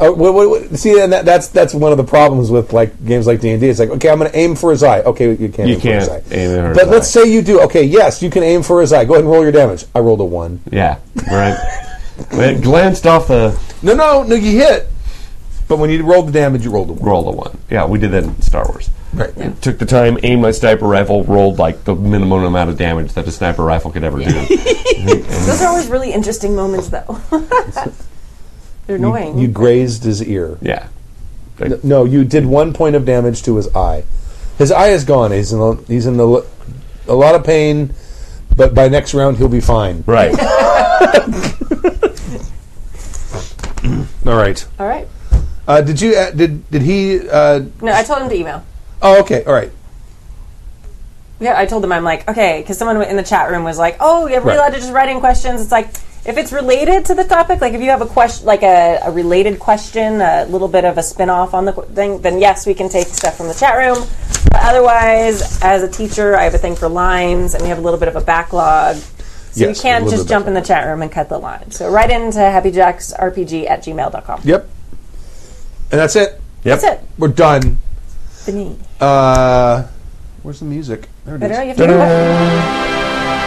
Speaker 2: Oh, wha- wha- wha- see, and that, that's that's one of the problems with like games like D and D. It's like, okay, I'm going to aim for his eye. Okay, you can't.
Speaker 4: You
Speaker 2: aim
Speaker 4: can't
Speaker 2: for his eye.
Speaker 4: aim for his
Speaker 2: but let's
Speaker 4: eye.
Speaker 2: say you do. Okay, yes, you can aim for his eye. Go ahead and roll your damage. I rolled a one.
Speaker 4: Yeah, right. Well, it glanced off the.
Speaker 2: No, no, no. You hit. But when you rolled the damage, you rolled a one.
Speaker 4: roll the one. Yeah, we did that in Star Wars.
Speaker 2: Right. Yeah.
Speaker 4: Took the time, aimed my sniper rifle, rolled like the minimum amount of damage that a sniper rifle could ever do.
Speaker 3: Those are always really interesting moments, though. They're annoying.
Speaker 2: You grazed his ear.
Speaker 4: yeah.
Speaker 2: N- No, you did one point of damage to his eye. His eye is gone. He's in the, he's in the, lo- a lot of pain, but by next round he'll be fine.
Speaker 4: Right.
Speaker 2: All right.
Speaker 3: All right.
Speaker 2: Uh, did you uh, did did he? Uh,
Speaker 3: No, I told him to email.
Speaker 2: oh, okay. All right.
Speaker 3: Yeah, I told them I'm like, okay, because someone in the chat room was like, oh, are we
Speaker 2: Right.
Speaker 3: allowed to just write in questions? It's like, if it's related to the topic, like if you have a question, like a, a related question, a little bit of a spin off on the qu- thing, then yes, we can take stuff from the chat room. But otherwise, as a teacher, I have a thing for lines, and we have a little bit of a backlog. So
Speaker 2: Yes,
Speaker 3: you
Speaker 2: a
Speaker 3: can't
Speaker 2: little
Speaker 3: just
Speaker 2: bit of
Speaker 3: jump in the chat room and cut the line. So write into happyjacksrpg at gmail.com.
Speaker 2: Yep. And that's it.
Speaker 4: Yep.
Speaker 3: That's it.
Speaker 2: We're done.
Speaker 3: Beneath.
Speaker 2: Uh, where's the music? There it
Speaker 3: But
Speaker 2: is.
Speaker 3: now you have to go back.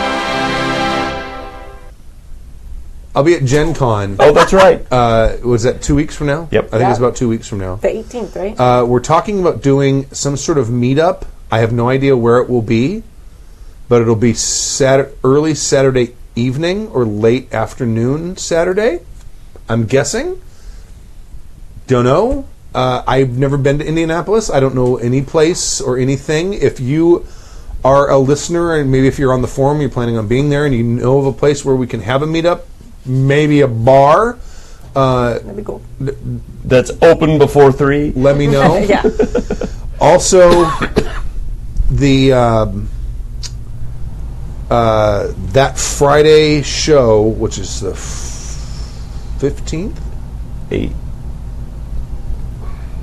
Speaker 2: I'll be at Gen Con.
Speaker 4: Oh, that's right.
Speaker 2: Uh, was that two weeks from now?
Speaker 4: Yep.
Speaker 2: I think it's
Speaker 3: Yeah.
Speaker 2: about two weeks from now.
Speaker 3: the 18th, right?
Speaker 2: Uh, we're talking about doing some sort of meetup. I have no idea where it will be, but it'll be Saturday, early Saturday evening or late afternoon Saturday. I'm guessing. Don't know. Uh, I've never been to Indianapolis. I don't know any place or anything. If you are a listener, and maybe if you're on the forum, you're planning on being there, and you know of a place where we can have a meetup, maybe a bar, uh,
Speaker 3: That'd be cool.
Speaker 4: That's open before three.
Speaker 2: let me know.
Speaker 3: Yeah.
Speaker 2: also the um, uh, that Friday show, which is the fifteenth.
Speaker 4: Eight.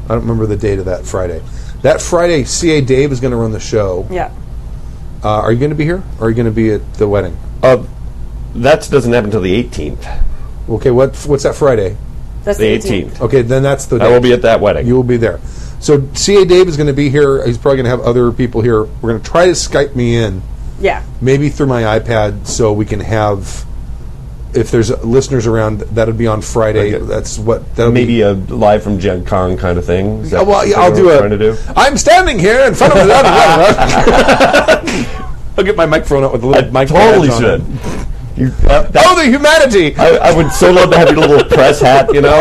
Speaker 2: I don't remember the date of that Friday. That Friday, CA Dave is going to run the show.
Speaker 3: Yeah.
Speaker 2: Uh, are you going to be here? Or are you going to be at the wedding?
Speaker 4: Uh, that doesn't happen until the 18th.
Speaker 2: Okay, what what's that Friday?
Speaker 3: That's
Speaker 4: The 18th.
Speaker 2: Okay, then that's the.
Speaker 4: I will
Speaker 2: date.
Speaker 4: be at that wedding.
Speaker 2: You will be there. So CA Dave is going to be here. He's probably going to have other people here. We're going to try to Skype me in.
Speaker 3: Yeah.
Speaker 2: maybe through my iPad, so we can have. If there's listeners around, that'll be on Friday.
Speaker 4: Okay.
Speaker 2: That's what that'll
Speaker 4: Maybe
Speaker 2: Be,
Speaker 4: a live from Gen Con kind of thing. Is that
Speaker 2: Oh, well, yeah,
Speaker 4: something
Speaker 2: I'll do
Speaker 4: we're
Speaker 2: a.
Speaker 4: Trying to do.
Speaker 2: am standing here in front of another. I'll get my microphone out with a
Speaker 4: I
Speaker 2: little mic.
Speaker 4: totally
Speaker 2: pads on
Speaker 4: should.
Speaker 2: it.
Speaker 4: You, that, that-
Speaker 2: Oh, the humanity!
Speaker 4: I, I would so love to have your little press hat. You know,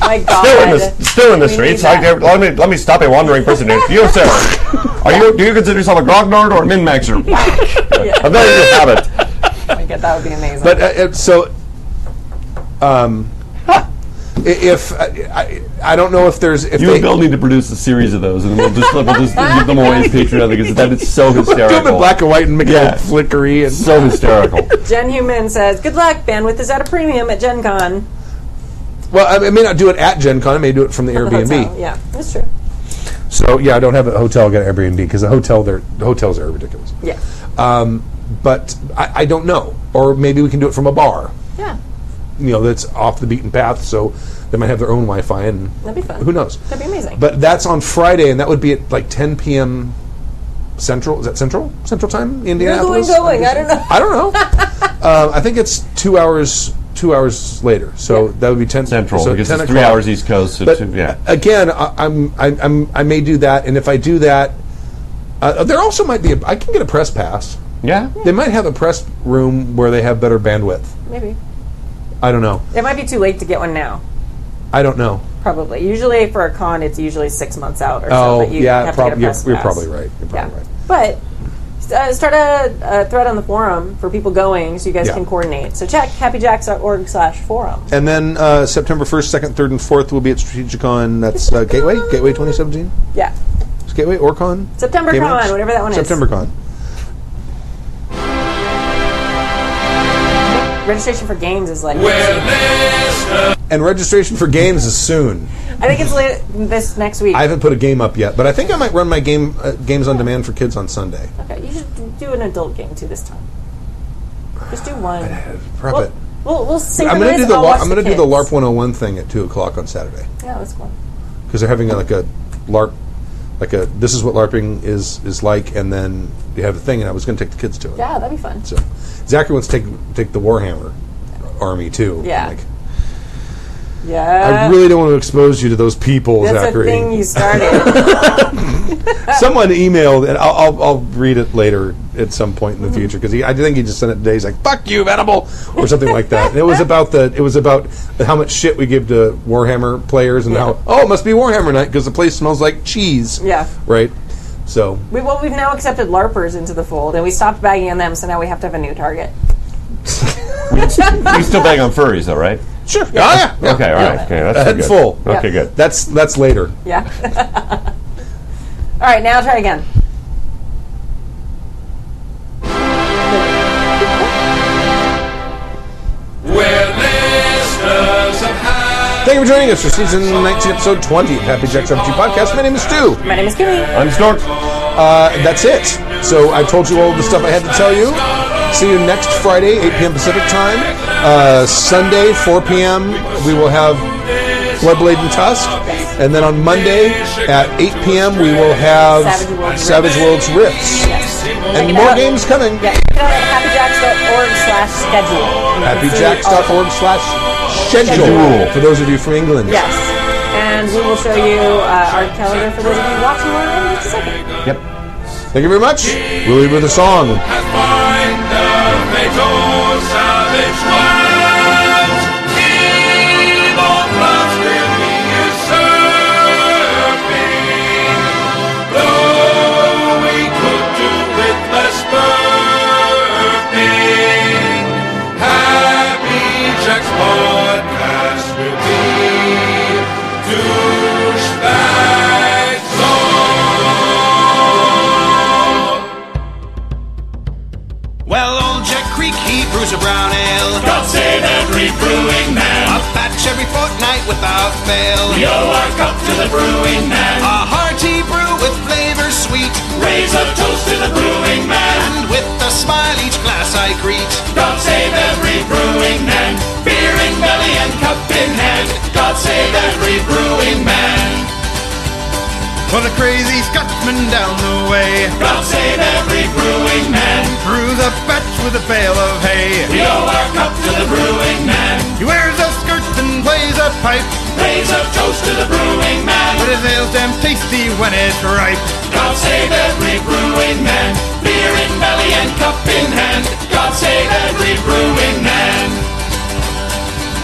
Speaker 3: My God.
Speaker 4: still in the still in the
Speaker 3: We need
Speaker 4: streets.
Speaker 3: that.
Speaker 4: Like, uh, let me let me stop a wandering person. here. You sir, are you do you consider yourself a grognard or a min maxer? I'm not even a habit.
Speaker 3: Oh my God, that would be amazing.
Speaker 2: But uh, it, so, um, i- if uh, I, I, I don't know if there's if
Speaker 4: You
Speaker 2: they,
Speaker 4: and Bill need to produce a series of those, and we'll just we'll just give them away as Patreon because that is so
Speaker 2: do them in
Speaker 4: hysterical.
Speaker 2: black and white and make it
Speaker 4: Yeah.
Speaker 2: all flickery and
Speaker 4: So hysterical.
Speaker 2: uh,
Speaker 3: Jen Human says, "Good luck. Bandwidth is at a premium at Gen Con."
Speaker 2: well, I, I may not do it at Gen Con. I may do it from the
Speaker 3: The
Speaker 2: Airbnb.
Speaker 3: hotel. Yeah, that's true.
Speaker 2: So yeah, I don't have a hotel. I got an Airbnb because the hotel there the hotels are ridiculous.
Speaker 3: Yeah.
Speaker 2: Um, but I, I don't know, or maybe we can do it from a bar.
Speaker 3: Yeah.
Speaker 2: You know, that's off the beaten path, so they might have their own Wi-Fi, and
Speaker 3: That'd be fun.
Speaker 2: who knows?
Speaker 3: That'd be amazing.
Speaker 2: But that's on Friday, and that would be at like 10 p.m. Central. Is that Central? Central time, Indianapolis.
Speaker 3: going, I don't know.
Speaker 2: I don't know. uh, I think it's two hours. Two hours later, so that would be ten
Speaker 4: Central
Speaker 2: So
Speaker 4: because
Speaker 2: 10
Speaker 4: it's three
Speaker 2: o'clock.
Speaker 4: hours East Coast. So
Speaker 2: But
Speaker 4: two, yeah.
Speaker 2: again, I, I'm, I, I'm I may do that, and if I do that, uh, there also might be a, I can get a press pass.
Speaker 4: Yeah.
Speaker 2: They might have a press room where they have better bandwidth.
Speaker 3: Maybe
Speaker 2: I don't know.
Speaker 3: it might be too late to get one now.
Speaker 2: I don't know.
Speaker 3: Probably. Usually for a con, it's usually six months out or
Speaker 2: Oh,
Speaker 3: so. that you
Speaker 2: yeah,
Speaker 3: have
Speaker 2: prob-
Speaker 3: to get a
Speaker 2: you're,
Speaker 3: press
Speaker 2: you're
Speaker 3: pass.
Speaker 2: probably right. You're
Speaker 3: Yeah.
Speaker 2: probably right.
Speaker 3: But uh, start a, a thread on the forum for people going, so you guys
Speaker 2: Yeah.
Speaker 3: can coordinate. So check happyjacks.org/forum.
Speaker 2: And then uh, September 1st, 2nd, 3rd, and 4th will be at Strategicon. That's uh, Gateway, Gateway 2017.
Speaker 3: Yeah.
Speaker 2: It's Gateway or Con?
Speaker 3: September
Speaker 2: Gateway?
Speaker 3: Con, whatever that one is.
Speaker 2: September Con.
Speaker 3: Registration for games is like
Speaker 2: And registration for games is soon.
Speaker 3: I think it's late this next week.
Speaker 2: I haven't put a game up yet, but I think I might run my game uh, games on demand for kids on Sunday.
Speaker 3: Okay, you should do an adult game too this time. Just do one.
Speaker 2: Prep
Speaker 3: We'll,
Speaker 2: it.
Speaker 3: we'll, we'll synchronize.
Speaker 2: I'm gonna do the
Speaker 3: I'll
Speaker 2: LARP,
Speaker 3: watch
Speaker 2: I'm
Speaker 3: the
Speaker 2: gonna do the
Speaker 3: kids.
Speaker 2: LARP 101 thing at two o'clock on Saturday
Speaker 3: Yeah, that's cool.
Speaker 2: because they're having like a LARP, like a this is what LARPing is is like, and then you have a thing, and I was gonna take the kids to it.
Speaker 3: Yeah, that'd be fun.
Speaker 2: So Zachary wants to take take the Warhammer army too.
Speaker 3: Yeah.
Speaker 2: Like,
Speaker 3: Yeah.
Speaker 2: I really don't want to expose you to those people,
Speaker 3: That's
Speaker 2: Zachary.
Speaker 3: a thing you started.
Speaker 2: Someone emailed, and I'll, I'll, I'll read it later at some point in the future because I think he just sent it today. He's like, "Fuck you, Venable," or something like that. And it was about the it was about how much shit we give to Warhammer players and how oh it must be Warhammer night because the place smells like cheese.
Speaker 3: Yeah.
Speaker 2: right. So
Speaker 3: we, well, we've now accepted LARPers into the fold, and we stopped bagging on them, so now we have to have a new target.
Speaker 4: You still bang on furries though, right?
Speaker 2: sure, oh, yeah, yeah.
Speaker 4: Okay, all right. Okay, that's
Speaker 2: Head
Speaker 4: good.
Speaker 2: full.
Speaker 4: Okay,
Speaker 3: Yeah.
Speaker 4: good.
Speaker 2: that's that's later.
Speaker 3: Yeah. All right, now try again.
Speaker 2: Thank you for joining us for season 19, episode 20 of Happy Jack's RPG Podcast. My name is Stu.
Speaker 3: My name is Kimmy.
Speaker 4: I'm Snork.
Speaker 2: Uh, that's it. So I told you all the stuff I had to tell you. See you next Friday, 8 p.m. Pacific time. Uh, Sunday, 4 p.m. We will have Bloodblade and Tusk. And then on Monday at 8 p.m. we will have
Speaker 3: Savage Worlds
Speaker 2: Savage Worlds Rifts.
Speaker 3: Check
Speaker 2: And
Speaker 3: it
Speaker 2: more
Speaker 3: out.
Speaker 2: games coming.
Speaker 3: Yeah, check it out at happyjacks.org slash schedule.
Speaker 2: HappyJacks.org slash schedule
Speaker 4: Schedule.
Speaker 2: for those of you from England.
Speaker 3: Yes. And we will show you uh, our calendar for those of you watching online in just a second.
Speaker 4: Yep.
Speaker 2: Thank you very much. We'll leave with a song.
Speaker 1: Podcast will be douchebags oh.
Speaker 5: Well, old Jack Creek, he brews a brown ale.
Speaker 6: God save every
Speaker 5: A
Speaker 6: brewing man.
Speaker 5: batch every fortnight without fail.
Speaker 6: You our cup to the brewing man.
Speaker 5: A hearty brew with flavor sweet.
Speaker 6: Raise a toast to the brewing man.
Speaker 5: And with a smile each glass I greet.
Speaker 6: God save every brewing man. Beer in belly and cup in hand. God save every brewing man.
Speaker 5: For the crazy Scotsman down the way.
Speaker 6: God save every brewing man.
Speaker 5: Brews a batch with a bale of hay.
Speaker 6: You our cup to the brewing man.
Speaker 5: He wears a skirt and plays a pipe.
Speaker 6: Raise a toast to the brewing
Speaker 5: But
Speaker 6: man.
Speaker 5: his ale's damn tasty when it's ripe.
Speaker 6: God save every brewing man. Beer in belly and cup in hand. God save every brewing man.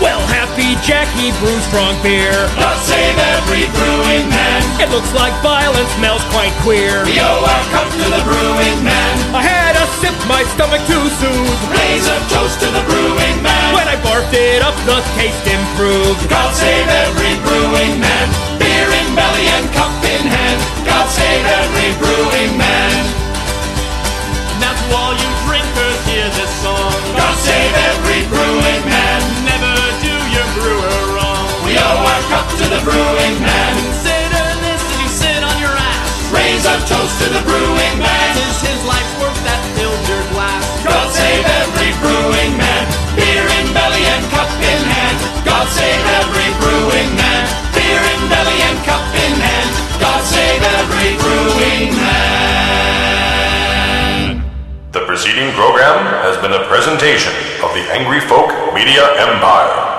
Speaker 7: Well, Happy Jack, he brews strong beer.
Speaker 6: God save every brewing man.
Speaker 7: It looks like violence, smells quite queer.
Speaker 6: Yo, our cup to the brewing man.
Speaker 7: I had a sip, my stomach too soothed.
Speaker 6: Raise a toast to the brewing
Speaker 7: When
Speaker 6: man.
Speaker 7: I barfed it up, the taste improved.
Speaker 6: God save every brewing man. Beer in belly and cup in hand. God save every brewing man.
Speaker 7: Now to all you drinkers, hear this song.
Speaker 6: God save every brewing man.
Speaker 7: Never do your brewer wrong.
Speaker 6: We owe our cup to the brewing man.
Speaker 7: Consider this as you sit on your ass.
Speaker 6: Raise a toast to the brewing man.
Speaker 7: This is his life's work that filled your glass.
Speaker 6: God save every brewing man. Beer in belly and cup in hand. God save every brewing man. Beer in belly and cup in hand. God save every brewing man.
Speaker 8: The preceding program has been a presentation of the Angry Folk Media Empire.